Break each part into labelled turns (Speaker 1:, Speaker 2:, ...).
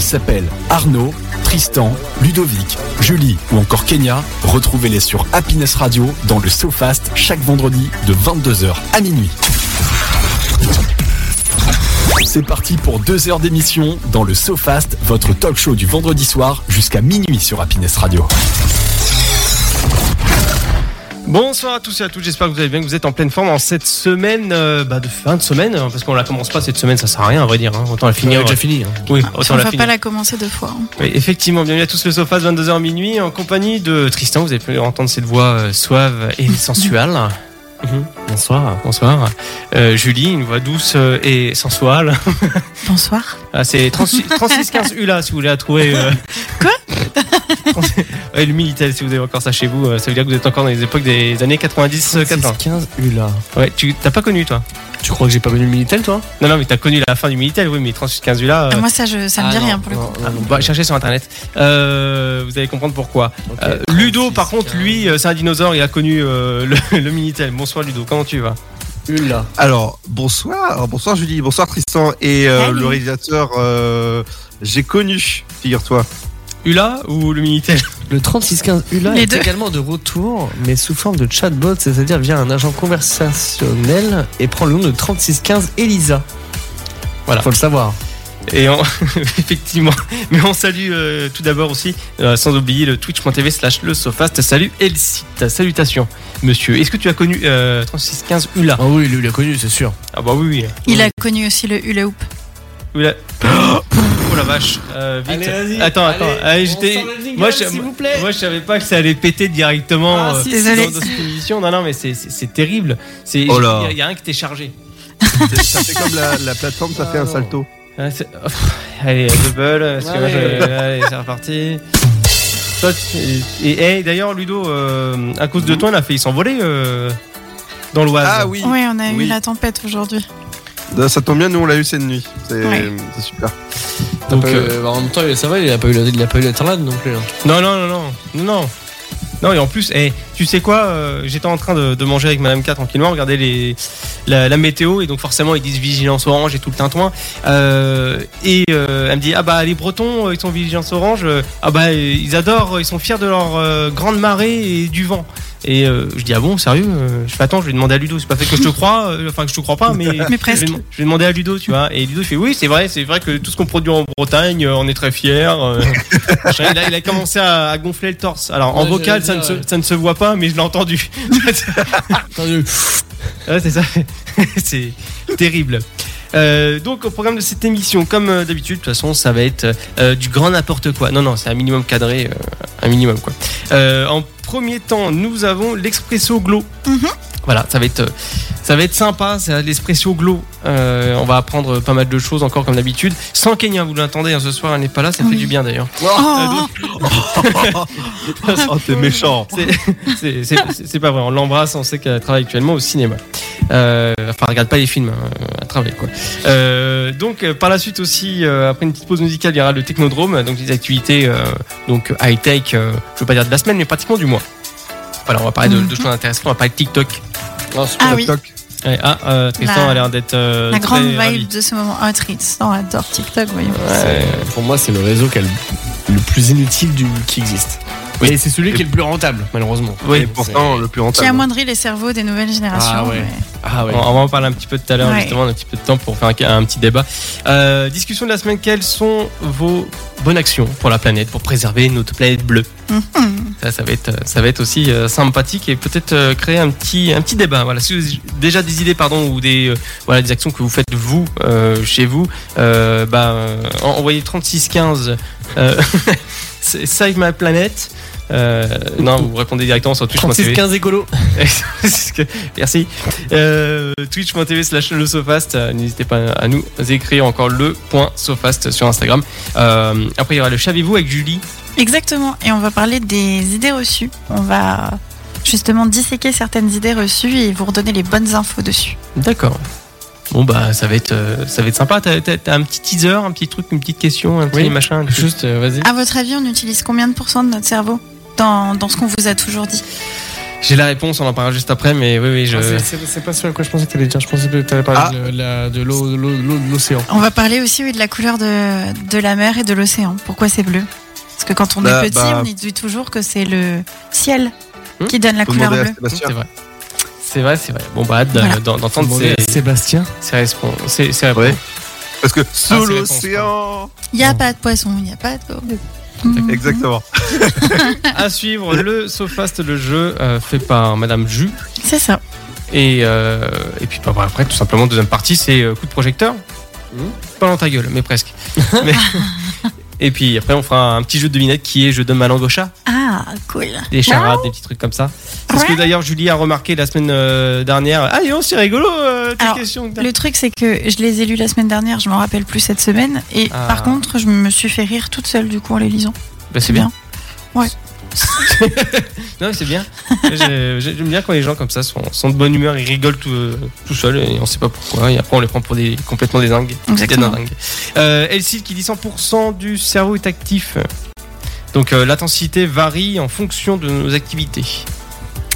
Speaker 1: s'appellent Arnaud, Tristan, Ludovic, Julie ou encore Kenya. Retrouvez-les sur Happiness Radio dans le SoFast chaque vendredi de 22h à minuit. C'est parti pour deux heures d'émission dans le SoFast, votre talk show du vendredi soir jusqu'à minuit sur Happiness Radio.
Speaker 2: Bonsoir à tous et à toutes, j'espère que vous allez bien, que vous êtes en pleine forme en cette semaine euh, bah, de fin de semaine, hein, parce qu'on la commence pas cette semaine, ça sert à rien à vrai dire, hein. autant la finir.
Speaker 3: déjà
Speaker 2: fini. hein. Oui, autant
Speaker 4: On
Speaker 2: la
Speaker 4: va
Speaker 2: finir.
Speaker 4: pas la commencer deux fois. hein.
Speaker 2: Oui, effectivement, bienvenue à tous le sofa de 22h minuit en compagnie de Tristan, vous avez pu entendre cette voix euh, suave et sensuelle. Mhm. Bonsoir. Bonsoir. Euh, Julie, une voix douce euh, et sensuelle.
Speaker 4: Bonsoir.
Speaker 2: Ah, c'est 36 3615 ULA si vous voulez la trouver. euh. Ouais, le Minitel, si vous avez encore ça chez vous, euh, ça veut dire que vous êtes encore dans les époques des années euh, 90-80.
Speaker 3: 15 ULA.
Speaker 2: Ouais, tu t'as pas connu toi
Speaker 3: Tu crois que j'ai pas connu le Minitel, toi
Speaker 2: Non, non, mais t'as connu la fin du Minitel, oui, mais 3815 là. euh,
Speaker 4: Ah, moi, ça, je, ça me dit rien pour le coup.
Speaker 3: Ah,
Speaker 2: bah, cherchez sur internet. Euh, vous allez comprendre pourquoi. Euh, Ludo, par contre, lui, euh, c'est un dinosaure, il a connu euh, le, le Minitel. Bonsoir Ludo, comment tu vas
Speaker 3: ULA.
Speaker 5: Alors, bonsoir, bonsoir Julie, bonsoir Tristan et euh,
Speaker 4: Salut.
Speaker 5: le réalisateur, euh, j'ai connu, figure-toi.
Speaker 2: Ula ou le Minitel
Speaker 3: Le 3615 ULA
Speaker 4: Les
Speaker 3: est
Speaker 4: deux.
Speaker 3: également de retour, mais sous forme de chatbot, c'est-à-dire via un agent conversationnel et prend le nom de 3615 Elisa.
Speaker 2: Voilà.
Speaker 3: Faut le savoir.
Speaker 2: Et on- effectivement, mais on salue euh, tout d'abord aussi, euh, sans oublier le twitch.tv slash le sofast. Salut Elsite, salutations monsieur. Est-ce que tu as connu euh, 3615 Ula
Speaker 3: Ah oui, lui, il l'a connu, c'est sûr.
Speaker 2: Ah bah oui, oui.
Speaker 4: Il a connu aussi le hula hoop.
Speaker 2: Ula. Oh la vache, euh, vite. attends, attends, allez, j'étais. Moi, je- s'il vous
Speaker 3: plaît.
Speaker 2: Moi, je savais pas que ça allait péter directement
Speaker 3: Ah,
Speaker 2: euh,
Speaker 3: si,
Speaker 4: Désolé.
Speaker 2: dans, dans cette émission. Non, non, mais c'est- c'est c'est terrible. C'est
Speaker 5: Oh là.
Speaker 2: il y, a rien qui t'est chargé.
Speaker 5: ça fait comme la, la plateforme, ça fait un
Speaker 3: Alors.
Speaker 5: salto.
Speaker 2: Ah, c'est- oh, allez, double. parce que moi,
Speaker 3: Ouais.
Speaker 2: je- allez, c'est reparti. Toi, tu- et, et- et d'ailleurs, Ludo, euh, à cause de toi, on a failli s'envoler euh, dans l'Oise.
Speaker 5: Ah oui,
Speaker 4: Oui, on a eu
Speaker 5: Oui.
Speaker 4: la tempête aujourd'hui.
Speaker 5: ça tombe bien, nous on l'a eu cette nuit, c'est
Speaker 4: Ouais.
Speaker 5: c'est super.
Speaker 3: Donc,
Speaker 2: Donc, euh,
Speaker 3: en même temps, ça va, il a pas eu la- il a pas eu l'interlade non plus. hein.
Speaker 2: Non, non, non, non, non, non. Non, et en plus, eh, tu sais quoi, euh, j'étais en train de, de manger avec Madame K tranquillement, regarder les, la, la météo, et donc forcément ils disent vigilance orange et tout le tintouin. Euh, et euh, elle me dit, ah bah les Bretons, euh, ils sont vigilance orange, euh, ah bah euh, ils adorent, euh, ils sont fiers de leur euh, grande marée et du vent. Et euh, je dis, ah bon, sérieux Euh, Je fais, attends, je vais demander à Ludo, c'est pas fait que je te crois, euh, enfin que je te crois pas, mais,
Speaker 4: Mais presque.
Speaker 2: Je, vais, je vais demander à Ludo, tu vois. Et Ludo, il fait, oui, c'est vrai, c'est vrai que tout ce qu'on produit en Bretagne, euh, on est très fiers. euh, machin. il, a, il a commencé à, à gonfler le torse. Alors en
Speaker 3: Ouais,
Speaker 2: vocal, ça,
Speaker 3: j'allais
Speaker 2: ne
Speaker 3: dire,
Speaker 2: se, ça ne se voit pas, mais je l'ai entendu.
Speaker 3: Attendez.
Speaker 2: Ouais, c'est ça. c'est terrible. Euh, donc au programme de cette émission, comme euh, d'habitude, de toute façon, ça va être euh, du grand n'importe quoi. Non, non, c'est un minimum cadré, euh, un minimum quoi. Euh, en premier temps, nous avons l'espresso glow.
Speaker 4: Mhm.
Speaker 2: Voilà, ça va être, euh, ça va être sympa, c'est l'espresso glow. Euh, on va apprendre pas mal de choses encore comme d'habitude. Sans Kenya, vous l'entendez, hein, ce soir, elle n'est pas là, ça fait
Speaker 4: Oui.
Speaker 2: du bien d'ailleurs.
Speaker 4: Oh,
Speaker 5: Oh, t'es méchant.
Speaker 2: C'est- C'est c'est- c'est pas vrai, on l'embrasse, on sait qu'elle travaille actuellement au cinéma. Euh, enfin, regarde pas les films, hein, elle travaille quoi. Euh, donc, euh, par la suite aussi, euh, après une petite pause musicale, il y aura le Technodrome, donc des activités euh, donc high-tech, euh, je veux pas dire de la semaine, mais pratiquement du mois. Voilà, on va parler de, de choses intéressantes, on va parler de TikTok.
Speaker 4: Ah oui,
Speaker 2: Ouais, ah, euh, Tristan
Speaker 4: La-
Speaker 2: a l'air d'être. euh,
Speaker 4: la
Speaker 2: très
Speaker 4: grande vibe
Speaker 2: ravi.
Speaker 4: de ce moment. Ah, Tristan adore TikTok, voyons.
Speaker 3: Pour moi, c'est le réseau qui a le, le plus inutile du, qui existe. Et c'est celui qui est le plus rentable, malheureusement.
Speaker 2: Oui.
Speaker 5: Et pourtant, le plus
Speaker 4: Qui
Speaker 5: rentable.
Speaker 4: amoindrit les cerveaux des nouvelles générations.
Speaker 3: Ah ouais.
Speaker 4: mais-
Speaker 3: Ah ouais.
Speaker 2: On on va en parler un petit peu tout à l'heure,
Speaker 4: Ouais.
Speaker 2: justement, on a un petit peu de temps pour faire un, un petit débat. Euh, discussion de la semaine, quelles sont vos bonnes actions pour la planète, pour préserver notre planète bleue
Speaker 3: Mm-hmm.
Speaker 4: Mhm.
Speaker 2: Ça, ça va être, ça va être aussi euh, sympathique et peut-être euh, créer un petit, un petit débat. Voilà, si vous avez déjà des idées, pardon, ou des, euh, voilà, des actions que vous faites vous euh, chez vous, euh, bah, euh, en- envoyez 3615 euh, c'est Save My Planet. Euh, non, vous répondez directement sur Twitch.tv.
Speaker 3: 36-15 écolo.
Speaker 2: Merci. Euh, Twitch.tv slash le Sofast. Euh, N'hésitez pas à nous écrire encore le point Sofast sur Instagram. Euh, après, il y aura le Chavez-vous avec Julie.
Speaker 4: Exactement. Et on va parler des idées reçues. On va justement disséquer certaines idées reçues et vous redonner les bonnes infos dessus.
Speaker 2: D'accord. Bon bah ça va être euh, ça va être sympa. T'as, t'as- t'as un petit teaser, un petit truc, une petite question, un petit
Speaker 3: Oui.
Speaker 2: machin. un petit-
Speaker 3: Juste, euh, vas-y.
Speaker 4: À votre avis, on utilise combien de pourcents de notre cerveau dans, dans ce qu'on vous a toujours dit
Speaker 2: J'ai la réponse, on en parlera juste après, mais oui, oui, je.
Speaker 3: Ah, c'est- c'est c'est pas ce à quoi je pensais que t'allais dire. Je pensais que t'allais parler de la- de l'eau, de l'eau, de l'eau- de l'océan.
Speaker 4: On va parler aussi oui, de la couleur de, de la mer et de l'océan. Pourquoi c'est bleu Parce que quand on
Speaker 5: Bah,
Speaker 4: est petit,
Speaker 5: bah.
Speaker 4: on dit toujours que c'est le ciel
Speaker 2: Hmm
Speaker 4: qui donne la
Speaker 5: Faut
Speaker 4: couleur
Speaker 5: demander à
Speaker 4: bleue.
Speaker 5: Sébastien.
Speaker 2: C'est vrai. C'est vrai, c'est vrai. Bon, bah, hâte
Speaker 4: Voilà.
Speaker 2: d'en- d'entendre
Speaker 3: Demandez à
Speaker 2: ses-
Speaker 3: Sébastien.
Speaker 2: ses réponses. C'est c'est
Speaker 5: Ouais. Parce que sous
Speaker 2: réponse,
Speaker 5: l'océan.
Speaker 4: Il n'y a pas de poisson, il n'y a pas de. Hmm.
Speaker 5: Exactement.
Speaker 2: À suivre, le Sofast, le jeu euh, fait par Madame Ju.
Speaker 4: C'est ça.
Speaker 2: Et, euh, et puis bah, bah, après, tout simplement, deuxième partie, c'est euh, coup de projecteur. Pas dans ta gueule, mais presque. Mais- et puis après, on fera un petit jeu de devinette qui est Je donne ma langue au chat.
Speaker 4: Ah, cool.
Speaker 2: Des charades, des petits trucs comme ça. Parce que d'ailleurs, Julie a remarqué la semaine euh, dernière. Ah, non, c'est rigolo, euh, tes
Speaker 4: Alors,
Speaker 2: questions.
Speaker 4: Le truc, c'est que je les ai lus la semaine dernière, je m'en rappelle plus cette semaine. Et
Speaker 2: Ah.
Speaker 4: par contre, je me suis fait rire toute seule du coup en les lisant.
Speaker 2: Bah, c'est bien. Non, mais c'est bien. J'ai- j'ai- J'aime bien quand les gens comme ça sont, sont de bonne humeur, ils rigolent tout, euh, tout seuls et on sait pas pourquoi. Et après, on les prend pour des complètement des dingues.
Speaker 4: Exactement.
Speaker 2: Des dingues. Euh, Elsie qui dit 100% du cerveau est actif. Donc euh, l'intensité varie en fonction de nos activités.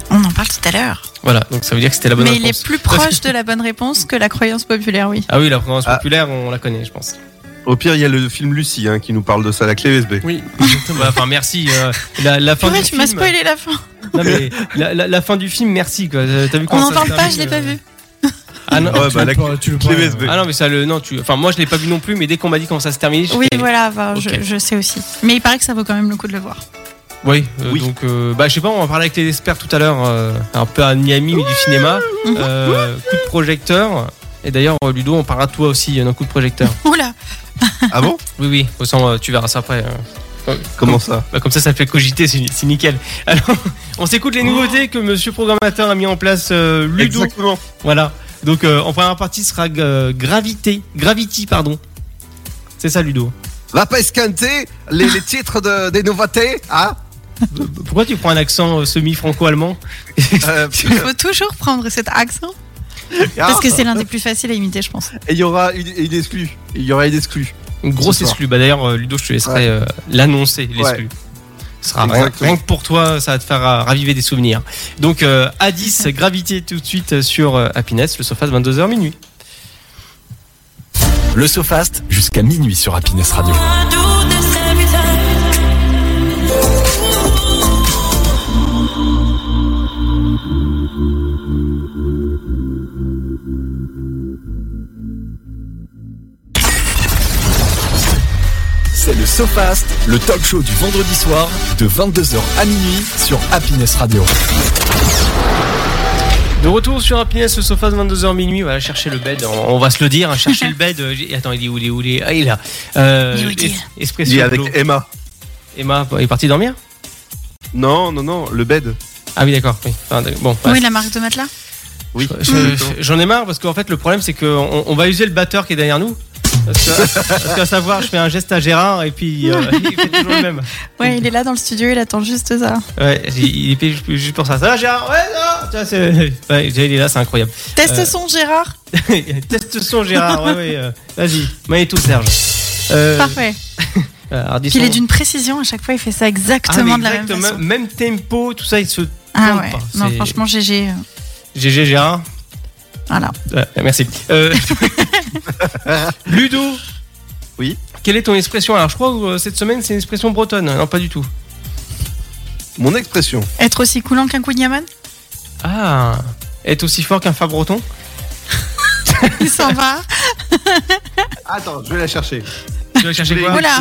Speaker 4: On en parle tout à l'heure.
Speaker 2: Voilà, donc ça veut dire que c'était la bonne
Speaker 4: Mais il
Speaker 2: réponse.
Speaker 4: est plus proche de la bonne réponse que la croyance populaire, oui.
Speaker 2: Ah oui, la province
Speaker 5: Ah.
Speaker 2: populaire, on la connaît, je pense.
Speaker 5: Au pire, il y a le film Lucie hein, qui nous parle de ça, la clé USB.
Speaker 3: Oui.
Speaker 2: Bah, enfin, merci. euh, la, la fin
Speaker 4: Purée,
Speaker 2: du
Speaker 4: tu m'as
Speaker 2: film-
Speaker 4: spoilé la fin.
Speaker 2: Non, mais la, la- la fin du film, merci. Quoi. Euh, T'as vu
Speaker 4: On
Speaker 2: comment
Speaker 4: n'en
Speaker 2: ça
Speaker 4: parle
Speaker 2: se
Speaker 4: pas,
Speaker 2: termine,
Speaker 4: je l'ai pas
Speaker 2: euh,
Speaker 4: vu.
Speaker 2: Ah non,
Speaker 5: Ouais, bah, la
Speaker 3: peux- tu le
Speaker 5: clé
Speaker 3: peux-
Speaker 5: USB.
Speaker 2: ah non, mais ça le. Non, tu. Enfin, moi, je l'ai pas vu non plus, mais dès qu'on m'a dit comment ça se terminait,
Speaker 4: Oui,
Speaker 2: j'étais-
Speaker 4: voilà, bah, je-
Speaker 2: Ok.
Speaker 4: je, sais aussi. Mais il paraît que ça vaut quand même le coup de le voir.
Speaker 2: Oui, euh,
Speaker 5: Oui.
Speaker 2: donc euh, bah, je sais pas, on va parler avec les experts tout à l'heure, euh, un peu à Miami, mais du cinéma. Euh, coup de projecteur. Et d'ailleurs, euh, Ludo, on parlera de toi aussi euh, d'un coup de projecteur.
Speaker 4: Oula,
Speaker 5: Ah bon
Speaker 2: Oui, oui, au sens, euh, tu verras ça après. euh.
Speaker 5: Comment ça
Speaker 2: Bah, comme ça, ça fait cogiter, c'est c'est nickel. Alors, on s'écoute les nouveautés que monsieur programmateur a mis en place euh, Ludo.
Speaker 5: Exactement.
Speaker 2: Voilà. Donc, euh, en première partie, ce sera euh, Gravité. Gravity, pardon. C'est ça, Ludo.
Speaker 5: Va pas esquinter les, les titres de- des nouveautés, hein
Speaker 2: Pourquoi tu prends un accent euh, semi-franco-allemand
Speaker 5: Euh,
Speaker 4: il faut toujours prendre cet accent. Parce que c'est l'un des plus faciles à imiter, je pense.
Speaker 5: Et il y aura une, une exclue. Il y aura une exclue.
Speaker 2: Une grosse
Speaker 5: Ce soir.
Speaker 2: exclue. Bah d'ailleurs, euh, Ludo, je te laisserai euh, l'annoncer, l'exclu. Ce sera rien,
Speaker 5: Exactement.
Speaker 2: rien que pour toi, ça va te faire euh, raviver des souvenirs. Donc, euh, à 10, gravité tout de suite sur euh, Happiness, le sofa de 22h minuit.
Speaker 1: Le SoFast jusqu'à minuit sur Happiness Radio. C'est le SoFast, le talk show du vendredi soir de 22h à minuit sur Happiness Radio.
Speaker 2: De retour sur Happiness, le sofa de 22h minuit. Voilà, chercher le bed, on, on va se le dire, hein, chercher le bed. euh, j'ai- Attends, il est où, il est où, il est Ah, il est là. Euh,
Speaker 4: Il est où, il est
Speaker 2: es- Espresso
Speaker 5: Il est avec
Speaker 2: Glow.
Speaker 5: Emma.
Speaker 2: Emma, il est parti dormir
Speaker 5: Non, non, non, le bed.
Speaker 2: Ah oui, d'accord. Oui. Enfin, d'accord, bon, bref.
Speaker 4: Oui, la marque de matelas.
Speaker 5: Oui.
Speaker 2: Je- je- J'en ai marre parce qu'en fait le problème c'est qu'on on va user le batteur qui est derrière nous. Parce que, parce qu'à savoir, je fais un geste à Gérard et puis euh, il fait toujours le même.
Speaker 4: Ouais, il est là dans le studio, il attend juste ça.
Speaker 2: Ouais, il il est payé ju- juste pour ça. Ça va Gérard Ouais, ça va Tu vois, c'est- ouais, il est là, c'est incroyable.
Speaker 4: Teste
Speaker 2: Euh,
Speaker 4: son, Gérard.
Speaker 2: Teste son Gérard, ouais, ouais. euh, Vas-y, main et tout Serge. Euh,
Speaker 4: Parfait.
Speaker 2: euh, alors, dis
Speaker 4: Puis il est
Speaker 2: son-
Speaker 4: d'une précision à chaque fois, il fait ça
Speaker 2: Ah,
Speaker 4: exactement
Speaker 2: mais
Speaker 4: de la même
Speaker 2: exact,
Speaker 4: façon.
Speaker 2: même tempo, tout ça, il se.
Speaker 4: Ah
Speaker 2: plante
Speaker 4: ouais.
Speaker 2: pas,
Speaker 4: Non,
Speaker 2: c'est-
Speaker 4: franchement, GG. euh,
Speaker 2: GG Gérard.
Speaker 4: Voilà.
Speaker 2: Ouais, merci. Euh, Ludo
Speaker 5: Oui.
Speaker 2: Quelle est ton expression Alors, je crois que euh, cette semaine, c'est une expression bretonne. Non, pas du tout.
Speaker 5: Mon expression.
Speaker 4: Être aussi coulant qu'un coup de yaman
Speaker 2: Ah Être aussi fort qu'un fat breton
Speaker 4: il s'en va.
Speaker 5: Attends, je vais la chercher.
Speaker 2: Tu vas chercher quoi
Speaker 4: Voilà.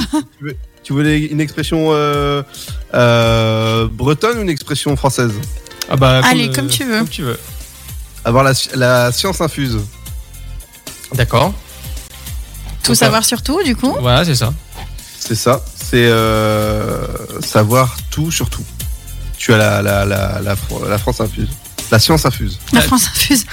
Speaker 5: Tu voulais une expression euh, euh, bretonne ou une expression française
Speaker 2: Ah bah,
Speaker 4: Allez, comme tu veux.
Speaker 2: Comme tu veux.
Speaker 5: Avoir la, la science infuse.
Speaker 2: D'accord.
Speaker 4: Tout savoir sur tout, du coup.
Speaker 2: Voilà, c'est ça.
Speaker 5: C'est ça. C'est euh, savoir tout sur tout. Tu as la, la, la, la, Fr- la France infuse. La science infuse.
Speaker 4: La France infuse.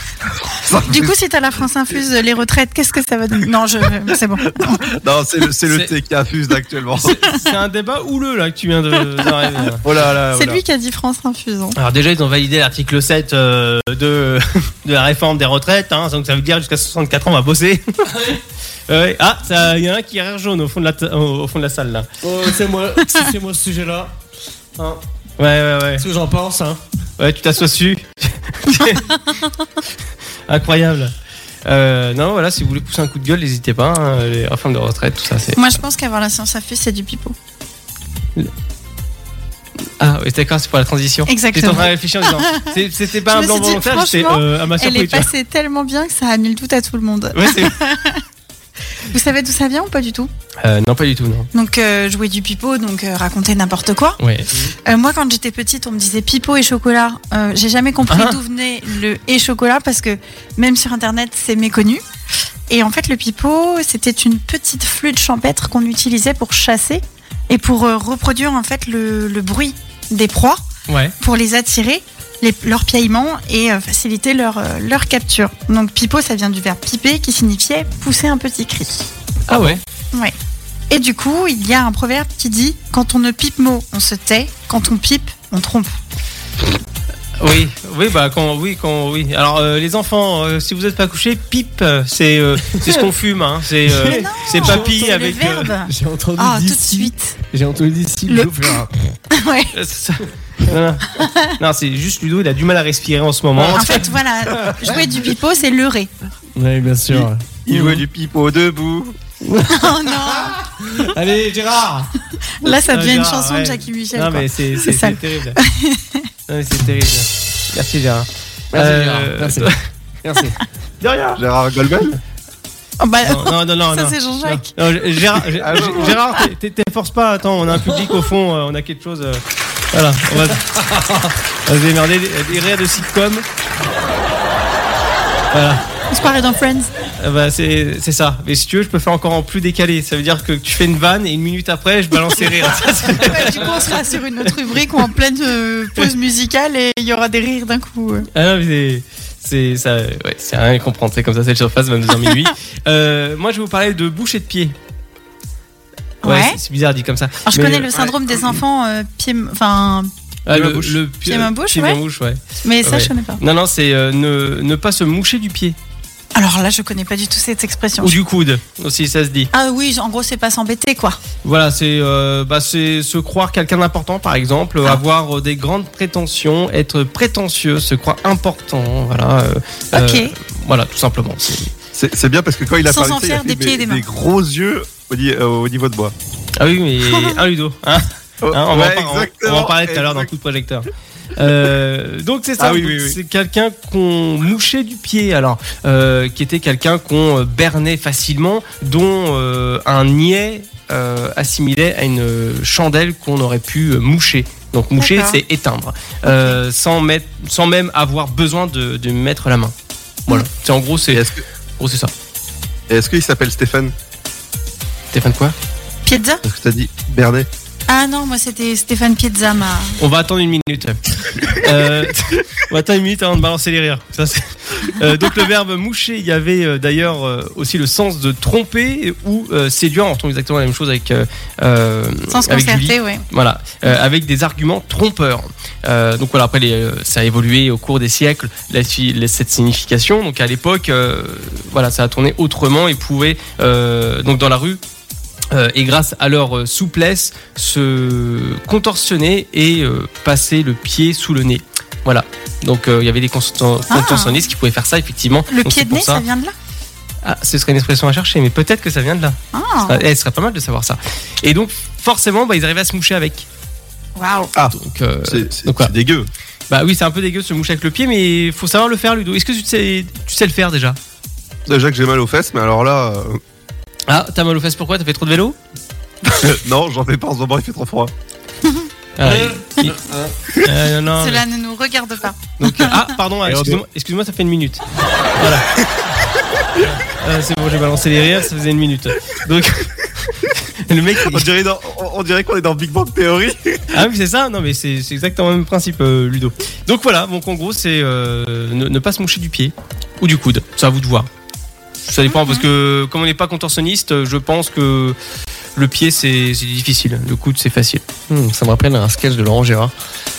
Speaker 4: Du coup, si t'as la France infuse, euh, les retraites, qu'est-ce que ça va donner Non, je, euh, c'est bon.
Speaker 2: Ah,
Speaker 5: non, c'est le, c'est le
Speaker 2: C'est-
Speaker 5: thé qui infuse actuellement.
Speaker 2: C'est un débat houleux, là, que tu viens de- d'arriver. là.
Speaker 5: Oh là là.
Speaker 4: C'est
Speaker 5: oh là.
Speaker 4: lui qui a dit France infuse. hein.
Speaker 2: Alors déjà, ils ont validé l'article 7 euh, de, de la réforme des retraites, hein, donc ça veut dire jusqu'à 64 ans, on va bosser.
Speaker 4: Ah
Speaker 2: Ouais. Ah, ça- il y en a un qui rire jaune au fond de la, ta- au, au fond de la salle, là.
Speaker 3: Oh, c'est moi, c'est moi ce sujet-là. Hein,
Speaker 2: Ouais, ouais, ouais.
Speaker 3: ce que j'en pense, hein.
Speaker 2: Ouais, tu t'assois dessus. Incroyable. Euh, non, voilà, si vous voulez pousser un coup de gueule, n'hésitez pas. hein, les réformes de retraite, tout ça, c'est.
Speaker 4: Moi, je pense qu'avoir la science infuse, c'est du pipeau.
Speaker 2: Ah, oui, d'accord, c'est pour la transition. J'étais en
Speaker 4: Exactement.
Speaker 2: train de réfléchir en disant, c'est- c'était pas
Speaker 4: Je
Speaker 2: un
Speaker 4: me
Speaker 2: blanc
Speaker 4: suis dit,
Speaker 2: volontaire, c'était
Speaker 4: franchement,
Speaker 2: euh, à ma
Speaker 4: Elle est
Speaker 2: surprise. tu vois.
Speaker 4: passée tellement bien que ça annule tout à tout le monde.
Speaker 2: Ouais, c'est-
Speaker 4: Vous savez d'où ça vient ou pas du tout
Speaker 2: Euh, non, pas du tout, non.
Speaker 4: Donc, euh, jouer du pipeau, donc euh, raconter n'importe quoi.
Speaker 2: Ouais.
Speaker 4: Euh, moi, quand j'étais petite, on me disait pipeau et chocolat. Euh, J'ai jamais compris
Speaker 2: Ah.
Speaker 4: d'où venait le et chocolat parce que même sur internet, c'est méconnu. Et en fait, le pipeau, c'était une petite flûte champêtre qu'on utilisait pour chasser et pour euh, reproduire en fait le, le bruit des proies
Speaker 2: Ouais.
Speaker 4: pour les attirer, les- leur piaillement et euh, faciliter leur, euh, leur capture. Donc, pipeau, ça vient du verbe piper qui signifiait pousser un petit cri.
Speaker 2: Ah ouais.
Speaker 4: Et du coup, il y a un proverbe qui dit quand on ne pipe mot, on se tait, quand on pipe, on trompe.
Speaker 2: Oui, oui, bah quand, oui, quand, oui. Alors euh, les enfants, euh, si vous n'êtes pas couchés, pipe, euh, c'est, euh, c'est ce qu'on fume, hein. C'est, euh,
Speaker 4: Mais non,
Speaker 2: c'est papy
Speaker 4: C'est
Speaker 2: avec.
Speaker 4: le
Speaker 2: euh,
Speaker 4: verbe.
Speaker 3: J'ai entendu
Speaker 4: Ah, tout de
Speaker 3: d'ici.
Speaker 4: suite.
Speaker 3: J'ai entendu d'ici.
Speaker 4: Le-
Speaker 3: Ludo faire un-
Speaker 4: Ouais.
Speaker 2: euh, c'est ça. non, non, c'est juste Ludo, il a du mal à respirer en ce moment.
Speaker 4: En fait, voilà, jouer du pipeau, c'est leurrer.
Speaker 3: Ouais, bien sûr.
Speaker 5: Il jouait du pipeau debout.
Speaker 4: Oh non
Speaker 2: Allez, Gérard.
Speaker 4: Là, ça
Speaker 2: Ah,
Speaker 4: devient une
Speaker 2: Gérard,
Speaker 4: chanson de
Speaker 2: ouais.
Speaker 4: Jackie Michel.
Speaker 2: non
Speaker 4: quoi.
Speaker 2: mais c'est,
Speaker 4: C'est
Speaker 2: c'est,
Speaker 4: ça.
Speaker 2: c'est terrible. non, mais c'est terrible. Merci Gérard.
Speaker 3: Merci,
Speaker 2: Euh,
Speaker 3: Gérard. Merci. Merci.
Speaker 2: De
Speaker 4: Ah.
Speaker 2: rien.
Speaker 5: Gérard Goldman
Speaker 4: Oh, bah,
Speaker 2: Non, non, non, non.
Speaker 4: ça,
Speaker 2: non.
Speaker 4: c'est Jean-Jacques.
Speaker 2: Non, G- Gérard, G-
Speaker 5: Ah, non.
Speaker 2: Gérard, t'es- t'es- t'efforces pas. Attends, on a un public au fond, euh, on a quelque chose. euh, voilà, on va, on va se démerder. Des, des rires de sitcom,
Speaker 4: On se croirait dans Friends.
Speaker 2: euh, bah, c'est c'est ça. Mais si tu veux, je peux faire encore en plus décalé. Ça veut dire que tu fais une vanne et une minute après, je balance les rires. Ça, c'est-
Speaker 4: Ouais, du coup, on sera sur une autre rubrique ou en pleine euh, pause musicale et il y aura des rires d'un coup. euh.
Speaker 2: Ah non, mais c'est- c'est ça, euh, ouais, c'est rien à comprendre. C'est comme ça, c'est le surface, 22h minuit. Euh, moi, je vais vous parler de bouche et de pied.
Speaker 4: Ouais.
Speaker 2: c'est- C'est bizarre dit comme ça.
Speaker 4: Alors, je
Speaker 2: Mais,
Speaker 4: connais
Speaker 2: euh,
Speaker 4: le syndrome des enfants euh, pieds. Enfin,
Speaker 2: Ah,
Speaker 5: Pied
Speaker 2: le,
Speaker 5: main bouche.
Speaker 2: le pied,
Speaker 4: Pied main bouche,
Speaker 2: pied
Speaker 4: ouais.
Speaker 2: main bouche, ouais.
Speaker 4: mais ça,
Speaker 2: Ouais.
Speaker 4: je connais pas.
Speaker 2: Non, non, c'est euh, ne, ne pas se moucher du pied
Speaker 4: Alors là, je connais pas du tout cette expression.
Speaker 2: ou du coude, aussi, ça se dit.
Speaker 4: Ah oui, en gros, c'est pas s'embêter, quoi.
Speaker 2: Voilà, c'est euh, bah, c'est se croire quelqu'un d'important, par exemple,
Speaker 4: Ah.
Speaker 2: euh, avoir euh, des grandes prétentions, être prétentieux, se croire important, voilà. euh,
Speaker 4: Ok.
Speaker 2: euh, voilà, tout simplement. c'est-
Speaker 5: C'est c'est bien parce que quand il a
Speaker 4: Sans
Speaker 5: parlé,
Speaker 4: en
Speaker 5: de ça, il a
Speaker 4: faire
Speaker 5: fait
Speaker 4: des pieds et des mains.
Speaker 5: gros yeux au, ni- euh, au niveau de bois.
Speaker 2: Ah oui, mais un Ludo, hein, hein, on, va en par- on va en parler tout à l'heure dans coup de projecteur. Euh, donc c'est ça,
Speaker 5: Ah oui, oui, oui.
Speaker 2: c'est quelqu'un qu'on mouchait du pied, alors euh, qui était quelqu'un qu'on euh, bernait facilement, dont euh, un niais euh, assimilait à une euh, chandelle qu'on aurait pu euh, moucher. Donc moucher,
Speaker 4: D'accord.
Speaker 2: c'est éteindre, euh, sans, mettre, sans même avoir besoin de, de mettre la main. Voilà, c'est en gros c'est
Speaker 5: Et est-ce que-
Speaker 2: en gros, c'est ça.
Speaker 5: Et Est-ce qu'il s'appelle Stéphane
Speaker 2: Stéphane quoi
Speaker 4: Pizza
Speaker 5: Parce que t'as dit Bernet.
Speaker 4: Ah non, moi, c'était Stéphane Pizza, ma.
Speaker 2: On va attendre une minute. Euh, on va attendre une minute avant de balancer les rires. Ça, c'est- Euh, donc le verbe moucher, il y avait euh, d'ailleurs euh, aussi le sens de tromper ou euh, séduire. On retrouve exactement la même chose avec euh, euh,
Speaker 4: Sans se
Speaker 2: avec Julie.
Speaker 4: concerter, ouais.
Speaker 2: Voilà, Euh, avec des arguments trompeurs. Euh, donc voilà, après les, euh, ça a évolué au cours des siècles la fi- la- cette signification. Donc à l'époque, euh, voilà, ça a tourné autrement et pouvait euh, donc dans la rue. euh, et grâce à leur euh, souplesse, se contorsionner et euh, passer le pied sous le nez. Voilà. Donc euh, il y avait des contorsion-
Speaker 4: Ah.
Speaker 2: contorsionnistes qui pouvaient faire ça effectivement.
Speaker 4: Le
Speaker 2: Donc,
Speaker 4: pied
Speaker 2: c'est
Speaker 4: de
Speaker 2: pour
Speaker 4: nez, ça vient de là
Speaker 2: Ah, ce serait une expression à chercher, mais peut-être que ça vient de là.
Speaker 4: Ah,
Speaker 2: Ah, eh, ce serait pas mal de savoir ça. Et donc forcément, bah, ils arrivaient à se moucher avec.
Speaker 4: waouh
Speaker 2: Donc, euh,
Speaker 5: Ah. C'est c'est-
Speaker 2: donc voilà.
Speaker 5: c'est dégueu.
Speaker 2: Bah oui, c'est un peu dégueu de se moucher avec le pied, mais faut savoir le faire, Ludo. Est-ce que tu sais, tu sais le faire déjà
Speaker 5: Déjà que j'ai mal aux fesses, mais alors là, euh,
Speaker 2: Ah, t'as mal aux fesses pourquoi T'as fait trop de vélo
Speaker 5: euh, non, j'en fais pas en ce moment, il fait trop froid.
Speaker 2: Ah, il- il- Euh, non, non,
Speaker 4: Cela ne nous regarde pas.
Speaker 2: mais- donc, euh, ah, pardon, ah,
Speaker 3: Et
Speaker 2: excuse-moi, excuse-moi, ça fait une minute. Voilà. Ah, c'est bon, j'ai balancé les rires, ça faisait une minute. Donc, le mec. il-
Speaker 5: On dirait, dans- on- on dirait qu'on est dans Big Bang Theory.
Speaker 2: Ah oui, c'est ça Non, mais c'est c'est exactement le même principe, euh, Ludo. Donc voilà, donc en gros, c'est euh, ne, ne pas se moucher du pied ou du coude. C'est à vous de voir. Ça dépend, parce que comme on n'est pas contorsionniste, je pense que le pied, c'est c'est difficile. Le coude, c'est facile.
Speaker 3: Hmm, ça me rappelle un sketch de Laurent Gérard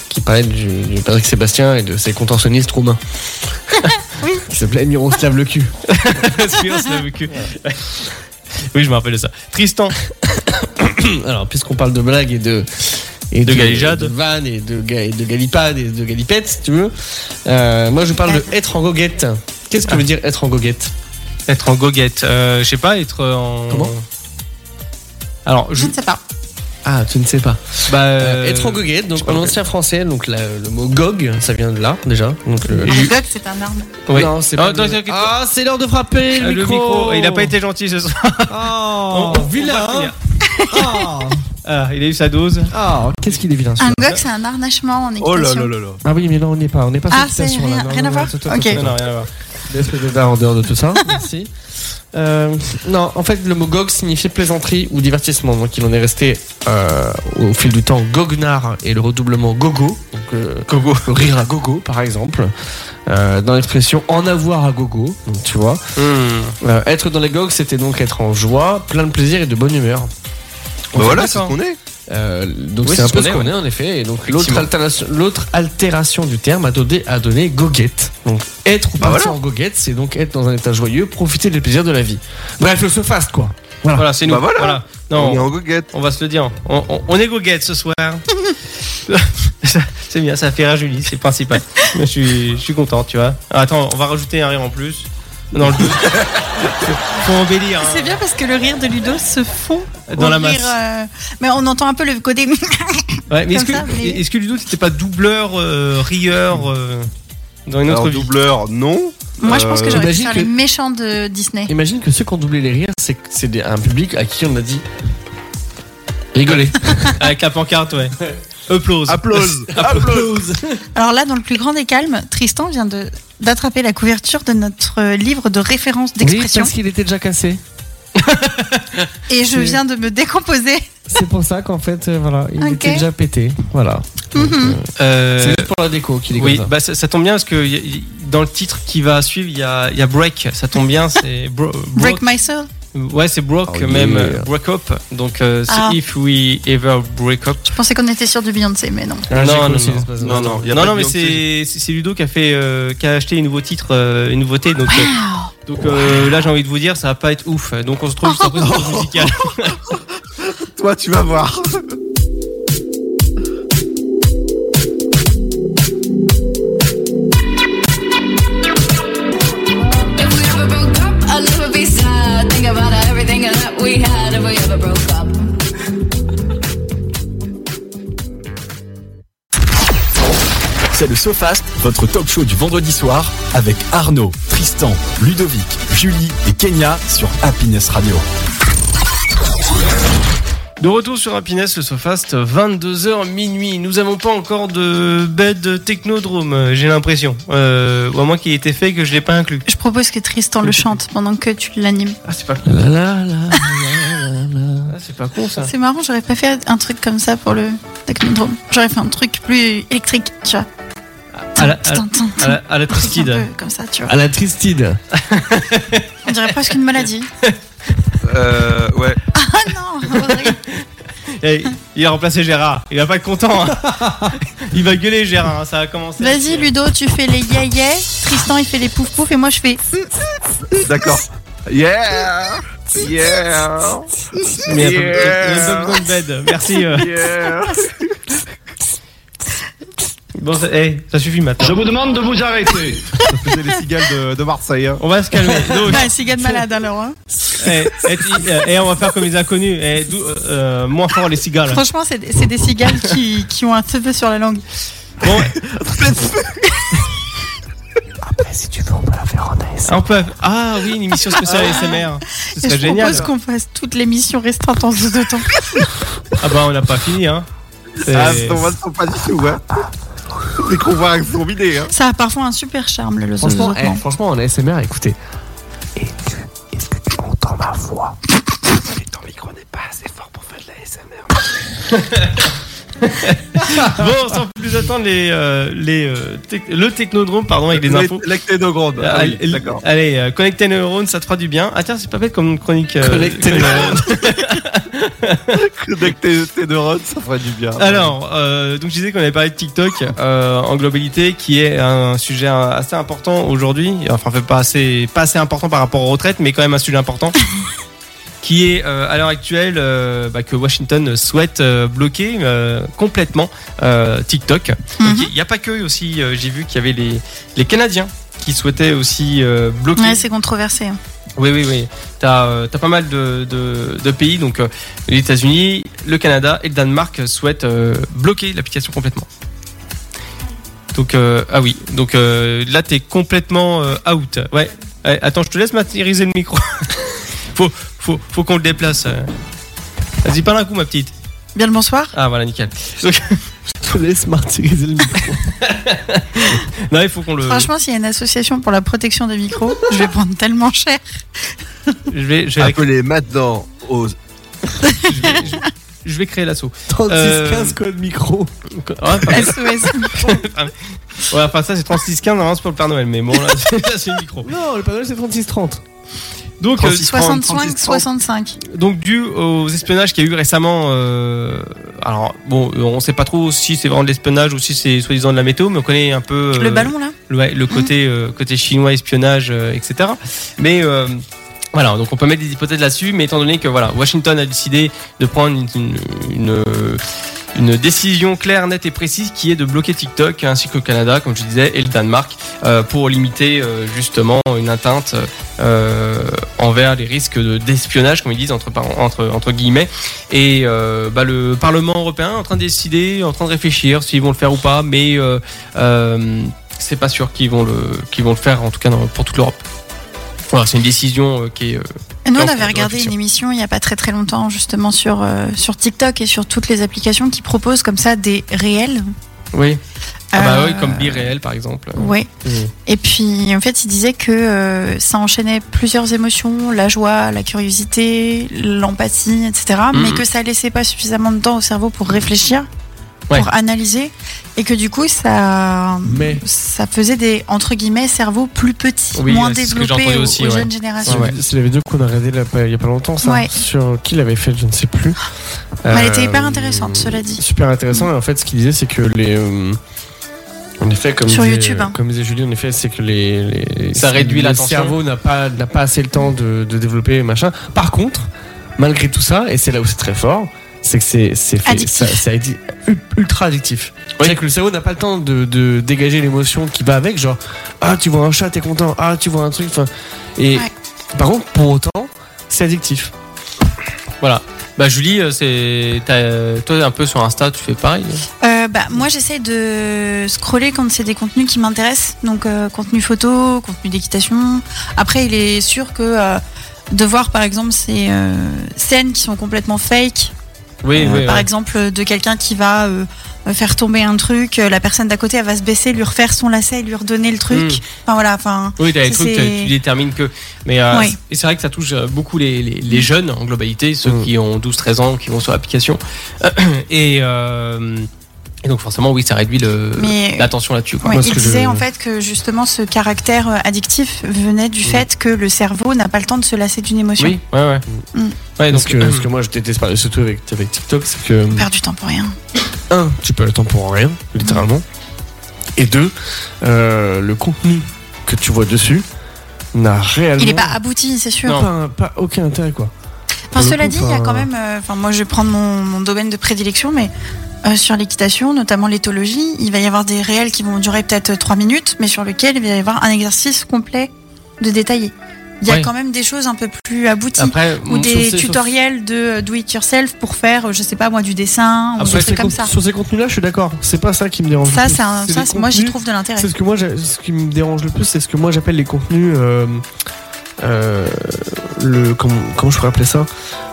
Speaker 3: qui parlait du, du Patrick Sébastien et de ses contorsionnistes roumains. Qui s'appelait Amir, on se lave le cul.
Speaker 2: Parce que on se l'a vécu. Oui, je me rappelle de ça. Tristan.
Speaker 3: Hmm, Alors, puisqu'on parle de blagues et de, et
Speaker 2: De galéjade.
Speaker 3: De vannes et de, ga- et de galipades et de galipettes, si tu veux. Euh, moi, je parle de être en goguette. Qu'est-ce que veut dire être en goguette
Speaker 2: Être en goguette. Euh, je sais pas, être en.
Speaker 3: Comment
Speaker 2: Alors,
Speaker 4: Je
Speaker 2: je.
Speaker 4: ne sais pas.
Speaker 3: Ah, tu ne sais pas.
Speaker 2: Bah,
Speaker 3: Euh,
Speaker 2: euh,
Speaker 3: être en goguette, donc
Speaker 2: je sais
Speaker 3: en
Speaker 2: pas.
Speaker 3: ancien français, donc la- le mot gog, ça vient de là déjà. Donc le-
Speaker 2: Et-
Speaker 4: Un gog, c'est un arme.
Speaker 2: oui.
Speaker 3: Non, c'est
Speaker 2: Ah,
Speaker 3: pas.
Speaker 2: attends,
Speaker 3: le-
Speaker 2: attends,
Speaker 3: Ah, c'est l'heure de frapper
Speaker 2: euh,
Speaker 3: le, micro.
Speaker 2: Il a pas été gentil ce soir.
Speaker 3: Oh,
Speaker 2: On- on va
Speaker 3: vilain.
Speaker 2: finir.
Speaker 3: Ah,
Speaker 2: Ah, il a eu sa dose.
Speaker 3: ah, qu'est-ce qu'il est vilain.
Speaker 4: Un gog, c'est un harnachement en équitation.
Speaker 5: Oh là là là là.
Speaker 3: Ah oui, mais là on n'est pas, on n'est pas
Speaker 4: Ah,
Speaker 3: sur
Speaker 4: c'est
Speaker 3: l'équitation, là.
Speaker 4: rien-
Speaker 3: Non,
Speaker 4: rien
Speaker 3: non,
Speaker 4: à voir
Speaker 3: non, non,
Speaker 4: Ok.
Speaker 3: non,
Speaker 2: Non,
Speaker 3: non,
Speaker 2: non, rien à voir.
Speaker 3: laisse le débat en dehors de tout ça. Merci. Euh, non, en fait, le mot gog signifiait plaisanterie ou divertissement. Donc, il en est resté euh, au fil du temps goguenard et le redoublement gogo. Donc, euh,
Speaker 5: Gogo.
Speaker 3: rire à gogo, par exemple. Euh, dans l'expression en avoir à gogo. Donc, tu vois. Euh, être dans les gogs, c'était donc être en joie, plein de plaisir et de bonne humeur.
Speaker 5: Bah voilà,
Speaker 2: pas
Speaker 5: c'est
Speaker 2: ça. hein.
Speaker 5: ce qu'on est.
Speaker 3: Euh, donc
Speaker 2: Oui,
Speaker 3: c'est un
Speaker 2: c'est
Speaker 3: peu
Speaker 2: ce
Speaker 3: ce
Speaker 2: qu'on
Speaker 3: qu'on est en effet. Et donc l'autre
Speaker 2: Effectivement.
Speaker 3: alteration, l'autre altération du terme a donné, a donné goguette. Donc être ou
Speaker 5: Bah
Speaker 3: partir
Speaker 5: voilà.
Speaker 3: en goguette, c'est donc être dans un état joyeux, profiter des plaisirs de la vie. Bref, le se fasse quoi.
Speaker 2: Voilà, c'est nous.
Speaker 5: Bah voilà.
Speaker 2: Non,
Speaker 5: On est
Speaker 2: on,
Speaker 5: en goguette.
Speaker 2: va se le dire. On, on- on est goguette ce soir. Ça- c'est bien, ça fait rire Julie, c'est principal. Je suis, je suis content, tu vois. Ah, Attends, on va rajouter un rire en plus. Dans le doute. Faut embellir. hein,
Speaker 4: C'est bien parce que le rire de Ludo se fond
Speaker 2: dans
Speaker 4: au
Speaker 2: la masse.
Speaker 4: rire, euh, mais on entend un peu le côté.
Speaker 2: Ouais, mais est-ce que,
Speaker 4: Comme ça, mais-
Speaker 2: est-ce que Ludo, t'étais pas doubleur, euh, rieur euh, dans une autre
Speaker 5: Alors,
Speaker 2: vie
Speaker 5: doubleur, non.
Speaker 4: Moi, je pense que
Speaker 5: Euh,
Speaker 4: j'aurais dû
Speaker 3: j'imagine
Speaker 4: faire
Speaker 3: que-
Speaker 4: le méchant de Disney.
Speaker 3: Imagine que ceux qui ont doublé les rires, c'est c'est des- un public à qui on a dit rigolez.
Speaker 2: Avec la pancarte, ouais. Applause.
Speaker 5: Applause. Applause.
Speaker 4: Alors là, dans le plus grand des calmes, Tristan vient de d'attraper la couverture de notre euh, livre de référence d'expression
Speaker 3: parce qu'il était déjà cassé.
Speaker 4: et je
Speaker 3: c'est-
Speaker 4: viens de me décomposer.
Speaker 3: C'est pour ça qu'en fait, euh, voilà, il
Speaker 4: Ok.
Speaker 3: était déjà pété. Voilà. Donc,
Speaker 4: Mhm.
Speaker 3: euh,
Speaker 2: Euh,
Speaker 3: c'est juste pour la déco qu'il est
Speaker 2: oui,
Speaker 3: comme ça.
Speaker 2: bah, ça, ça tombe bien parce que y a- y- dans le titre qui va suivre, il y a, il y a Break. Ça tombe bien, c'est bro-
Speaker 4: Break my soul.
Speaker 2: bro- Ouais, c'est Broke,
Speaker 3: Oh,
Speaker 2: même
Speaker 3: yeah.
Speaker 2: euh, Break Up. Donc, euh, c'est
Speaker 4: Ah.
Speaker 2: If We Ever Break Up.
Speaker 4: Je pensais qu'on était sûr du Beyoncé, mais non.
Speaker 3: Ah, j'ai
Speaker 2: non,
Speaker 3: cru
Speaker 2: non,
Speaker 3: aussi,
Speaker 2: non.
Speaker 3: c'est pas ça.
Speaker 5: Non, non, y a
Speaker 2: non,
Speaker 5: pas
Speaker 2: non,
Speaker 5: de
Speaker 2: mais c'est
Speaker 5: Beyoncé.
Speaker 2: c'est Ludo qui a fait, euh, qui a acheté les nouveaux titres, euh, les nouveautés. Donc, euh, donc euh, là, j'ai envie de vous dire, ça va pas être ouf. Donc, on se retrouve juste après cette pause musicale.
Speaker 5: Toi, tu vas voir.
Speaker 6: If we ever broke up, I'd never be sad. Think about everything that we had if we ever broke up.
Speaker 1: C'est le SoFast, votre talk show du vendredi soir avec Arnaud, Tristan, Ludovic, Julie et Kenya sur Happiness Radio.
Speaker 2: De retour sur Happiness, le Sofast, 22h minuit. Nous avons pas encore de bed technodrome, euh, j'ai l'impression. Euh, ou à moins qu'il ait été fait et que je l'ai pas inclus.
Speaker 4: Je propose que Tristan le chante pendant que tu l'animes.
Speaker 2: Ah, c'est pas,
Speaker 3: La, la, la, la, la, la.
Speaker 2: ah, c'est pas con ça.
Speaker 4: C'est marrant, j'aurais pas fait un truc comme ça pour le technodrome. J'aurais fait un truc plus électrique, tu vois.
Speaker 2: À la, à,
Speaker 4: Tin, tin,
Speaker 2: à
Speaker 4: tin,
Speaker 2: la, à la
Speaker 4: tin. Un
Speaker 2: Tristide.
Speaker 4: peu comme ça, tu vois.
Speaker 3: À la Tristide.
Speaker 4: On dirait presque une maladie.
Speaker 5: Euh, ouais.
Speaker 4: Ah non, Audrey.
Speaker 2: Eh, il a remplacé Gérard. Il va pas être content. hein. il va gueuler Gérard, hein, ça va commencer.
Speaker 4: Vas-y, Ludo, tu fais les yayais. Tristan, il fait les pouf pouf et moi, je fais.
Speaker 5: D'accord. Yeah. Yeah.
Speaker 2: Mais il y a pas- il
Speaker 5: Yeah.
Speaker 2: y a pas besoin de bed. Merci. euh.
Speaker 5: Yeah.
Speaker 2: Bon, ça, eh, ça suffit maintenant.
Speaker 7: Je vous demande de vous arrêter.
Speaker 5: Ça faisait les cigales de, de Marseille. hein.
Speaker 2: On va se calmer. Donc,
Speaker 4: Bah, c'est gars de malade alors. hein.
Speaker 2: eh, eh, ti- eh, eh, on va faire comme les inconnus. Eh, dou- euh, euh, moins fort les cigales.
Speaker 4: Franchement, c'est des- c'est des cigales qui, qui ont un feu sur la langue.
Speaker 2: Bon. Ah, on peut. Ah oui, une émission spéciale ASMR. Ce
Speaker 4: Et
Speaker 2: serait
Speaker 4: je
Speaker 2: génial. hein.
Speaker 4: propose qu'on fasse toute l'émission restreinte en deux temps.
Speaker 2: Ah bah on n'a pas fini hein. C'est-
Speaker 5: Ah, on va sont pas du tout, hein. Les qu'on voit combiné, hein.
Speaker 4: Ça a parfois un super charme, le
Speaker 3: Franchement,
Speaker 4: zozotement.
Speaker 3: eh, franchement, en ASMR, écoutez.
Speaker 2: Bon, sans plus attendre les, euh, les, euh, tec- le technodrome pardon avec les infos.
Speaker 5: L'acténogrande. Ah, oui,
Speaker 2: Allez,
Speaker 5: D'accord.
Speaker 2: Allez, euh, connecter nos neurones, ça te fera du bien. Ah tiens, c'est pas bête comme chronique. euh,
Speaker 3: Connecter
Speaker 2: chronique.
Speaker 5: L'acténogrande, ça ferait du bien.
Speaker 2: Alors, euh, donc je disais qu'on avait parlé de TikTok euh, en globalité, qui est un sujet assez important aujourd'hui. Enfin, fait, pas assez, pas assez important par rapport aux retraites, mais quand même un sujet important. qui est euh, à l'heure actuelle euh, bah, que Washington souhaite euh, bloquer euh, complètement euh, TikTok. Donc,
Speaker 4: Mhm.
Speaker 2: Il n'y a pas que eux aussi, euh, j'ai vu qu'il y avait les, les Canadiens qui souhaitaient aussi euh, bloquer.
Speaker 4: Ouais, c'est controversé. hein.
Speaker 2: Oui, oui, oui. T'as euh, t'as pas mal de, de- de pays, donc euh, les États-Unis, le Canada et le Danemark souhaitent euh, bloquer l'application complètement. Donc, euh, ah oui, donc euh, là, t'es complètement euh, out. Ouais. Ouais, attends, je te laisse matérialiser le micro. faut faut, faut qu'on le déplace. euh. Vas-y, parle un coup, ma petite.
Speaker 4: Bien le bonsoir.
Speaker 2: Ah, voilà, nickel.
Speaker 3: Je te laisse martyriser le micro.
Speaker 2: Non, il faut qu'on le.
Speaker 4: Franchement, s'il y a une association pour la protection des micros, je vais prendre tellement cher.
Speaker 2: Je vais, je vais,
Speaker 5: Appelez maintenant aux.
Speaker 2: je vais- je- je vais créer l'assaut.
Speaker 3: 36,
Speaker 2: Euh,
Speaker 3: 15 code micro.
Speaker 2: Ah, pas-
Speaker 4: SOS.
Speaker 2: ouais, enfin, ça, c'est 36-15, normalement, c'est pour le Père Noël, mais bon, là, là, c'est le micro.
Speaker 3: Non, le panel c'est 36, 30.
Speaker 2: Donc, euh,
Speaker 5: 36,
Speaker 4: 65, 65.
Speaker 2: donc dû aux espionnages qu'il y a eu récemment, euh, alors bon, euh, on sait pas trop si c'est vraiment de l'espionnage ou si c'est soi-disant de la météo, mais on connaît un peu euh,
Speaker 4: Le ballon, là
Speaker 2: le, ouais, le côté euh, côté chinois espionnage, euh, etc. Mais euh, voilà, donc on peut mettre des hypothèses là-dessus, mais étant donné que voilà, Washington a décidé de prendre une, une- une, euh, une décision claire, nette et précise qui est de bloquer TikTok ainsi que le Canada, comme je disais, et le Danemark euh, pour limiter euh, justement une atteinte euh, envers les risques de- d'espionnage, comme ils disent entre, par- entre, entre guillemets. Et euh, bah, le Parlement européen est en train de décider, en train de réfléchir s'ils vont le faire ou pas, mais euh, euh, c'est pas sûr qu'ils vont, le- qu'ils vont le faire, en tout cas dans- pour toute l'Europe. Voilà, c'est une décision euh, qui est euh,
Speaker 4: Et Nous,
Speaker 2: Et
Speaker 4: on
Speaker 2: en cours de
Speaker 4: avait regardé
Speaker 2: réflexion.
Speaker 4: une émission il n'y a pas très très longtemps, justement, sur, euh, sur TikTok et sur toutes les applications qui proposent comme ça des réels.
Speaker 2: Oui. Ah bah
Speaker 4: Euh,
Speaker 2: oui, comme B-Réel par exemple.
Speaker 4: Ouais.
Speaker 2: Mmh.
Speaker 4: Et puis, en fait, il disait que euh, ça enchaînait plusieurs émotions, la joie, la curiosité, l'empathie, etc. Mais
Speaker 2: Mhm.
Speaker 4: que ça laissait pas suffisamment de temps au cerveau pour réfléchir,
Speaker 2: Ouais.
Speaker 4: pour analyser, et que du coup, ça,
Speaker 3: Mais.
Speaker 4: ça faisait des entre guillemets cerveaux plus petits,
Speaker 2: Oui,
Speaker 4: moins
Speaker 2: euh, c'est ce que j'ai
Speaker 4: développés
Speaker 2: entendu
Speaker 4: aux,
Speaker 2: aussi,
Speaker 4: aux
Speaker 2: ouais.
Speaker 4: jeunes générations.
Speaker 2: Ah Ouais.
Speaker 3: C'est la vidéo qu'on a regardée là, il n'y a pas longtemps, ça.
Speaker 4: Ouais.
Speaker 3: Sur qui l'avait fait, je ne sais plus. Euh,
Speaker 4: elle était hyper intéressante, cela dit.
Speaker 3: Super intéressant. Et en fait, ce qu'il disait, c'est que les. euh, en effet, comme
Speaker 4: Sur
Speaker 3: disait,
Speaker 4: YouTube, hein.
Speaker 3: comme disait Julie, en effet, c'est que les, les-
Speaker 2: Ça réduit
Speaker 3: le
Speaker 2: l'attention.
Speaker 3: cerveau n'a pas n'a pas assez le temps de, de développer machin. Par contre, malgré tout ça, et c'est là où c'est très fort, c'est que c'est c'est fait-
Speaker 4: Addictif.
Speaker 3: ça- c'est addi- u- ultra addictif. C'est-à-dire que le cerveau n'a pas le temps de, de dégager l'émotion qui va avec, genre ah tu vois un chat, t'es content, ah tu vois un truc. enfin, Et
Speaker 4: Ouais.
Speaker 3: par contre, pour autant, c'est addictif.
Speaker 2: Voilà. Bah Julie, euh, c'est t'as, euh, toi un peu sur Insta, tu fais pareil.
Speaker 4: Euh, bah, moi, j'essaie de scroller quand c'est des contenus qui m'intéressent. Donc, euh, contenu photo, contenu d'équitation. Après, il est sûr que euh, de voir, par exemple, ces euh, scènes qui sont complètement fake.
Speaker 2: Oui,
Speaker 4: euh,
Speaker 2: oui.
Speaker 4: par
Speaker 2: ouais.
Speaker 4: exemple, de quelqu'un qui va euh, faire tomber un truc, euh, la personne d'à côté, elle va se baisser, lui refaire son lacet, et lui redonner le truc.
Speaker 2: Mm.
Speaker 4: Enfin, voilà. Enfin,
Speaker 2: Oui, t'as les
Speaker 4: ça,
Speaker 2: trucs,
Speaker 4: c'est-
Speaker 2: t'as- tu détermines que. Mais euh,
Speaker 4: Ouais.
Speaker 2: c'est- et c'est vrai que ça touche euh, beaucoup les, les, les jeunes en globalité, ceux
Speaker 3: Mm.
Speaker 2: qui ont 12-13 ans, qui vont sur l'application. Et, euh, et donc forcément, oui, ça réduit le-
Speaker 4: Mais-
Speaker 2: l'attention là-dessus. quoi.
Speaker 4: Ouais,
Speaker 3: Moi, ce
Speaker 4: il
Speaker 3: que je-
Speaker 4: disait en fait que justement ce caractère euh, addictif venait du fait que le cerveau n'a pas le temps de se lasser d'une émotion.
Speaker 2: Hmm. Oui, ouais, ouais.
Speaker 4: Mm.
Speaker 2: Ouais, donc,
Speaker 3: Parce que, ce que moi je déteste par- surtout avec, avec TikTok, c'est que.
Speaker 4: On perd du temps pour rien. Ah.
Speaker 3: un, tu perds le temps pour rien, littéralement. Et deux, euh, le contenu que tu vois dessus n'a réellement
Speaker 4: Il n'est pas abouti, c'est sûr.
Speaker 2: Non.
Speaker 3: pas, pas aucun intérêt quoi. Pour
Speaker 4: Enfin,
Speaker 3: le
Speaker 4: cela
Speaker 3: coup,
Speaker 4: dit, il y a
Speaker 3: enfin,
Speaker 4: quand même. euh, Enfin, moi, je vais prendre mon, mon domaine de prédilection, mais euh, sur l'équitation, notamment l'éthologie, il va y avoir des réels qui vont durer peut-être 3 minutes, mais sur lequel il va y avoir un exercice complet de détaillé. Il y a
Speaker 2: Ouais.
Speaker 4: quand même des choses un peu plus abouties.
Speaker 2: après,
Speaker 4: ou
Speaker 2: mm,
Speaker 4: des
Speaker 2: sauf- sauf-
Speaker 4: tutoriels de euh, do it yourself pour faire, euh, je sais pas moi, du dessin ou
Speaker 2: Après,
Speaker 4: des
Speaker 2: c'est
Speaker 4: trucs comme ça.
Speaker 3: Sur ces contenus là, je suis d'accord. C'est pas ça qui me dérange.
Speaker 4: Ça,
Speaker 3: le plus.
Speaker 4: c'est un-
Speaker 3: C'est
Speaker 4: ça,
Speaker 3: les
Speaker 4: c'est- moi, j'y
Speaker 3: contenus-
Speaker 4: trouve de l'intérêt.
Speaker 3: C'est ce que moi, j'ai- ce qui me dérange le plus, c'est ce que moi j'appelle les contenus. euh, euh, le comment, comment je pourrais appeler ça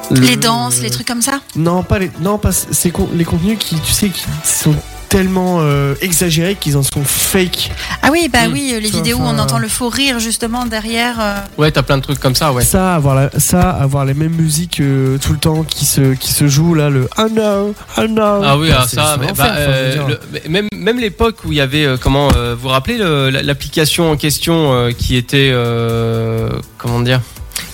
Speaker 3: Le-
Speaker 4: Les danses, les trucs comme ça.
Speaker 3: Non, pas les, non, pas ces con- les contenus qui, tu sais, qui sont tellement euh, exagérés qu'ils en sont fake.
Speaker 4: Ah oui, bah
Speaker 2: Mm.
Speaker 4: oui, euh, les
Speaker 3: Enfin,
Speaker 4: vidéos où on
Speaker 3: enfin,
Speaker 4: entend le faux rire justement derrière. euh,
Speaker 2: Ouais, t'as plein de trucs comme ça, ouais.
Speaker 3: Ça, avoir la- ça, avoir les mêmes musiques euh, tout le temps qui se, qui se jouent là, le ah non, ah non.
Speaker 2: Ah oui,
Speaker 3: Bah,
Speaker 2: alors
Speaker 3: c'est-
Speaker 2: ça,
Speaker 3: c'est
Speaker 2: mais,
Speaker 3: l'enfer,
Speaker 2: bah,
Speaker 3: enfin, je veux
Speaker 2: euh,
Speaker 3: dire.
Speaker 2: le- mais même, même l'époque où il y avait, euh, comment, euh, vous vous rappelez le- la- l'application en question euh, qui était, euh, comment dire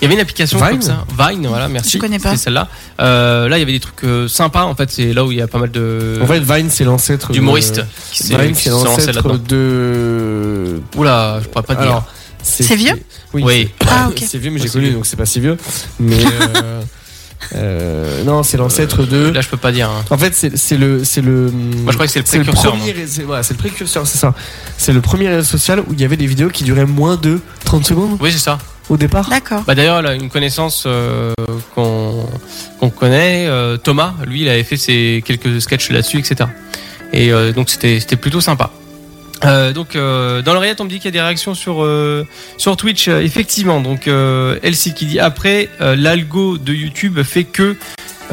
Speaker 2: il y avait une application
Speaker 3: Vine
Speaker 2: comme ça, Vine, voilà, merci.
Speaker 4: Je connais pas.
Speaker 2: C'est celle-là. Euh, là, il y avait des trucs euh, sympas. En fait, c'est là où il y a pas mal de
Speaker 3: En fait, Vine, c'est l'ancêtre.
Speaker 2: d'humoristes
Speaker 3: euh,
Speaker 2: qui s'est-
Speaker 3: Vine,
Speaker 2: qui
Speaker 3: c'est
Speaker 2: se sont lancés
Speaker 3: l'ancêtre
Speaker 2: là-dedans.
Speaker 3: de.
Speaker 2: Oula, je pourrais pas te dire.
Speaker 3: Alors,
Speaker 4: C'est vieux
Speaker 2: Oui.
Speaker 4: Ah, ok.
Speaker 3: C'est vieux, mais j'ai connu, donc c'est pas si vieux. Mais euh, euh, non, c'est l'ancêtre de.
Speaker 2: Là, je peux pas dire. hein.
Speaker 3: En fait, c'est c'est le, c'est le.
Speaker 2: Moi, je crois que c'est le
Speaker 3: C'est le
Speaker 2: précurseur. moi.
Speaker 3: premier, ré- c'est voilà, c'est le précurseur, c'est ça. C'est le premier réseau social où il y avait des vidéos qui duraient moins de 30 secondes
Speaker 2: Oui, c'est ça.
Speaker 3: au départ.
Speaker 4: D'accord.
Speaker 2: Bah d'ailleurs, là, une connaissance euh, qu'on qu'on connaît, euh, Thomas, lui, il avait fait ses quelques sketchs là-dessus, etc. Et euh, donc c'était c'était plutôt sympa. Euh, donc euh, dans l'oreillette on me dit qu'il y a des réactions sur euh, sur Twitch euh, effectivement donc euh, Elsie qui dit après euh, l'algo de YouTube fait que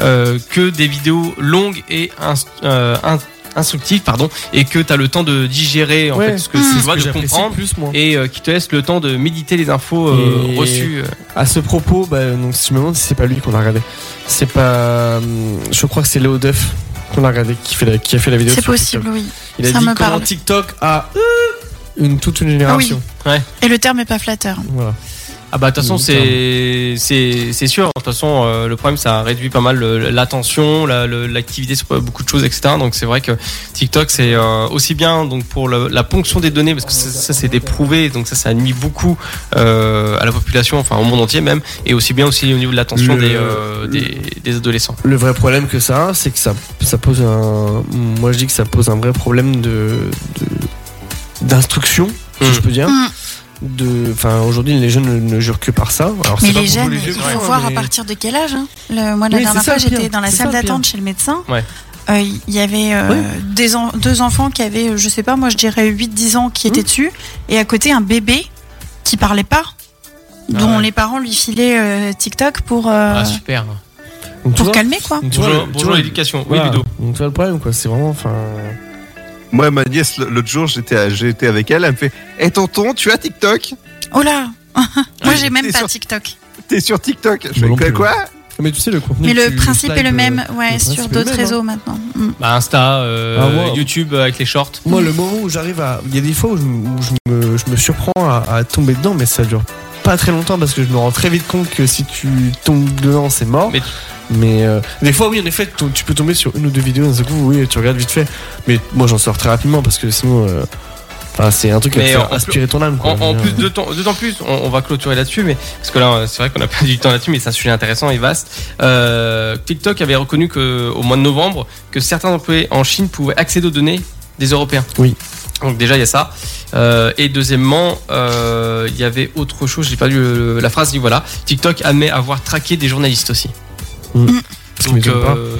Speaker 2: euh, que des vidéos longues et inst- euh, in- instructives pardon et que t'as le temps de digérer en
Speaker 3: Ouais, Mmh.
Speaker 2: fait ce que
Speaker 4: c'est
Speaker 2: tu
Speaker 4: ce
Speaker 2: vois
Speaker 3: Que
Speaker 2: de
Speaker 3: j'apprécie
Speaker 2: comprendre
Speaker 3: plus moi.
Speaker 2: et euh, qui te laisse le temps de méditer les infos euh,
Speaker 3: Et-
Speaker 2: reçues.
Speaker 3: À ce propos, bah, donc, si je me demande si c'est pas lui qu'on a regardé. C'est pas. hum, Je crois que c'est Léo Duff qu'on a regardé qui, fait la- qui a fait la vidéo.
Speaker 4: C'est
Speaker 3: sur
Speaker 4: possible,
Speaker 3: TikTok.
Speaker 4: oui.
Speaker 3: Il a
Speaker 4: Ça
Speaker 3: dit
Speaker 4: me
Speaker 3: comment
Speaker 4: parle.
Speaker 3: TikTok a une, toute une génération.
Speaker 4: Ah Et le terme est pas flatteur.
Speaker 3: Voilà.
Speaker 2: Ah bah de toute façon
Speaker 3: Mm,
Speaker 2: c'est c'est c'est sûr. De toute façon euh, le problème ça réduit pas mal le- l'attention, la- le- l'activité sur beaucoup de choses etc. Donc c'est vrai que TikTok c'est euh, aussi bien donc pour la, la ponction des données parce que ça, ça, c'est éprouvé donc ça ça nuit beaucoup euh, à la population enfin au monde entier même et aussi bien aussi au niveau de l'attention
Speaker 3: Le-
Speaker 2: des, euh, des des adolescents.
Speaker 3: Le vrai problème que ça a, c'est que ça, ça pose un. Moi, je dis que ça pose un vrai problème de. de- d'instruction, si
Speaker 2: Mm.
Speaker 3: je peux dire.
Speaker 4: Mm.
Speaker 3: De, enfin, aujourd'hui, les jeunes ne, ne jurent que par ça. Alors,
Speaker 4: Mais
Speaker 3: Ah, c'est pas pour
Speaker 4: les
Speaker 3: vous,
Speaker 4: jeunes,
Speaker 3: vieux,
Speaker 4: il
Speaker 3: par
Speaker 4: faut
Speaker 3: contre,
Speaker 4: voir à
Speaker 3: mais-
Speaker 4: partir de quel âge. hein. Le, moi, la
Speaker 3: Oui,
Speaker 4: dernière
Speaker 3: c'est ça,
Speaker 4: fois,
Speaker 3: le pire.
Speaker 4: j'étais dans la
Speaker 3: C'est
Speaker 4: salle
Speaker 3: ça, le pire.
Speaker 4: d'attente chez le médecin.
Speaker 2: Ouais.
Speaker 4: Euh, Il y avait euh,
Speaker 3: Oui.
Speaker 4: des en- deux enfants qui avaient, euh, je sais pas, moi je dirais 8-10 ans qui étaient
Speaker 3: Hmm.
Speaker 4: dessus, et à côté un bébé qui parlait pas, dont
Speaker 3: Ah
Speaker 2: ouais.
Speaker 4: les parents lui filaient euh, TikTok pour, euh,
Speaker 2: Ah super.
Speaker 3: Donc, tu
Speaker 4: pour
Speaker 3: vois-
Speaker 4: calmer quoi.
Speaker 3: donc, tu vois,
Speaker 2: Bonjour
Speaker 3: le- tu
Speaker 2: bonjour
Speaker 3: vois,
Speaker 2: l'éducation. Oui
Speaker 3: voilà.
Speaker 2: Ludo.
Speaker 3: Donc, tu vois le problème, quoi. C'est vraiment. Enfin.
Speaker 5: Moi, ma nièce, l- l'autre jour, j'étais à- j'étais avec elle, elle me fait Hé tonton, tu as TikTok
Speaker 4: Oh là
Speaker 3: Ah
Speaker 4: Moi j'ai même
Speaker 5: t'es
Speaker 4: pas
Speaker 5: sûr.
Speaker 4: TikTok.
Speaker 5: T'es sur TikTok Je fais
Speaker 3: non
Speaker 5: quoi,
Speaker 3: plus.
Speaker 5: quoi
Speaker 3: Mais tu sais, le contenu.
Speaker 4: Mais
Speaker 3: que
Speaker 4: le
Speaker 3: tu
Speaker 4: principe est
Speaker 3: slides,
Speaker 4: le
Speaker 3: euh,
Speaker 4: même, ouais,
Speaker 3: le
Speaker 4: sur
Speaker 3: principe est le
Speaker 4: d'autres
Speaker 3: même, hein.
Speaker 4: réseaux maintenant. Mm.
Speaker 2: Bah Insta, euh,
Speaker 3: Ah, wow.
Speaker 2: YouTube avec les shorts.
Speaker 3: Moi, le moment où j'arrive à. Il y a des fois où je, m- où je me, je me surprends à, à tomber dedans, mais ça dure pas très longtemps parce que je me rends très vite compte que si tu tombes dedans, c'est mort.
Speaker 2: Mais-
Speaker 3: Mais, euh, des fois, oui, en effet, tu, tu peux tomber sur une ou deux vidéos d'un seul coup, oui, tu regardes vite fait. Mais moi, j'en sors très rapidement parce que sinon. euh, enfin, c'est un truc qui va te
Speaker 2: Mais en
Speaker 3: faire
Speaker 2: plus-
Speaker 3: aspirer ton âme. Quoi.
Speaker 2: En, en
Speaker 3: Mais,
Speaker 2: plus,
Speaker 3: euh,
Speaker 2: d'autant d'autant plus, on, on va clôturer là-dessus, mais parce que là, euh, c'est vrai qu'on a perdu du temps là-dessus, mais c'est un sujet intéressant et vaste. Euh, TikTok avait reconnu que, au mois de novembre, que certains employés en Chine pouvaient accéder aux données des Européens.
Speaker 3: Oui.
Speaker 2: Donc déjà, il y a ça. Euh, et deuxièmement, euh, il y avait autre chose. J'ai perdu euh, la phrase. dit voilà, TikTok admet avoir traqué des journalistes aussi.
Speaker 3: ça
Speaker 2: Donc,
Speaker 3: m'étonne pas.
Speaker 2: euh,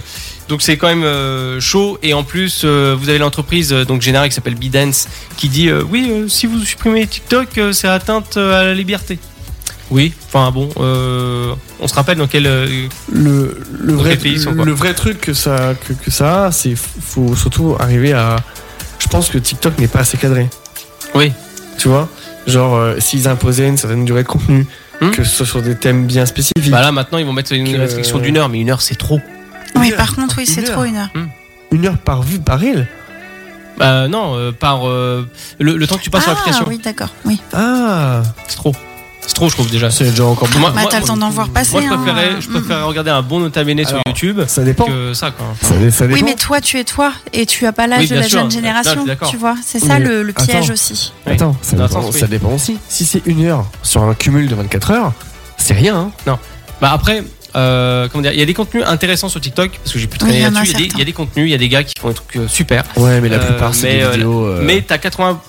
Speaker 2: donc c'est quand même euh, chaud et en plus euh, vous avez l'entreprise euh, donc générale qui s'appelle BeDance qui dit euh, oui euh, si vous supprimez TikTok euh, c'est atteinte euh, à la liberté. Oui, enfin bon, euh, on se rappelle dans quel euh,
Speaker 3: le, le,
Speaker 2: Dans
Speaker 3: vrai,
Speaker 2: quel pays ils sont, quoi
Speaker 3: le vrai truc que ça, que, que ça a, c'est f- faut surtout arriver à. Je pense que TikTok n'est pas assez cadré.
Speaker 2: Oui.
Speaker 3: Tu vois Genre, euh, s'ils imposaient une certaine durée de contenu,
Speaker 2: Hmm.
Speaker 3: que ce soit sur des thèmes bien spécifiques.
Speaker 2: bah là maintenant ils vont mettre une
Speaker 3: Que-
Speaker 2: restriction d'une heure mais une heure c'est trop.
Speaker 4: Oui,
Speaker 3: heure,
Speaker 4: par contre, oui,
Speaker 3: une
Speaker 4: c'est
Speaker 3: heure.
Speaker 4: trop une heure.
Speaker 3: Une heure par vue, par reel
Speaker 2: Bah non euh, par euh, le, le temps que tu passes sur
Speaker 4: Ah
Speaker 2: l'application
Speaker 4: oui, d'accord, oui.
Speaker 3: Ah
Speaker 2: c'est trop, c'est trop je trouve déjà.
Speaker 3: C'est déjà encore
Speaker 2: Moi,
Speaker 4: Bah, t'as le temps d'en voir passer.
Speaker 2: moi, je
Speaker 4: hein.
Speaker 2: préférais, je
Speaker 4: Mm.
Speaker 2: préférais regarder un bon nota bene sur
Speaker 3: Alors,
Speaker 2: YouTube
Speaker 3: Ça dépend.
Speaker 2: que ça quoi. Enfin,
Speaker 3: Ça, dé- ça
Speaker 4: Oui,
Speaker 3: dépend.
Speaker 4: mais toi, tu es toi et tu as pas l'âge
Speaker 2: Oui,
Speaker 4: de
Speaker 2: bien
Speaker 4: la
Speaker 2: sûr.
Speaker 4: jeune
Speaker 2: Là, je
Speaker 4: génération,
Speaker 2: suis d'accord. Oh,
Speaker 4: tu vois. C'est ça
Speaker 3: Oui,
Speaker 4: le, le
Speaker 3: attends.
Speaker 4: piège aussi.
Speaker 3: Attends, ça
Speaker 2: Dans un
Speaker 3: dépend,
Speaker 2: sens, oui.
Speaker 3: ça dépend aussi. Si c'est une heure sur un cumul de 24 heures, c'est rien. hein.
Speaker 2: Bah après, euh, comment dire, il y a des contenus intéressants sur TikTok parce que j'ai pu
Speaker 4: Oui,
Speaker 2: traîner
Speaker 4: il y en a
Speaker 2: là-dessus. Il y a des-
Speaker 4: certains.
Speaker 2: Il y, a des contenus, il y a des gars qui font des trucs euh, super.
Speaker 3: Ouais, mais la
Speaker 2: Euh,
Speaker 3: plupart, c'est
Speaker 2: mais,
Speaker 3: des
Speaker 2: euh,
Speaker 3: vidéos. euh,
Speaker 2: Mais t'as 80%,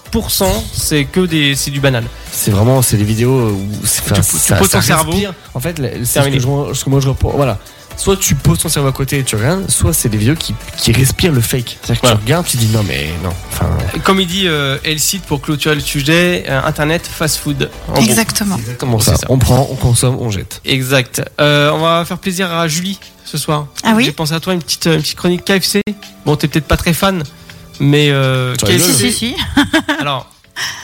Speaker 2: c'est que des, c'est du banal.
Speaker 3: C'est vraiment, c'est des vidéos où c'est- enfin,
Speaker 2: tu
Speaker 3: ça-
Speaker 2: poses
Speaker 3: ça
Speaker 2: ton cerveau.
Speaker 3: respire. En fait, la- c'est ce
Speaker 2: Terminé.
Speaker 3: que, je, re- ce que moi je reprends. Voilà. Soit tu poses ton cerveau à côté et tu regardes, soit c'est des vidéos qui, qui respirent le fake. C'est-à-dire que
Speaker 2: Voilà.
Speaker 3: tu regardes, tu dis non, mais non. Enfin,
Speaker 2: Comme il dit euh, Elsite pour clôturer le sujet, euh, Internet, fast food. en gros.
Speaker 4: Exactement.
Speaker 3: comment
Speaker 2: C'est
Speaker 3: ça,
Speaker 2: ça.
Speaker 3: On prend, on consomme, on jette.
Speaker 2: Exact. Euh, on va faire plaisir à Julie ce soir.
Speaker 4: Ah oui
Speaker 2: J'ai pensé à toi une petite, une petite chronique KFC. Bon, t'es peut-être pas très fan, mais euh,
Speaker 3: Tu
Speaker 2: KFC.
Speaker 4: Si, si, si.
Speaker 2: Alors,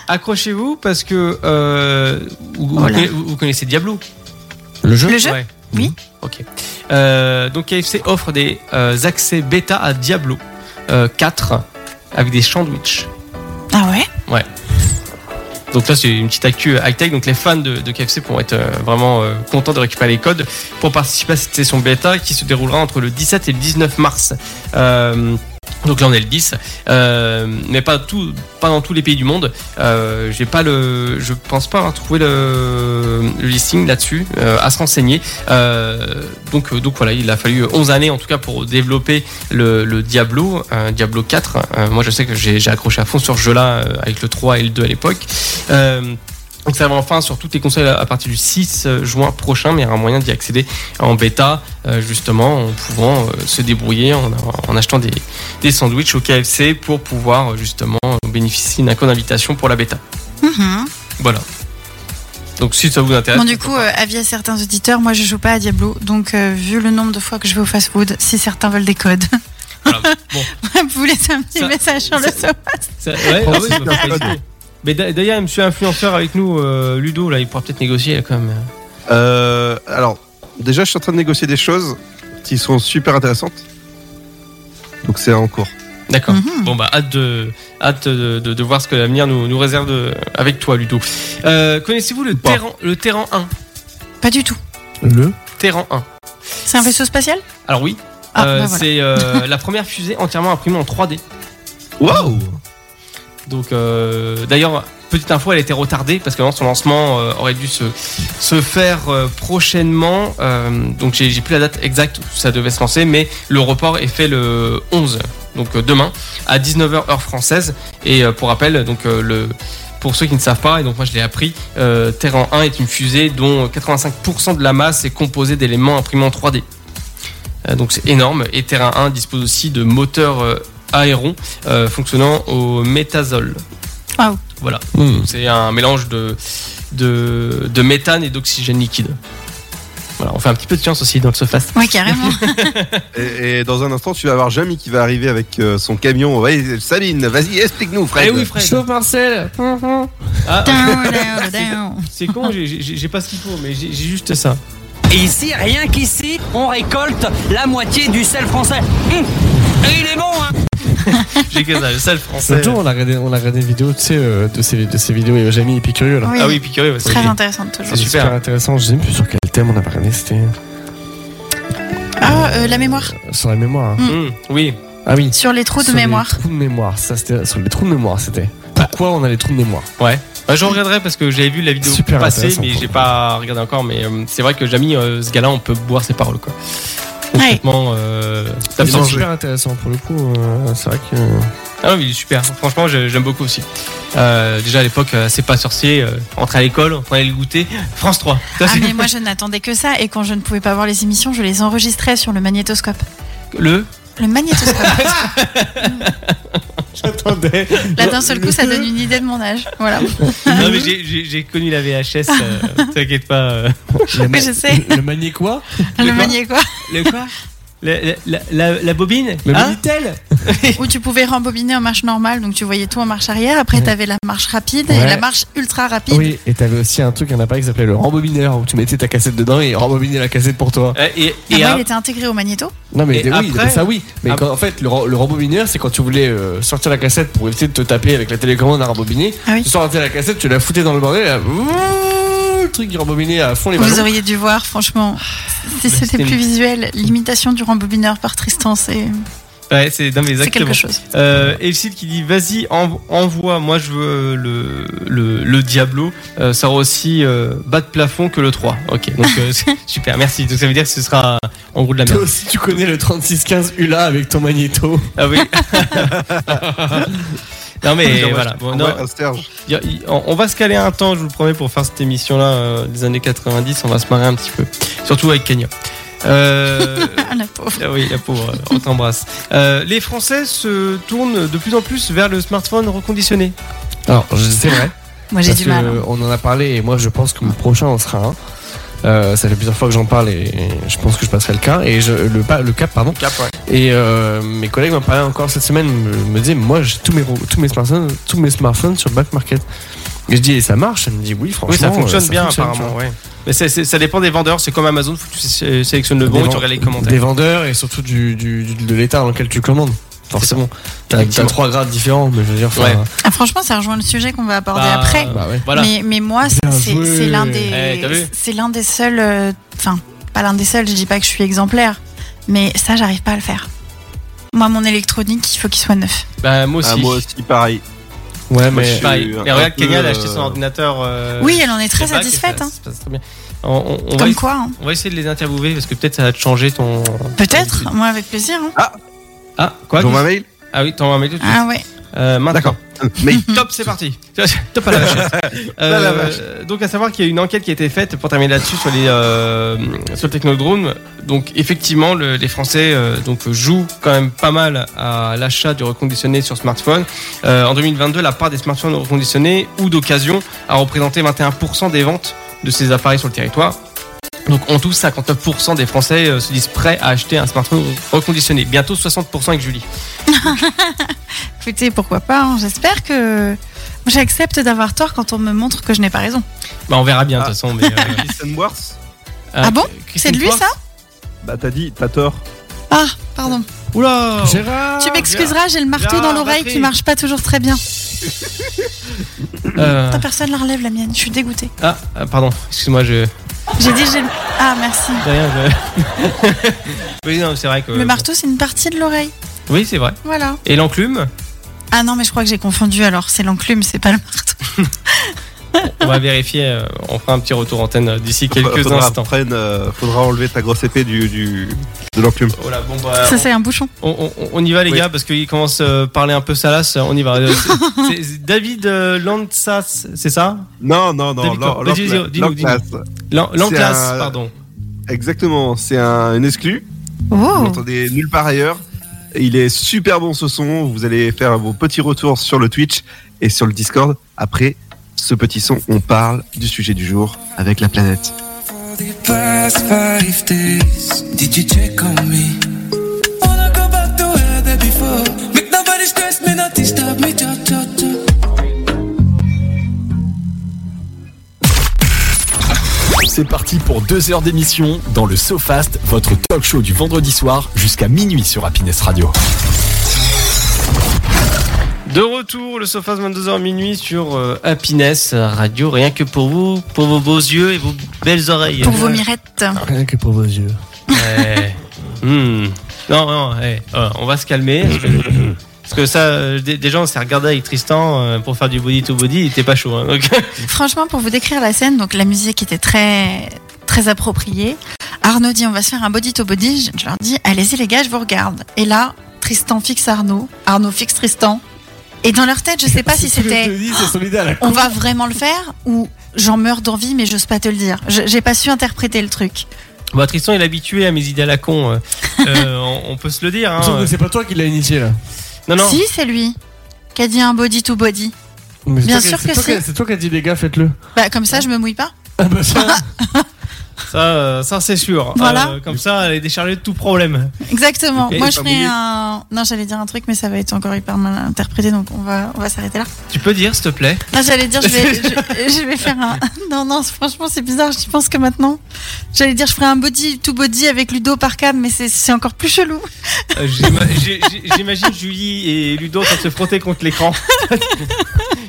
Speaker 2: accrochez-vous parce que euh, vous- vous
Speaker 4: Oh là.
Speaker 2: conna- vous- vous connaissez Diablo.
Speaker 3: Le jeu
Speaker 4: Le jeu
Speaker 2: Ouais. Mhm.
Speaker 4: Oui.
Speaker 2: Ok. Euh, donc KFC offre des euh, accès bêta à Diablo euh, 4 avec des sandwichs.
Speaker 4: Ah ouais
Speaker 2: Donc là c'est une petite actu high-tech, donc les fans de, de KFC pourront être euh, vraiment euh, contents de récupérer les codes pour participer à cette session bêta qui se déroulera entre le 17 et le 19 mars. Euh, Donc là on est le 10, euh, mais pas tout, pas dans tous les pays du monde. Euh, j'ai pas le, je pense pas avoir trouvé le, le listing là-dessus euh, à se renseigner. Euh, donc euh, donc voilà, il a fallu 11 années en tout cas pour développer le, le Diablo, euh, Diablo 4. Euh, moi je sais que j'ai j'ai accroché à fond sur ce jeu-là euh, avec le 3 et le 2 à l'époque. Euh, donc ça va enfin sur toutes les consoles à à partir du 6 juin prochain, mais il y aura moyen d'y accéder en bêta, euh, justement, en pouvant euh, se débrouiller en, en achetant des, des sandwichs au KFC pour pouvoir euh, justement euh, bénéficier d'un code d'invitation pour la bêta.
Speaker 4: Mhm.
Speaker 2: Voilà. Donc si ça vous intéresse.
Speaker 4: Bon, du coup, euh, avis à certains auditeurs, moi je joue pas à Diablo, donc euh, vu le nombre de fois que je vais au fast-food, si certains veulent des codes,
Speaker 2: voilà. Bon,
Speaker 4: vous laissez un petit
Speaker 2: Ça-
Speaker 4: message sur le
Speaker 2: ça-
Speaker 4: sofa.
Speaker 2: ça- ouais, bah oui, bah, faut pas hésiter. Mais d'a- d'ailleurs, il y a monsieur influenceur avec nous, euh, Ludo, là, il pourra peut-être négocier là, quand même.
Speaker 5: Euh, alors, déjà, je suis en train de négocier des choses qui sont super intéressantes. Donc, c'est en cours.
Speaker 2: D'accord.
Speaker 4: Mhm.
Speaker 2: Bon bah hâte de hâte de, de- de voir ce que l'avenir nous, nous réserve de- avec toi Ludo. Euh, Connaissez-vous le
Speaker 5: Pas.
Speaker 2: Terran le Terran 1
Speaker 4: Pas du tout.
Speaker 3: Le
Speaker 2: Terran 1.
Speaker 4: C'est un vaisseau spatial
Speaker 2: Alors oui,
Speaker 4: Ah,
Speaker 2: euh,
Speaker 4: bah voilà.
Speaker 2: c'est euh, la première fusée entièrement imprimée en 3D.
Speaker 5: Waouh
Speaker 2: Donc euh, d'ailleurs petite info, elle a été retardée parce que son lancement euh, aurait dû se se faire euh, prochainement. Euh, donc j'ai j'ai plus la date exacte où ça devait se lancer, mais le report est fait le 11, donc euh, demain à 19h heure française. Et euh, pour rappel, donc euh, le pour ceux qui ne savent pas, et donc moi je l'ai appris, euh, Terran 1 est une fusée dont 85% de la masse est composée d'éléments imprimés en 3D. Euh, donc c'est énorme. Et Terran 1 dispose aussi de moteurs euh, aérons euh, fonctionnant au métazole.
Speaker 4: Waouh.
Speaker 2: Voilà. C'est un mélange de, de, de méthane et d'oxygène liquide. Voilà, on fait un petit peu de science aussi dans le Sofast.
Speaker 4: Oui, carrément.
Speaker 5: et, et dans un instant, tu vas avoir Jamie qui va arriver avec euh, son camion. Ouais, Sabine, vas-y, explique-nous, Fred.
Speaker 2: Eh oui, Fred.
Speaker 3: Sauf Marcel
Speaker 2: Ah,
Speaker 4: Down, down, down.
Speaker 2: c'est con, j'ai- j'ai j'ai pas ce qu'il faut, mais j'ai j'ai juste ça.
Speaker 7: Et ici, rien qu'ici, on récolte la moitié du sel français. Mmh. Et il est bon, hein
Speaker 2: J'ai que ça, le sale français.
Speaker 3: L'autre jour, on a regardé, on a regardé une vidéo, tu sais, euh, de ces, de ces vidéos, il y avait Jamie et Picurieux là.
Speaker 4: Oui,
Speaker 2: Ah oui, puis curieux, parce que
Speaker 4: Très
Speaker 2: j'ai-
Speaker 4: intéressante
Speaker 2: c'est
Speaker 4: toujours.
Speaker 3: C'est Ah, super.
Speaker 2: super.
Speaker 3: intéressant, je sais même plus sur quel thème on avait regardé, c'était euh,
Speaker 4: Ah, euh, la mémoire.
Speaker 3: sur la mémoire. hein.
Speaker 2: Mmh, oui,
Speaker 3: Ah oui.
Speaker 4: Sur les trous Mm. de
Speaker 3: Sur
Speaker 4: mémoire.
Speaker 3: Les trous de mémoire, ça c'était sur les trous de mémoire, c'était. Pourquoi on a les trous de mémoire
Speaker 2: Bah, je regarderai parce que j'avais vu la vidéo
Speaker 3: Super
Speaker 2: passer,
Speaker 3: intéressant,
Speaker 2: mais
Speaker 3: quoi.
Speaker 2: j'ai pas regardé encore. Mais euh, c'est vrai que Jamy, euh, ce gars-là, on peut boire ses paroles quoi. Complètement. euh,
Speaker 3: C'est
Speaker 2: t'absorbe.
Speaker 3: super intéressant pour le coup, euh, c'est vrai que.
Speaker 2: Ah non, mais il est super. Franchement, je- j'aime beaucoup aussi. Euh, déjà à l'époque, euh, c'est pas sorcier. euh, entrer à l'école, on prenait le goûter. France 3. Ça,
Speaker 4: Ah
Speaker 2: c'est-
Speaker 4: mais moi je n'attendais que ça et quand je ne pouvais pas voir les émissions, je les enregistrais sur le magnétoscope.
Speaker 2: Le.
Speaker 4: Le magnétoscope.
Speaker 3: Attendez
Speaker 4: Là d'un seul coup ça donne une idée de mon âge. Voilà.
Speaker 2: Non, mais j'ai- j'ai j'ai connu la VHS. euh, T'inquiète pas. euh.
Speaker 4: Oui, je sais.
Speaker 3: Le manier quoi
Speaker 4: Le manier quoi
Speaker 2: Le quoi Le- la, la- la- la bobine
Speaker 3: Le
Speaker 2: Hein
Speaker 3: Minitel
Speaker 4: Où tu pouvais rembobiner en marche normale, donc tu voyais tout en marche arrière. Après t'avais la marche rapide et
Speaker 3: Ouais.
Speaker 4: la marche ultra rapide.
Speaker 3: Oui, et t'avais aussi un truc, un appareil qui s'appelait le rembobineur, où tu mettais ta cassette dedans et il rembobinait la cassette pour toi.
Speaker 2: Euh, Et,
Speaker 4: Ah,
Speaker 2: et
Speaker 4: moi,
Speaker 2: à-
Speaker 4: il était intégré au magnéto.
Speaker 3: Non mais
Speaker 2: Et
Speaker 3: oui,
Speaker 2: après-
Speaker 3: il avait ça oui. Mais
Speaker 2: Ah.
Speaker 3: quand, en fait, le, re- le rembobineur, c'est quand tu voulais euh, sortir la cassette pour éviter de te taper avec la télécommande à rembobiner.
Speaker 4: Ah oui.
Speaker 3: Tu sortais la cassette, tu la foutais dans le bordel, et là, le truc qui rembobinait à fond les
Speaker 4: Vous
Speaker 3: ballons.
Speaker 4: auriez dû voir franchement. Si
Speaker 2: Mais
Speaker 4: c'était
Speaker 2: c'était-
Speaker 4: plus visuel, l'imitation du rembobineur par Tristan, c'est
Speaker 2: ouais, c'est non, mais
Speaker 4: c'est
Speaker 2: exactement.
Speaker 4: quelque chose.
Speaker 2: Euh, et le site qui dit vas-y env- envoie moi je veux le, le, le Diablo euh, sera aussi euh, bas de plafond que le 3 ok donc euh, c'est- super merci donc ça veut dire que ce sera en gros de la
Speaker 3: Toi
Speaker 2: merde
Speaker 3: aussi, tu connais le 3615 ULA avec ton magnéto.
Speaker 2: ah oui non mais
Speaker 5: J'envoie-
Speaker 2: Eh, voilà Bon, non,
Speaker 5: j'envoie un Serge.
Speaker 2: y a- y- on, on va se caler un temps je vous le promets pour faire cette émission là des années 90 on va se marrer un petit peu surtout avec Kenya euh,
Speaker 4: Ah la pauvre.
Speaker 2: Ah oui, la pauvre, on t'embrasse. Euh, les Français se tournent de plus en plus vers le smartphone reconditionné.
Speaker 3: Alors, je- c'est vrai.
Speaker 4: Moi j'ai
Speaker 3: Parce
Speaker 4: du
Speaker 3: que
Speaker 4: mal. hein.
Speaker 3: On en a parlé et moi je pense que mon prochain en sera un. Euh, ça fait plusieurs fois que j'en parle et je pense que je passerai le cas et je, le, pa- le cap pardon et euh, mes collègues m'en parlaient encore cette semaine me, me disaient moi j'ai tous mes ro- tous mes smartphones tous mes smartphones sur back market et je dis et ça marche elle me dit oui franchement
Speaker 2: Oui, ça fonctionne
Speaker 3: euh,
Speaker 2: bien
Speaker 3: fonctionne, tu
Speaker 2: apparemment.
Speaker 3: vois.
Speaker 2: ouais. Mais c'est- c'est- ça dépend des vendeurs, c'est comme Amazon, faut que tu sé- sélectionnes le
Speaker 3: Des
Speaker 2: bon et tu
Speaker 3: ven-
Speaker 2: regardes les commentaires.
Speaker 3: des vendeurs et surtout du, du- du- de l'état dans lequel tu commandes forcément t'as t'as
Speaker 2: Effectivement.
Speaker 3: trois grades différents mais je veux dire enfin,
Speaker 2: Ouais.
Speaker 4: Ah, franchement, ça rejoint le sujet qu'on va aborder
Speaker 2: Bah,
Speaker 4: après.
Speaker 3: bah ouais
Speaker 2: Voilà.
Speaker 4: Mais, mais moi,
Speaker 3: Bien
Speaker 4: c'est
Speaker 3: joué.
Speaker 4: c'est l'un
Speaker 2: Eh, t'as vu
Speaker 4: des, c'est l'un des seuls. euh, Enfin, pas l'un des seuls. Je dis pas que je suis exemplaire, mais ça, j'arrive pas à le faire. Moi, mon électronique, il faut qu'il soit neuf.
Speaker 2: Bah, moi aussi.
Speaker 5: Ah, moi aussi, pareil.
Speaker 3: Ouais,
Speaker 5: Moi,
Speaker 3: mais.
Speaker 5: je suis
Speaker 2: Pareil.
Speaker 5: un
Speaker 2: Mais regarde,
Speaker 5: peu,
Speaker 2: Kenya, elle a
Speaker 5: euh,
Speaker 2: acheté son ordinateur. euh,
Speaker 4: oui, elle en est très
Speaker 2: chez Mac, et
Speaker 4: satisfaite.
Speaker 2: ça-
Speaker 4: hein.
Speaker 2: ça passe très bien. On, on- on va
Speaker 4: Comme
Speaker 2: essa-
Speaker 4: quoi, hein.
Speaker 2: on va essayer de les interviewer parce que peut-être ça va te changer ton.
Speaker 4: peut-être. Moi, avec plaisir. hein.
Speaker 2: Ah, quoi
Speaker 5: Dans
Speaker 2: Guy
Speaker 5: ma mail
Speaker 2: Ah oui, t'envoies un mail tout de suite.
Speaker 4: Ah ouais.
Speaker 2: Euh, maintenant.
Speaker 5: D'accord. Mail.
Speaker 2: Top, Hmm. c'est parti. Top à la vache. Euh,
Speaker 5: À la vache.
Speaker 2: donc à savoir qu'il y a une enquête qui a été faite pour terminer là-dessus sur les euh, sur le Technodrome. Donc effectivement, le- les Français euh, donc jouent quand même pas mal à l'achat du reconditionné sur smartphone. Euh, en 2022, la part des smartphones reconditionnés ou d'occasion a représenté 21% des ventes de ces appareils sur le territoire. Donc en tout, 59% des Français euh, se disent prêts à acheter un smartphone reconditionné. Bientôt 60% avec Julie.
Speaker 4: Écoutez, pourquoi pas. hein. J'espère que j'accepte d'avoir tort quand on me montre que je n'ai pas raison.
Speaker 2: Bah, on verra bien de
Speaker 5: Ah.
Speaker 2: toute façon. Mais, euh,
Speaker 5: Kristen Worth
Speaker 4: Ah bon
Speaker 2: Christine
Speaker 4: C'est de lui,
Speaker 2: Quartz
Speaker 4: ça
Speaker 5: Bah, t'as dit, t'as tort.
Speaker 4: Ah, pardon.
Speaker 2: Oula
Speaker 3: Gérard
Speaker 4: tu m'excuseras, j'ai le marteau
Speaker 2: Gérard,
Speaker 4: dans l'oreille
Speaker 2: batterie.
Speaker 4: qui marche pas toujours très bien.
Speaker 2: Euh,
Speaker 4: Putain, personne la relève la mienne. Je suis dégoûtée.
Speaker 2: Ah, ah, pardon, excuse-moi, je.
Speaker 4: J'ai dit j'ai. le- Ah merci.
Speaker 2: Rien, je- oui, non, c'est vrai que.
Speaker 4: Le marteau, c'est une partie de l'oreille.
Speaker 2: Oui, c'est vrai.
Speaker 4: Voilà.
Speaker 2: Et l'enclume
Speaker 4: Ah non, mais je crois que j'ai confondu. Alors, c'est l'enclume, c'est pas le marteau.
Speaker 2: On va vérifier, euh, on fera un petit retour antenne euh, d'ici quelques
Speaker 5: faudra
Speaker 2: instants.
Speaker 5: prendre, euh, faudra enlever ta grosse épée du, du, de l'enclume.
Speaker 2: Voilà, bon bah.
Speaker 4: Ça, c'est un bouchon.
Speaker 2: On, on- on y va, les
Speaker 5: Oui.
Speaker 2: gars, parce qu'il commence euh, à parler un peu salace. On y va. Euh, c'est- c'est- c'est David euh, Landsas, c'est ça
Speaker 5: Non, non, non.
Speaker 2: David,
Speaker 5: l'en-
Speaker 2: vas-y, vas-y,
Speaker 5: l'en-
Speaker 2: dis-nous,
Speaker 5: l'enclas.
Speaker 2: Lan- Lanclas,
Speaker 5: C'est un-
Speaker 2: pardon.
Speaker 5: Exactement, c'est un, une exclue. Vous
Speaker 4: Oh.
Speaker 5: l'entendez nulle part ailleurs. Il est super bon ce son. Vous allez faire vos petits retours sur le Twitch et sur le Discord. Après ce petit son, on parle du sujet du jour avec la planète.
Speaker 8: For the past five days, did you check on me? Wanna go back to where they before? Make nobody stress me, not disturb me, cha cha cha.
Speaker 1: C'est parti pour deux heures d'émission dans le SoFast, votre talk show du vendredi soir jusqu'à minuit sur Happiness Radio.
Speaker 2: De retour, le Sofas 22h minuit sur euh, Happiness Radio, rien que pour vous, pour vos beaux yeux et vos belles oreilles.
Speaker 4: Pour vos mirettes.
Speaker 3: Rien que pour vos yeux.
Speaker 2: Ouais. Hmm. Non, non, ouais. Euh, on va se calmer. Parce que ça, euh, dé- déjà, on s'est regardé avec Tristan euh, pour faire du body to body, il était pas chaud. hein, donc.
Speaker 4: Franchement, pour vous décrire la scène, donc la musique était très, très appropriée. Arnaud dit on va se faire un body to body. Je, je leur dis allez-y les gars, je vous regarde. Et là, Tristan fixe Arnaud, Arnaud fixe Tristan. Et dans leur tête, je sais pas si c'était
Speaker 3: C'est solidaire.
Speaker 4: on va vraiment le faire ou j'en meurs d'envie mais j'ose pas te le dire. Je- J'ai pas su interpréter le truc.
Speaker 2: Bon, bah, Tristan, il est habitué à mes idées à la con. euh, euh, on, on peut se le dire. hein.
Speaker 3: Sauf que c'est pas toi qui l'as initié là.
Speaker 2: Non, non.
Speaker 4: Si, c'est lui qui a dit un body to body.
Speaker 3: Mais c'est
Speaker 4: Bien
Speaker 3: toi qui-
Speaker 4: sûr que
Speaker 3: toi qui-
Speaker 4: si.
Speaker 3: C'est toi qui as dit les gars, faites-le.
Speaker 4: Bah, comme ça, je me mouille pas.
Speaker 3: Ah bah ça.
Speaker 2: Ça, euh, ça c'est sûr.
Speaker 4: Voilà.
Speaker 2: Euh, comme ça, elle est déchargée de tout problème.
Speaker 4: Exactement.
Speaker 2: Ok,
Speaker 4: Moi,
Speaker 2: pas
Speaker 4: je ferais
Speaker 2: mouillé.
Speaker 4: un. Non, j'allais dire un truc, mais ça va être encore hyper mal interprété, donc on va, on va s'arrêter là.
Speaker 2: Tu peux dire, s'il te plaît
Speaker 4: Non, j'allais dire, je vais, je, je vais faire un. Non, non, franchement, c'est bizarre. J'y pense que maintenant. J'allais dire, je ferais un body to body avec Ludo par câble, mais c'est- c'est encore plus chelou.
Speaker 2: Euh, j'ima- j'ai- j'ai- J'imagine Julie et Ludo en train de se frotter contre l'écran.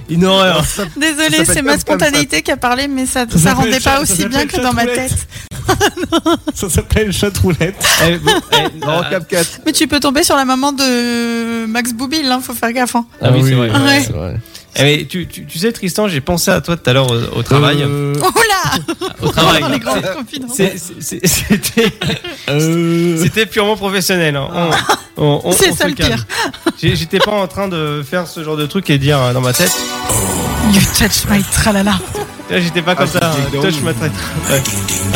Speaker 2: Une horreur.
Speaker 4: Désolée,
Speaker 5: Ça s'appelle
Speaker 4: c'est ma
Speaker 5: comme- comme
Speaker 4: spontanéité qui a parlé, mais ça,
Speaker 3: Ça
Speaker 4: ça,
Speaker 3: s'appelle
Speaker 4: rendait
Speaker 3: chat-
Speaker 4: pas
Speaker 3: ça
Speaker 4: aussi
Speaker 3: s'appelle
Speaker 4: bien que
Speaker 3: chat
Speaker 4: dans ma
Speaker 3: roulette.
Speaker 4: tête.
Speaker 3: Ça s'appelle chatroulette.
Speaker 2: Eh, bon, eh,
Speaker 5: Non,
Speaker 2: ah,
Speaker 5: Cap 4.
Speaker 4: Mais tu peux tomber sur la maman de Max Boublil, hein, faut faire gaffe. hein.
Speaker 2: ah oui, c'est vrai.
Speaker 4: Ouais.
Speaker 3: c'est vrai.
Speaker 2: Eh, mais tu, tu- tu sais, Tristan, j'ai pensé à toi tout à l'heure au, au travail.
Speaker 3: Euh,
Speaker 4: Oula
Speaker 2: Au
Speaker 4: Dans les
Speaker 2: travail.
Speaker 4: grandes confidences.
Speaker 2: C'est- c'est- c'est- C'était
Speaker 3: euh,
Speaker 2: c'était purement professionnel. hein. On- on- on-
Speaker 4: C'est
Speaker 2: on
Speaker 4: ça
Speaker 2: se
Speaker 4: le
Speaker 2: calme. J'ai- J'étais pas en train de faire ce genre de truc et dire euh, dans ma tête.
Speaker 4: You touch my tralala.
Speaker 2: Là, J'étais pas comme
Speaker 5: Ah,
Speaker 2: ça.
Speaker 5: c'est
Speaker 2: hein.
Speaker 5: dingue.
Speaker 2: Touch ma tête. Ouais.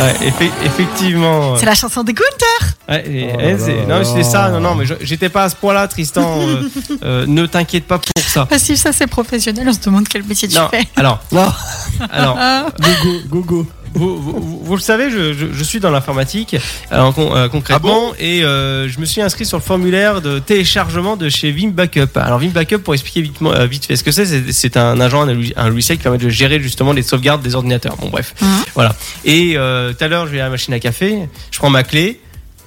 Speaker 2: Ouais, effe- effectivement. euh,
Speaker 4: C'est la chanson des Gunther.
Speaker 2: Ouais, et-
Speaker 3: Oh
Speaker 2: eh,
Speaker 3: là
Speaker 2: c'est-
Speaker 3: là
Speaker 2: non,
Speaker 3: là.
Speaker 2: c'était ça. Non, non, mais je- j'étais pas à ce point-là, Tristan. euh, euh, ne t'inquiète pas pour ça.
Speaker 4: Parce que ça, c'est professionnel, on se demande quel métier tu
Speaker 2: Non.
Speaker 4: fais.
Speaker 2: Alors,
Speaker 3: Non.
Speaker 2: alors,
Speaker 4: Ah.
Speaker 3: Gogo, gogo.
Speaker 2: vous, vous- vous- vous le savez, je, je- je suis dans l'informatique euh, en con- euh, concrètement et euh, je me suis inscrit sur le formulaire de téléchargement de chez Vim Backup. Alors Vim Backup, pour expliquer vite, euh, vite fait ce que c'est, c'est- c'est un agent, un log- un logiciel qui permet de gérer justement les sauvegardes des ordinateurs. Bon bref,
Speaker 4: Mhm.
Speaker 2: voilà. Et euh, tout à l'heure, je vais à la machine à café, je prends ma clé.